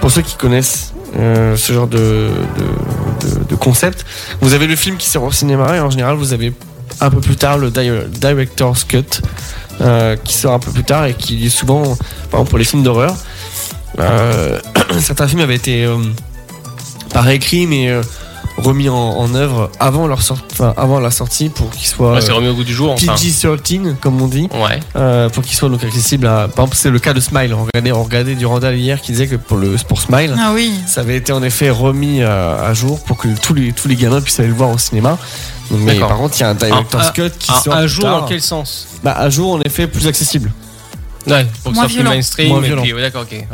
Speaker 3: pour ceux qui connaissent euh, ce genre de, de, de- de concept, vous avez le film qui sort au cinéma et en général, vous avez un peu plus tard le di- director's cut euh, qui sort un peu plus tard et qui est souvent, par exemple pour les films d'horreur, euh, certains films avaient été euh, pas réécrits mais euh, remis en, en œuvre avant leur sortie, avant la sortie pour qu'ils soient euh,
Speaker 2: Ouais, c'est remis au goût du jour, enfin.
Speaker 3: PG-13 comme on dit,
Speaker 2: Ouais.
Speaker 3: Euh, pour qu'ils soient donc accessibles à. Par exemple, c'est le cas de Smile. On regardait, on regardait Durandal hier qui disait que pour le pour Smile,
Speaker 4: Ah oui.
Speaker 3: ça avait été en effet remis euh, à, à jour pour que tous les tous les gamins puissent aller le voir au cinéma. Mais
Speaker 2: D'accord.
Speaker 3: par contre, il y a un director's
Speaker 2: Un-
Speaker 3: cut qui
Speaker 2: un-
Speaker 3: sort
Speaker 2: Ah, un
Speaker 3: plus
Speaker 2: jour
Speaker 3: tard.
Speaker 2: dans quel sens
Speaker 3: Bah, à jour, en effet, plus accessible.
Speaker 2: Ouais, pour que ça soit plus mainstream.
Speaker 3: Moins
Speaker 2: et
Speaker 3: violent.
Speaker 2: puis- ouais, D'accord, ok. ouais.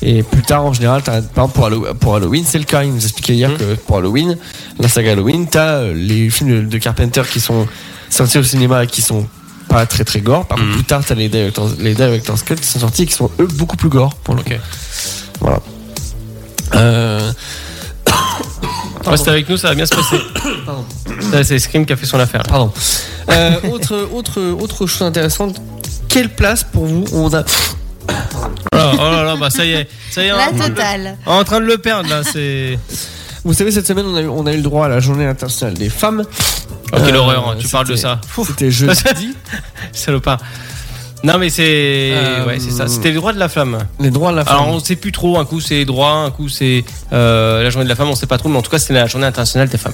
Speaker 3: Et plus tard, en général, t'as- par exemple, pour, Hallow- pour Halloween, c'est le cas. Il nous expliquait hier que pour Halloween, la saga Halloween, t'as euh, les films de, de Carpenter qui sont sortis au cinéma et qui sont pas très très gore. Par contre, plus tard, t'as les Directors, les Directors Cut qui sont sortis et qui sont eux beaucoup plus gore. Pour le coup. Voilà. Euh,
Speaker 2: Reste avec nous, ça va bien se passer. Ça, C'est Scream qui a fait son affaire.
Speaker 3: Pardon. Euh, autre, autre, autre chose intéressante, quelle place pour vous on a
Speaker 2: Oh là là, bah ça y est. Ça y est
Speaker 4: La
Speaker 2: on-
Speaker 4: totale.
Speaker 2: En train de le perdre là, c'est.
Speaker 3: Vous savez, cette semaine, on a eu, on a eu le droit à la journée internationale des femmes.
Speaker 2: Oh, quelle
Speaker 3: Euh,
Speaker 2: horreur, hein, tu parles de ça.
Speaker 3: C'était jeudi.
Speaker 2: Salopard. Non mais c'est.
Speaker 3: Euh,
Speaker 2: Ouais, c'est ça. C'était les droits de la flamme.
Speaker 3: Les droits de la femme.
Speaker 2: Alors on sait plus trop, un coup c'est les droits, un coup c'est euh, la journée de la femme, on sait pas trop, mais en tout cas c'est la journée internationale des femmes.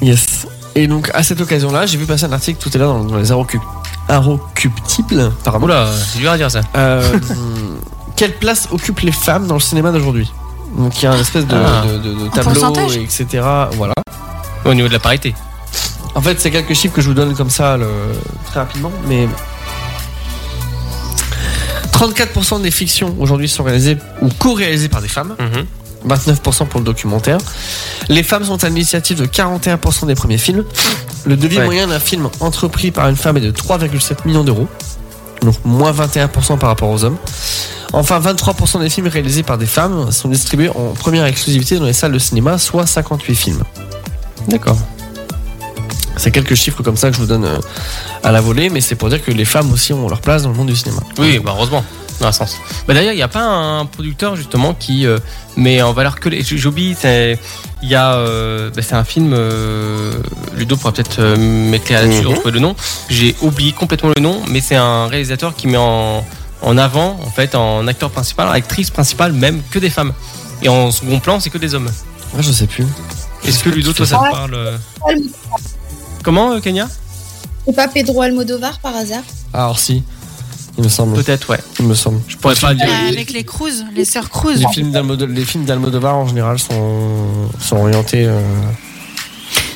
Speaker 3: Yes. Et donc, à cette occasion-là, j'ai vu passer un article tout à l'heure dans, dans les Arocup- Arocuptibles. Pardon.
Speaker 2: Oula, c'est dur à dire ça.
Speaker 3: Euh, hmm, quelle place occupent les femmes dans le cinéma d'aujourd'hui Donc, il y a un espèce de,
Speaker 2: Ah.
Speaker 3: de- de- de
Speaker 2: En
Speaker 3: tableau,
Speaker 2: pourcentage
Speaker 3: et etc. Voilà.
Speaker 2: Au niveau de la parité.
Speaker 3: En fait, c'est quelques chiffres que je vous donne comme ça le- très rapidement, mais 34% des fictions aujourd'hui sont réalisées ou co-réalisées par des femmes.
Speaker 2: Mhm.
Speaker 3: 29% pour le documentaire. Les femmes sont à l'initiative de 41% des premiers films. Le devis
Speaker 2: Ouais.
Speaker 3: moyen d'un film entrepris par une femme est de 3,7 millions d'euros. Donc moins 21% par rapport aux hommes. Enfin, 23% des films réalisés par des femmes sont distribués en première exclusivité dans les salles de cinéma, soit 58 films.
Speaker 2: D'accord.
Speaker 3: C'est quelques chiffres comme ça que je vous donne euh, à la volée, mais c'est pour dire que les femmes aussi ont leur place dans le monde du cinéma.
Speaker 2: Oui, bah heureusement, dans un sens. Bah d'ailleurs, il n'y a pas un producteur justement qui euh, met en valeur que les. j- J'oublie, c'est. Il y a. euh, bah, c'est un film. euh, Ludo pourra peut-être euh, m'éclairer là-dessus,
Speaker 12: Mhm.
Speaker 2: retrouver le nom. J'ai oublié complètement le nom, mais c'est un réalisateur qui met en, en avant, en fait, en acteur principal, en actrice principale, même que des femmes. Et en second plan, c'est que des hommes.
Speaker 3: Moi, je sais plus.
Speaker 2: Est-ce que Ludo, toi, ça te
Speaker 9: Ouais.
Speaker 2: parle euh, Comment, euh, Kenya
Speaker 9: C'est pas Pedro Almodovar par hasard
Speaker 3: Ah, alors si, il me semble.
Speaker 2: Peut-être, ouais.
Speaker 3: Il me semble. Je
Speaker 2: pourrais pas
Speaker 4: Euh, avec les Cruz, les sœurs Cruz.
Speaker 3: Les films d'Almodo- les films d'Almodovar en général sont, sont orientés. euh,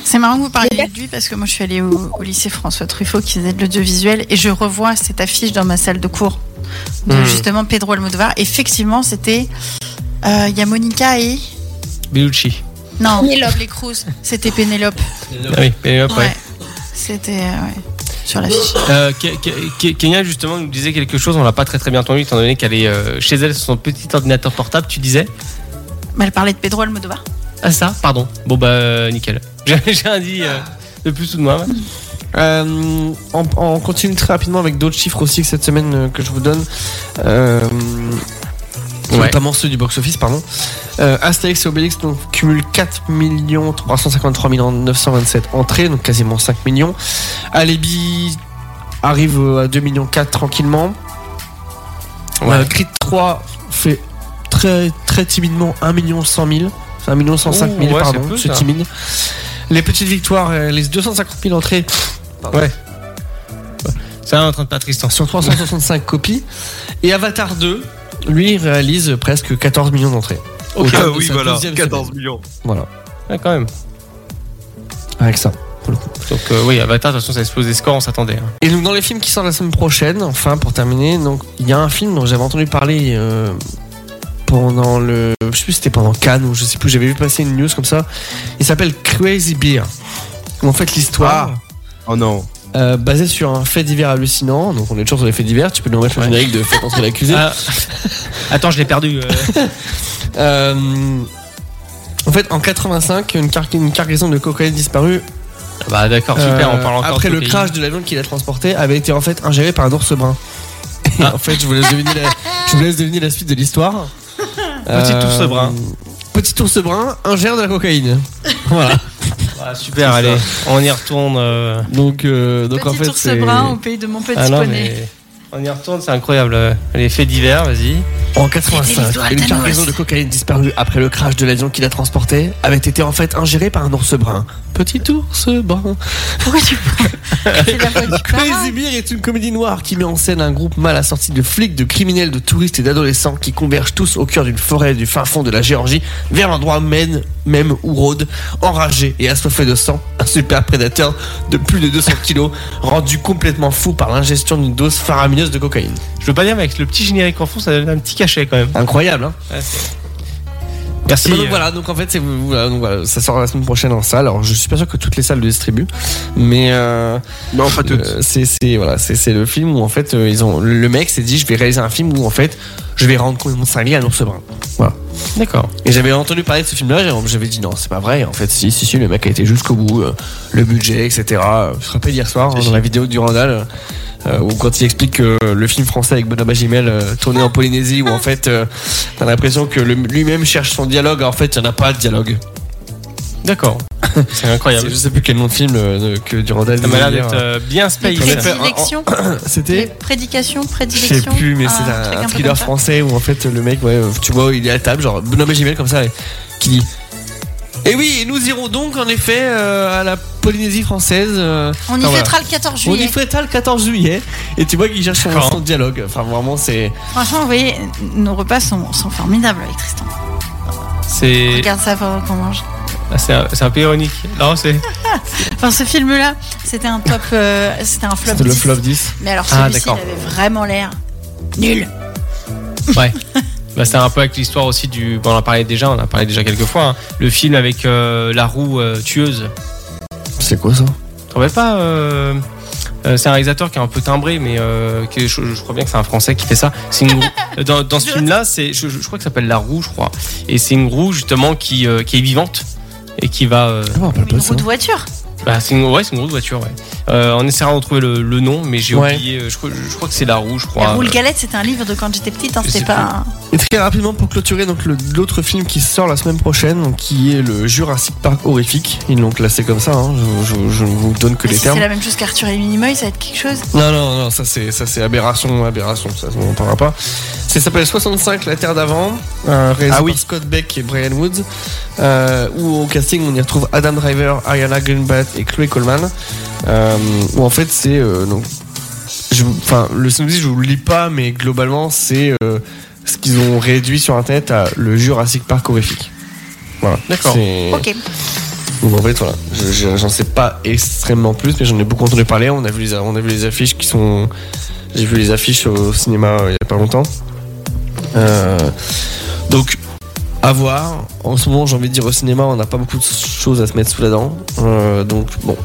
Speaker 4: C'est marrant que vous parliez de lui parce que moi je suis allée au, au lycée François Truffaut qui faisait de l'audiovisuel et je revois cette affiche dans ma salle de cours de
Speaker 3: Hmm.
Speaker 2: Mhm.
Speaker 4: justement Pedro Almodovar. Effectivement, c'était. euh, Il y a Monica et.
Speaker 2: Bellucci.
Speaker 4: Non, les Cruz. C'était Pénélope.
Speaker 2: Ah oui, et hop, ouais.
Speaker 4: Ouais. C'était. euh, ouais. Sur la fiche.
Speaker 2: Euh, Ke- Ke- Ke- Kenya justement nous disait quelque chose, on l'a pas très très bien entendu étant donné qu'elle est euh, chez elle sur son petit ordinateur portable, tu disais
Speaker 4: Mais elle parlait de Pedro Almodovar.
Speaker 2: Ah ça Pardon. Bon bah euh, nickel. J'ai j'ai un dit euh, de plus ou de moins. ouais.
Speaker 3: Euh, on, on continue très rapidement avec d'autres chiffres aussi que cette semaine euh, que je vous donne. Euh,
Speaker 2: Ouais.
Speaker 3: Notamment ceux du box-office, pardon. Euh, Astérix et Obélix donc, cumulent 4 353 927 entrées, donc quasiment 5 millions. Alibi arrive euh, à 2 millions 4 tranquillement. Euh, Creed 3 fait très, très timidement 1 million 100 000. Enfin, 1 million 105 000,
Speaker 2: Ouh, ouais,
Speaker 3: pardon,
Speaker 2: c'est peu,
Speaker 3: c'est
Speaker 2: ça.
Speaker 3: timide. Les petites victoires, euh, les 250 000 entrées.
Speaker 2: Ouais. Ça en train de pas Tristan.
Speaker 3: Sur 365 copies. Et Avatar 2, lui, réalise presque 14 millions d'entrées. Au terme de sa deuxième semaine.
Speaker 5: millions.
Speaker 3: Voilà,
Speaker 2: Ouais, quand même.
Speaker 3: avec ça.
Speaker 2: Donc euh, oui, Avatar de toute façon ça explose des scores, on s'attendait. hein.
Speaker 3: Et donc dans les films qui sortent la semaine prochaine, enfin pour terminer, donc il y a un film dont j'avais entendu parler euh, pendant le, je sais plus si c'était pendant Cannes ou je sais plus, j'avais vu passer une news comme ça. Il s'appelle Crazy Beer. Où en fait l'histoire
Speaker 5: Oh non.
Speaker 3: euh, basée sur un fait divers hallucinant. Donc on est toujours sur les faits divers. Tu peux nous mettre le générique de fait entrer l'accusé.
Speaker 2: Ah, attends, je l'ai perdu. euh.
Speaker 3: Euh, en fait, en 85, une, car- une cargaison de cocaïne disparue.
Speaker 2: Bah d'accord, super, on parle
Speaker 3: euh,
Speaker 2: encore
Speaker 3: après
Speaker 2: de
Speaker 3: le
Speaker 2: cocaïne.
Speaker 3: crash de l'avion qui l'a transporté avait été en fait ingéré par un ours brun. Et
Speaker 2: Ah.
Speaker 3: en fait, je vous laisse deviner la, je vous laisse deviner la suite de l'histoire. Euh,
Speaker 2: Petit ours brun.
Speaker 3: Petit ours brun ingère de la cocaïne. Voilà.
Speaker 2: Ah, super, allez, on y retourne. euh.
Speaker 3: Donc, euh, donc en
Speaker 4: Petit
Speaker 3: fait,
Speaker 4: ours
Speaker 3: c'est-
Speaker 4: brun au pays de mon petit
Speaker 2: Ah non,
Speaker 4: poney.
Speaker 2: mais on y retourne, c'est incroyable. euh, Les faits divers, vas-y.
Speaker 3: En
Speaker 2: C'était l'histoire
Speaker 3: 85, une
Speaker 2: d'Thanos.
Speaker 3: cargaison de cocaïne disparue après le crash de l'avion qui la transportait avait été en fait ingérée par un ours brun. Petit ours brun.
Speaker 4: Pourquoi tu
Speaker 3: Crazy Beer est une comédie noire qui met en scène un groupe mal assorti de flics, de criminels, de touristes et d'adolescents qui convergent tous au cœur d'une forêt du fin fond de la Géorgie vers l'endroit même, même où rôde, enragé et assoiffé de sang, un super prédateur de plus de 200 kilos, rendu complètement fou par l'ingestion d'une dose faramineuse de cocaïne.
Speaker 2: Je veux pas dire, mais avec le petit générique en fond, ça donne un petit cachet quand même.
Speaker 3: Incroyable, hein
Speaker 2: Ouais, c'est- Merci.
Speaker 3: Bah, donc,
Speaker 2: euh,
Speaker 3: voilà, donc en fait, c'est, voilà, donc, voilà, ça sort la semaine prochaine en salle. Alors, je suis pas sûr que toutes les salles le distribuent, mais euh,
Speaker 5: non, pas
Speaker 3: toutes. c'est, c'est voilà, c'est, c'est le film où en fait, euh, ils ont le mec s'est dit, je vais réaliser un film où en fait, je vais rendre complètement cinglé à l'ours brun. Voilà. D'accord. Et j'avais entendu parler de ce film-là, j'avais- j'avais dit non, c'est pas vrai. En fait, si, si, si, le mec a été jusqu'au bout, euh, le budget, etc. Euh, Je me rappelle hier soir, hein, dans la vidéo du Randall, euh, où quand il explique que le film français avec Benoît Magimel euh, tourné en Polynésie, où en fait, euh, t'as l'impression que le- lui-même cherche son dialogue, en fait, il n'y en a pas de dialogue. D'accord. C'est incroyable. Je sais plus quel nom de film euh, de- que Durandal.
Speaker 2: Ça m'a l'air
Speaker 3: disait hier.
Speaker 2: d'être euh, bien space.
Speaker 3: Les
Speaker 4: Prédilection.
Speaker 3: C'était
Speaker 4: Prédication,
Speaker 3: Je sais
Speaker 4: prédilection.
Speaker 3: plus, mais c'est
Speaker 4: truc
Speaker 3: un,
Speaker 4: peu
Speaker 3: thriller
Speaker 4: comme ça.
Speaker 3: français où en fait le mec, ouais, tu vois, il est à table, genre Benoît Magimel comme ça, et- qui dit. Et oui, et nous irons donc en effet euh, à la Polynésie française. euh,
Speaker 4: On y
Speaker 3: enfin,
Speaker 4: fêtera
Speaker 3: voilà.
Speaker 4: le 14
Speaker 3: On y
Speaker 4: juillet.
Speaker 3: fêtera le 14 juillet. Et tu vois qu'il cherche son, son dialogue. Enfin, vraiment, c'est.
Speaker 4: Franchement, vous voyez, nos repas sont, sont formidables avec Tristan.
Speaker 2: C'est
Speaker 4: Regarde ça pendant qu'on mange.
Speaker 2: ah, c'est un, c'est un peu ironique. Non, c'est.
Speaker 4: Enfin, ce film-là, c'était un top. euh, c'était un flop.
Speaker 2: C'était le
Speaker 4: 10.
Speaker 2: flop 10.
Speaker 4: Mais alors,
Speaker 2: Ah,
Speaker 4: celui-ci,
Speaker 2: d'accord.
Speaker 4: il avait vraiment l'air nul.
Speaker 2: Ouais. Bah, c'est un peu avec l'histoire aussi du. Bon, on en a parlé déjà, on en a parlé déjà quelques fois. hein. Le film avec euh, la roue euh, tueuse.
Speaker 3: C'est quoi ça
Speaker 2: T'en rappelles pas euh, euh, C'est un réalisateur qui est un peu timbré, mais euh, qui est- je, je crois bien que c'est un Français qui fait ça. C'est une roue- dans, dans ce film-là, c'est, je, je- je crois que ça s'appelle La Roue, je crois. Et c'est une roue justement qui, euh, qui est vivante et qui va. euh,
Speaker 4: Une roue de voiture.
Speaker 2: bah, c'est une, ouais, c'est une roue de voiture, ouais. Euh, on essaiera de retrouver le, le nom, mais j'ai
Speaker 3: Ouais.
Speaker 2: oublié. euh, Je, crois- je crois que c'est La Roue, je crois.
Speaker 4: La roule
Speaker 2: Euh,
Speaker 4: galette, c'était un livre de quand j'étais petite. hein,
Speaker 2: je
Speaker 4: c'était
Speaker 2: sais
Speaker 4: pas.
Speaker 2: plus.
Speaker 4: un-
Speaker 3: Et très rapidement pour clôturer donc le- l'autre film qui sort la semaine prochaine, donc, qui est le Jurassic Park horrifique. Ils l'ont classé comme ça. hein. Je, je- je ne vous donne que
Speaker 4: Mais
Speaker 3: les
Speaker 4: si
Speaker 3: termes.
Speaker 4: Ah, c'est la même chose qu'Arthur et Minimoy, ça va être quelque chose.
Speaker 3: Non, non, non, ça c'est ça c'est aberration, aberration, ça on en parlera pas. Ça s'appelle 65 La Terre d'avant, euh, réalisé
Speaker 5: Ah oui.
Speaker 3: par Scott Beck et Brian Woods, euh, où au casting on y retrouve Adam Driver, Ariana Greenblatt et Chloé Coleman, euh, où en fait c'est euh, donc, je vous- enfin le synopsis je vous le lis pas, mais globalement c'est euh, ce qu'ils ont réduit sur internet à le Jurassic Park horrifique. Voilà. C'est-
Speaker 4: Ok.
Speaker 3: donc en fait, voilà, je- je- j'en sais pas extrêmement plus, mais j'en ai beaucoup entendu parler. On a vu les, on a vu les affiches qui sont. J'ai vu les affiches au cinéma euh, il y a pas longtemps. Euh, donc, à voir. En ce moment, j'ai envie de dire au cinéma, on n'a pas beaucoup de choses à se mettre sous la dent. Euh, donc, bon,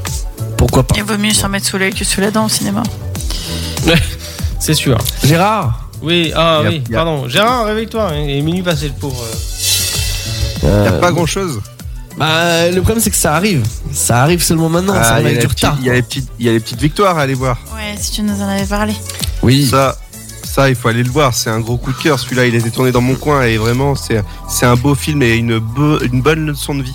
Speaker 3: pourquoi pas.
Speaker 4: Il vaut mieux s'en mettre sous l'œil que sous la dent au cinéma.
Speaker 2: c'est sûr.
Speaker 3: Gérard
Speaker 2: Oui, ah
Speaker 5: Y a-
Speaker 2: oui,
Speaker 5: y a-
Speaker 2: pardon. Gérard, réveille-toi. hein, Et minuit passé, le pauvre.
Speaker 5: Il n'y a
Speaker 3: Euh,
Speaker 5: pas grand chose.
Speaker 3: bah, Le problème, c'est que ça arrive. Ça arrive seulement maintenant. ça
Speaker 5: Ah, il
Speaker 3: arrive
Speaker 5: y, a
Speaker 3: avec
Speaker 5: les
Speaker 3: du
Speaker 5: petits-
Speaker 3: retard.
Speaker 5: il y a les petites- il y a les petites victoires à aller voir.
Speaker 4: Ouais, si tu nous en avais parlé.
Speaker 3: Oui.
Speaker 5: Ça, ça, il faut aller le voir. C'est un gros coup de cœur. Celui-là, il a été tourné dans mon coin et vraiment, c'est c'est un beau film et une, bo- une bonne leçon de vie.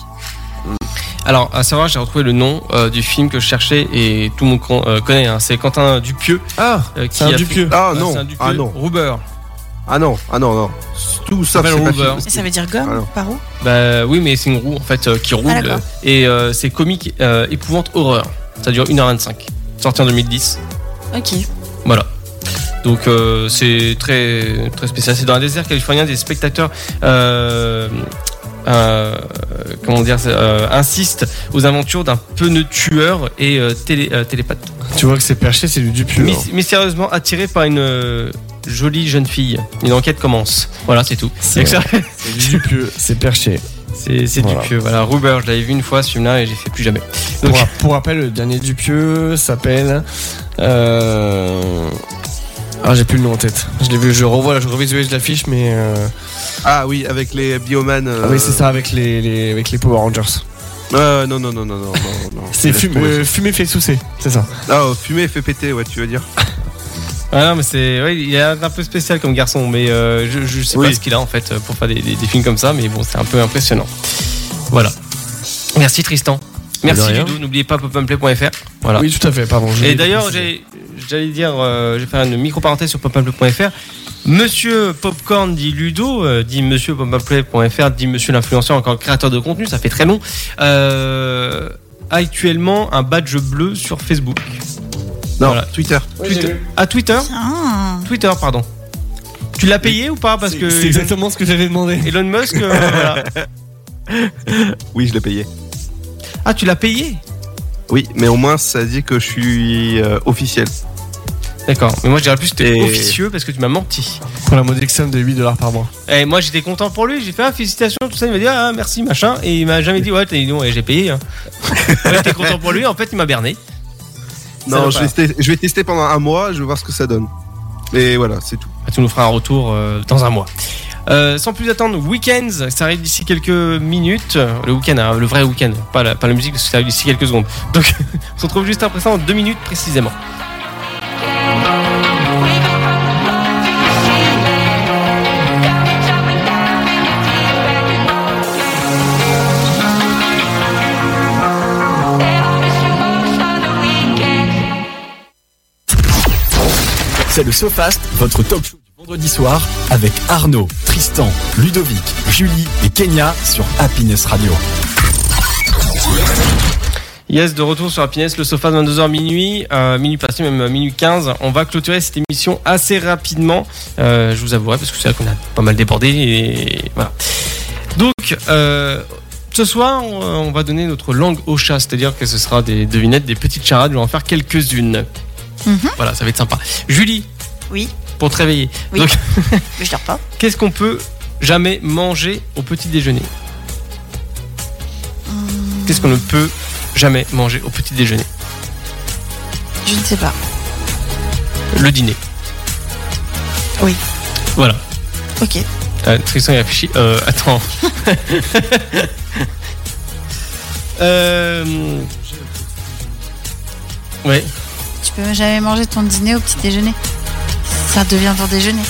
Speaker 2: Alors, à savoir, j'ai retrouvé le nom euh, du film que je cherchais et tout le monde con- euh, connaît. hein, c'est Quentin Dupieux.
Speaker 3: Ah,
Speaker 2: euh,
Speaker 3: c'est un
Speaker 2: a
Speaker 3: Dupieux.
Speaker 2: fait-
Speaker 5: Ah
Speaker 2: Ouais,
Speaker 5: non,
Speaker 2: c'est un Dupieux.
Speaker 5: ah non,
Speaker 2: Ruber.
Speaker 5: ah non, ah non, non. Tout ça,
Speaker 2: s'appelle
Speaker 5: c'est pas
Speaker 2: Rover.
Speaker 5: film-
Speaker 4: Et ça veut dire gomme
Speaker 5: Alors.
Speaker 4: Par où
Speaker 2: Bah oui, mais c'est une roue en fait euh, qui roule
Speaker 4: Ah, d'accord.
Speaker 2: et euh, c'est comique, euh, épouvante, horreur. Ça dure 1h25. Sorti en 2010.
Speaker 4: Ok.
Speaker 2: Voilà. Donc euh, c'est très très spécial. C'est dans un désert californien. Des spectateurs, euh, euh, comment dire, euh, insistent aux aventures d'un pneu tueur et euh, télé- euh, télépathe.
Speaker 3: Tu vois que c'est perché, c'est du Dupieux.
Speaker 2: Mys-
Speaker 3: hein.
Speaker 2: mystérieusement attiré par une euh, jolie jeune fille. Une enquête commence. Voilà, c'est tout.
Speaker 3: C'est-
Speaker 2: Donc ça-
Speaker 3: C'est du Dupieux, c'est perché.
Speaker 2: C'est c'est
Speaker 3: Voilà.
Speaker 2: du pieux. Voilà, Ruber, je l'avais vu une fois ce film-là et j'ai fait plus jamais. Donc,
Speaker 3: Pour, pour rappel, le dernier Dupieux s'appelle. euh, Ah, j'ai plus le nom en tête. Je l'ai vu, je revois, je revisualise l'affiche, mais. euh,
Speaker 5: Ah oui, avec les Bioman.
Speaker 3: ah oui, c'est ça avec les, les- avec les Power Rangers.
Speaker 5: euh, non, non, non, non, non. non, non.
Speaker 3: C'est
Speaker 5: Laisse
Speaker 3: fumé, euh,
Speaker 5: tomber.
Speaker 3: fumé fait soucer, c'est ça.
Speaker 5: Ah, oh, fumer fait péter, ouais, tu veux dire.
Speaker 2: ah non, mais c'est, ouais, il est un peu spécial comme garçon, mais euh, je, je sais
Speaker 5: Oui.
Speaker 2: pas ce qu'il a en fait pour faire des, des- des films comme ça, mais bon, c'est un peu impressionnant. Voilà. Merci Tristan.
Speaker 3: De
Speaker 2: Merci
Speaker 3: rien.
Speaker 2: Ludo. N'oubliez pas popumplay.fr. Voilà.
Speaker 3: Oui, tout à fait, pardon. je l'ai
Speaker 2: Et d'ailleurs,
Speaker 3: précisé.
Speaker 2: j'ai- j'allais dire, euh, j'ai fait une micro-parenthèse sur popumplay.fr. Monsieur Popcorn dit Ludo, euh, dit Monsieur popumplay.fr, dit Monsieur l'influenceur, encore créateur de contenu, ça fait très long. Euh, actuellement, un badge bleu sur Facebook.
Speaker 5: Non,
Speaker 2: Voilà.
Speaker 5: Twitter.
Speaker 2: Twitter- à Twitter
Speaker 4: Tiens.
Speaker 2: Twitter, pardon. Tu l'as payé ou pas Parce
Speaker 3: C'est-
Speaker 2: que
Speaker 3: C'est exactement ce que j'avais demandé.
Speaker 2: Elon Musk. euh, voilà.
Speaker 5: Oui, je l'ai payé.
Speaker 2: Ah, tu l'as payé
Speaker 5: Oui, mais au moins, ça dit que je suis euh, officiel.
Speaker 2: D'accord. Mais moi, je dirais plus que t'es
Speaker 5: Et-
Speaker 2: officieux parce que tu m'as menti.
Speaker 3: Pour la modique somme de 8 dollars par mois.
Speaker 2: Et moi, j'étais content pour lui. J'ai fait ah, félicitations, tout ça. Il m'a dit ah, merci, machin. Et il m'a jamais dit ouais, t'as dit non, ouais, j'ai payé. hein. Moi, j'étais content pour lui. En fait, il m'a berné.
Speaker 5: Non, je
Speaker 2: Salopard.
Speaker 5: vais, tester, je vais tester
Speaker 2: Bah,
Speaker 5: pendant un mois, je vais voir ce que ça donne. Et voilà, c'est tout.
Speaker 2: Ah, Tu nous feras un retour euh, dans un mois. Euh, sans plus attendre, Weekends, ça arrive d'ici quelques minutes. Le week-end, hein, le vrai week-end, pas la, pas la musique, parce que ça arrive d'ici quelques secondes. Donc, on se retrouve juste après ça en deux minutes précisément.
Speaker 1: C'est le SoFast, votre talk show du vendredi soir avec Arnaud, Tristan, Ludovic, Julie et Kenya sur Happiness Radio.
Speaker 2: Yes, de retour sur Happiness, le sofa de 22h minuit, euh, minuit passé, même euh, minuit 15. On va clôturer cette émission assez rapidement, euh, je vous avouerai, parce que c'est vrai qu'on a pas mal débordé. Et voilà. Donc, euh, ce soir, on, euh, on va donner notre langue au chat, c'est-à-dire que ce sera des devinettes, des petites charades, on va en faire quelques-unes. Voilà, ça va être sympa. Julie,
Speaker 4: Oui,
Speaker 2: pour te réveiller,
Speaker 4: Oui.
Speaker 2: donc,
Speaker 4: mais je dors pas.
Speaker 2: qu'est-ce qu'on peut jamais manger au petit déjeuner Qu'est-ce qu'on ne peut jamais manger au petit déjeuner
Speaker 4: Je ne sais pas.
Speaker 2: Le dîner.
Speaker 4: Oui.
Speaker 2: Voilà.
Speaker 4: Ok.
Speaker 2: Euh, Tristan il réfléchit. Euh, attends. euh... Ouais.
Speaker 4: Tu peux jamais manger ton dîner au petit déjeuner. Ça devient ton déjeuner.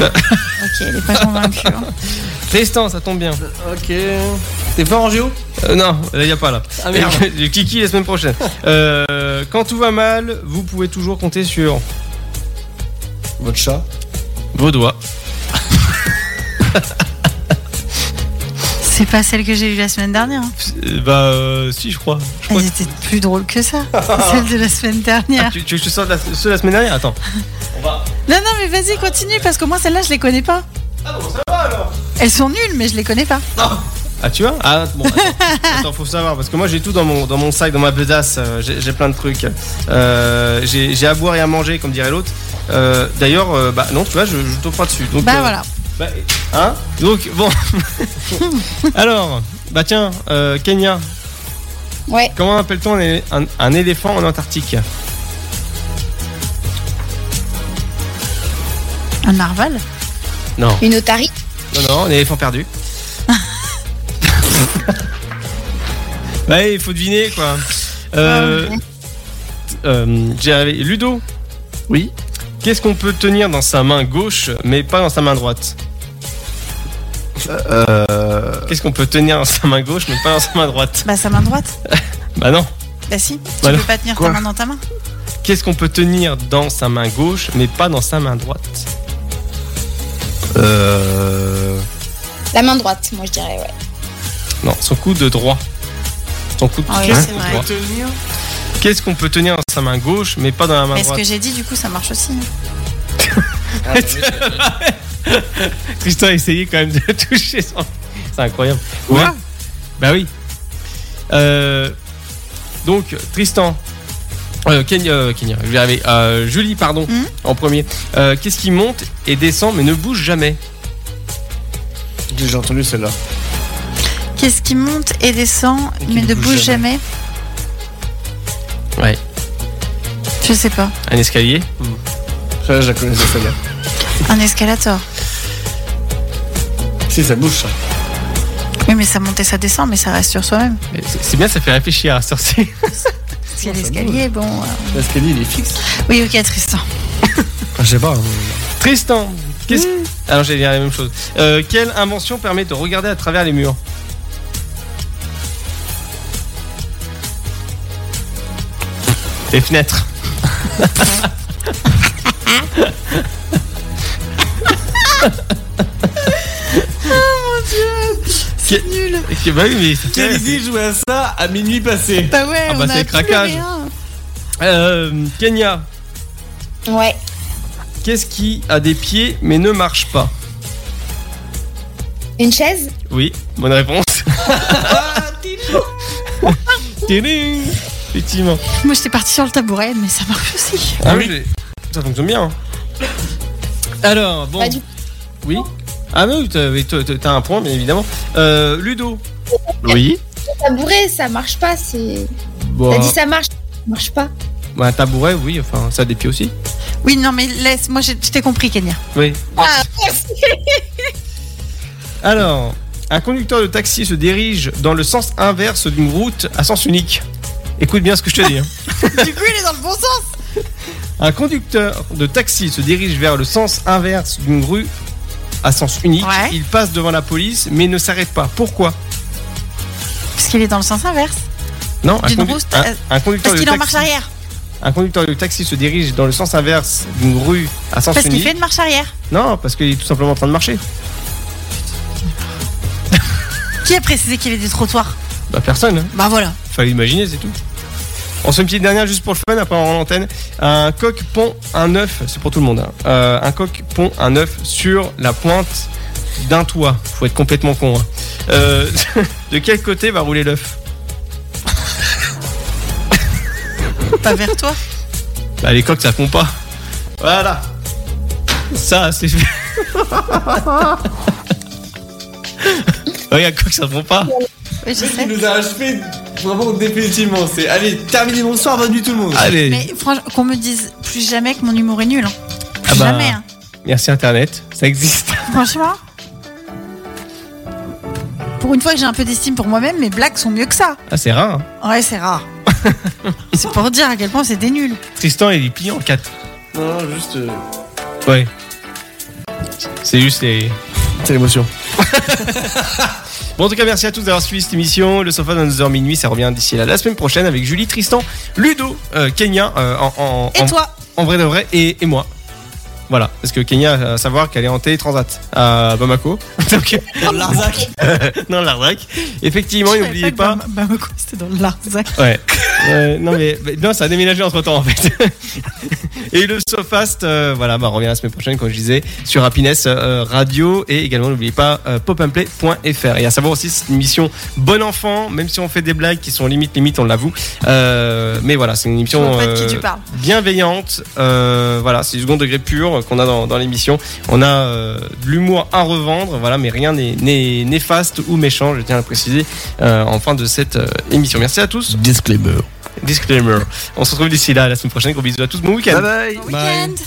Speaker 2: Bah.
Speaker 4: ok, elle est pas convaincue. hein.
Speaker 2: Tristan, ça tombe bien.
Speaker 3: Ok. T'es fort en géo
Speaker 2: Euh, non, il n'y a pas là.
Speaker 3: Ah, merde.
Speaker 2: Le kiki la semaine prochaine. Euh, quand tout va mal, vous pouvez toujours compter sur
Speaker 3: Votre chat
Speaker 2: vos doigts.
Speaker 4: C'est pas celle que j'ai eue la semaine dernière. hein.
Speaker 2: Euh, bah, euh, si, je crois. Je crois
Speaker 4: Elles étaient plus drôles que ça. celle de la semaine
Speaker 2: Ah,
Speaker 4: dernière.
Speaker 2: tu, tu veux que je te sorte la, ceux de la semaine dernière Attends.
Speaker 4: Non, non, mais vas-y, continue parce que moi, celle-là, je les connais pas. Elles sont nulles, mais je les connais pas.
Speaker 2: Ah, tu vois Ah, bon, attends. Attends, faut savoir, parce que moi j'ai tout dans mon, dans mon sac, dans ma besace, euh, j'ai j'ai plein de trucs. Euh, j'ai j'ai à boire et à manger, comme dirait l'autre. Euh, D'ailleurs, euh, bah non, tu vois, je, je tombe pas dessus. Donc,
Speaker 4: bah
Speaker 2: euh,
Speaker 4: voilà.
Speaker 2: bah, hein Donc, bon. Alors, bah tiens, euh, Kenya,
Speaker 9: Ouais.
Speaker 2: comment appelle-t-on un, élé- un- un éléphant en Antarctique
Speaker 4: Un narval
Speaker 2: Non,
Speaker 9: Une otarie
Speaker 2: non, non, un éléphant perdu. bah, il faut deviner, quoi.
Speaker 4: Ah,
Speaker 2: Euh, euh, j'ai arrivé- Ludo
Speaker 3: Oui.
Speaker 2: Qu'est-ce qu'on peut tenir dans sa main gauche, mais pas dans sa main droite
Speaker 5: Euh,
Speaker 2: Qu'est-ce qu'on peut tenir dans sa main gauche, mais pas dans sa main droite
Speaker 4: Bah sa main droite
Speaker 2: Bah non.
Speaker 4: Bah si. Tu
Speaker 2: Bah non.
Speaker 4: peux pas tenir
Speaker 5: Quoi
Speaker 4: ta main dans ta main
Speaker 2: Qu'est-ce qu'on peut tenir dans sa main gauche, mais pas dans sa main droite
Speaker 5: euh,
Speaker 9: La main droite, moi je dirais, ouais.
Speaker 2: Non, son coude droit. Son coude
Speaker 4: Ah oui,
Speaker 2: droit.
Speaker 4: c'est vrai.
Speaker 2: Droit. Qu'est-ce qu'on peut tenir dans sa main gauche, mais pas dans la main
Speaker 4: Mais ce
Speaker 2: droite
Speaker 4: que j'ai dit, du coup, ça marche aussi. hein.
Speaker 2: Tristan a essayé quand même de toucher son... C'est incroyable.
Speaker 5: Ouais.
Speaker 2: Bah oui. Euh, donc, Tristan. Euh, Kenya, euh, Kenya, je vais y arriver. Euh, Julie, pardon,
Speaker 4: Hmm
Speaker 2: en premier. Euh, Qu'est-ce qui monte et descend mais ne bouge jamais
Speaker 3: J'ai entendu celle-là.
Speaker 4: Qu'est-ce qui monte et descend,
Speaker 3: Et qui
Speaker 4: mais ne bouge jamais
Speaker 2: Ouais.
Speaker 4: Je sais pas.
Speaker 2: Un escalier
Speaker 3: Celle-là, je la connaissais celle-là.
Speaker 4: Un escalator.
Speaker 3: Si, ça bouge ça.
Speaker 4: Oui, mais ça monte et ça descend, mais ça reste sur soi-même.
Speaker 2: Mais c'est- C'est bien, ça fait réfléchir à sorcier.
Speaker 4: Parce qu'il y a
Speaker 3: Non, ça
Speaker 4: l'escalier, bon. euh,
Speaker 3: L'escalier, il est fixe.
Speaker 4: Oui, ok, Tristan.
Speaker 3: Je sais pas.
Speaker 2: Tristan, qu'est-ce.
Speaker 4: Hmm.
Speaker 2: Alors, j'allais dire la même chose. Euh, quelle invention permet de regarder à travers les murs Les fenêtres.
Speaker 4: C'est nul.
Speaker 2: Ok, Bah oui, mais ça fait-
Speaker 3: jouait à ça à minuit passé.
Speaker 4: Bah ouais,
Speaker 2: Ah bah,
Speaker 4: on
Speaker 2: c'est
Speaker 4: a
Speaker 2: le
Speaker 4: plus
Speaker 2: craquage.
Speaker 4: rien.
Speaker 2: Euh, Kenya,
Speaker 9: Ouais.
Speaker 2: qu'est-ce qui a des pieds mais ne marche pas
Speaker 9: Une chaise
Speaker 2: Oui, bonne réponse. Tiding. Effectivement.
Speaker 4: Moi, j'étais partie sur le tabouret, mais ça marche aussi.
Speaker 2: Ah oui, ça fonctionne bien. hein. Alors, bon.
Speaker 9: Bah, du
Speaker 2: Oui. Ah oui, t'as oui, t'as- t'as un point, bien évidemment. Euh, Ludo. Oui.
Speaker 9: tabouret, ça marche pas, c'est.
Speaker 2: Bon,
Speaker 9: T'as dit ça marche, ça marche pas.
Speaker 2: Bah, un tabouret, oui, enfin, ça a des pieds aussi.
Speaker 4: Oui, non, mais laisse, moi j'ai- je t'ai compris, Kenya.
Speaker 2: Oui.
Speaker 4: Ah,
Speaker 2: Alors, un conducteur de taxi se dirige dans le sens inverse d'une route à sens unique. Écoute bien ce que je te dis. hein.
Speaker 4: du coup, il est dans le bon sens.
Speaker 2: Un conducteur de taxi se dirige vers le sens inverse d'une rue à sens unique. Il passe devant la police mais ne s'arrête pas. Pourquoi
Speaker 4: Parce qu'il est dans le sens inverse.
Speaker 2: Non, un,
Speaker 4: D'une
Speaker 2: condu-
Speaker 4: route,
Speaker 2: un-
Speaker 4: euh,
Speaker 2: un conducteur
Speaker 4: Parce
Speaker 2: de
Speaker 4: qu'il est en
Speaker 2: taxi.
Speaker 4: marche arrière.
Speaker 2: Un conducteur de taxi se dirige dans le sens inverse d'une rue à sens
Speaker 4: Parce qu'il
Speaker 2: unique.
Speaker 4: fait une marche arrière.
Speaker 2: Non, parce qu'il est tout simplement en train de marcher.
Speaker 4: Qui a précisé qu'il est du trottoir
Speaker 2: Bah personne. hein.
Speaker 4: Bah voilà.
Speaker 2: Fallait imaginer, c'est tout. On se fait une petite dernière juste pour le fun, après on rend l'antenne. Un coq pond un œuf, c'est pour tout le monde. hein. Euh, un coq pond un œuf sur la pointe d'un toit. Faut être complètement con. hein. Euh, de quel côté va rouler l'œuf
Speaker 4: Pas vers toi.
Speaker 2: Bah les coqs ça pond pas. Voilà. Ça c'est fait. Regarde, coq ça pond pas.
Speaker 3: Il nous a achevé vraiment définitivement. C'est allez, terminez bonsoir, bonne nuit tout le monde.
Speaker 2: Allez.
Speaker 4: Mais franchement, qu'on me dise plus jamais que mon humour est nul. hein. Plus
Speaker 2: Ah bah.
Speaker 4: jamais. hein.
Speaker 2: Merci internet, ça existe.
Speaker 4: Franchement. Pour une fois que j'ai un peu d'estime pour moi-même, mes blagues sont mieux que ça.
Speaker 2: Ah c'est rare. hein.
Speaker 4: Ouais, c'est rare. c'est pour dire à quel point c'était nul.
Speaker 2: Tristan il est plié en 4.
Speaker 3: Non, non, juste. euh,
Speaker 2: Ouais. C'est juste les.
Speaker 3: C'est l'émotion.
Speaker 2: Bon, en tout cas, merci à tous d'avoir suivi cette émission. Le sofa dans 11h minuit, ça revient d'ici là la semaine prochaine avec Julie, Tristan, Ludo, euh, Kenya, euh, en, en-
Speaker 4: Et
Speaker 2: en-
Speaker 4: toi
Speaker 2: En vrai de vrai, et, et moi. Voilà, parce que Kenya, à savoir qu'elle est en télétransat à Bamako. Donc,
Speaker 4: Dans le Larzac.
Speaker 2: dans le Larzac. Effectivement,
Speaker 4: Je savais
Speaker 2: n'oubliez
Speaker 4: que
Speaker 2: pas.
Speaker 4: Bam- Bamako, c'était dans le Larzac.
Speaker 2: Ouais. Euh, non mais mais non, ça a déménagé entre temps en fait. Et le Sofast, euh, voilà, bah, revient la semaine prochaine, comme je disais, sur Happiness euh, Radio et également n'oubliez pas euh, popandplay.fr. Et à savoir aussi, c'est une émission bon enfant, même si on fait des blagues qui sont limite limite, on l'avoue. Euh, mais voilà, c'est une
Speaker 4: Je
Speaker 2: émission euh,
Speaker 4: vois pas de qui tu parles.
Speaker 2: bienveillante. Euh, voilà, c'est du second degré pur euh, qu'on a dans, dans l'émission. On a euh, de l'humour à revendre, voilà, mais rien n'est- n'est néfaste ou méchant. Je tiens à le préciser euh, en fin de cette euh, émission. Merci à tous.
Speaker 3: Disclaimer.
Speaker 2: Disclaimer. On se retrouve d'ici là la semaine prochaine. Gros bisous à tous. Bon week-end.
Speaker 5: Bye bye.
Speaker 4: Weekend.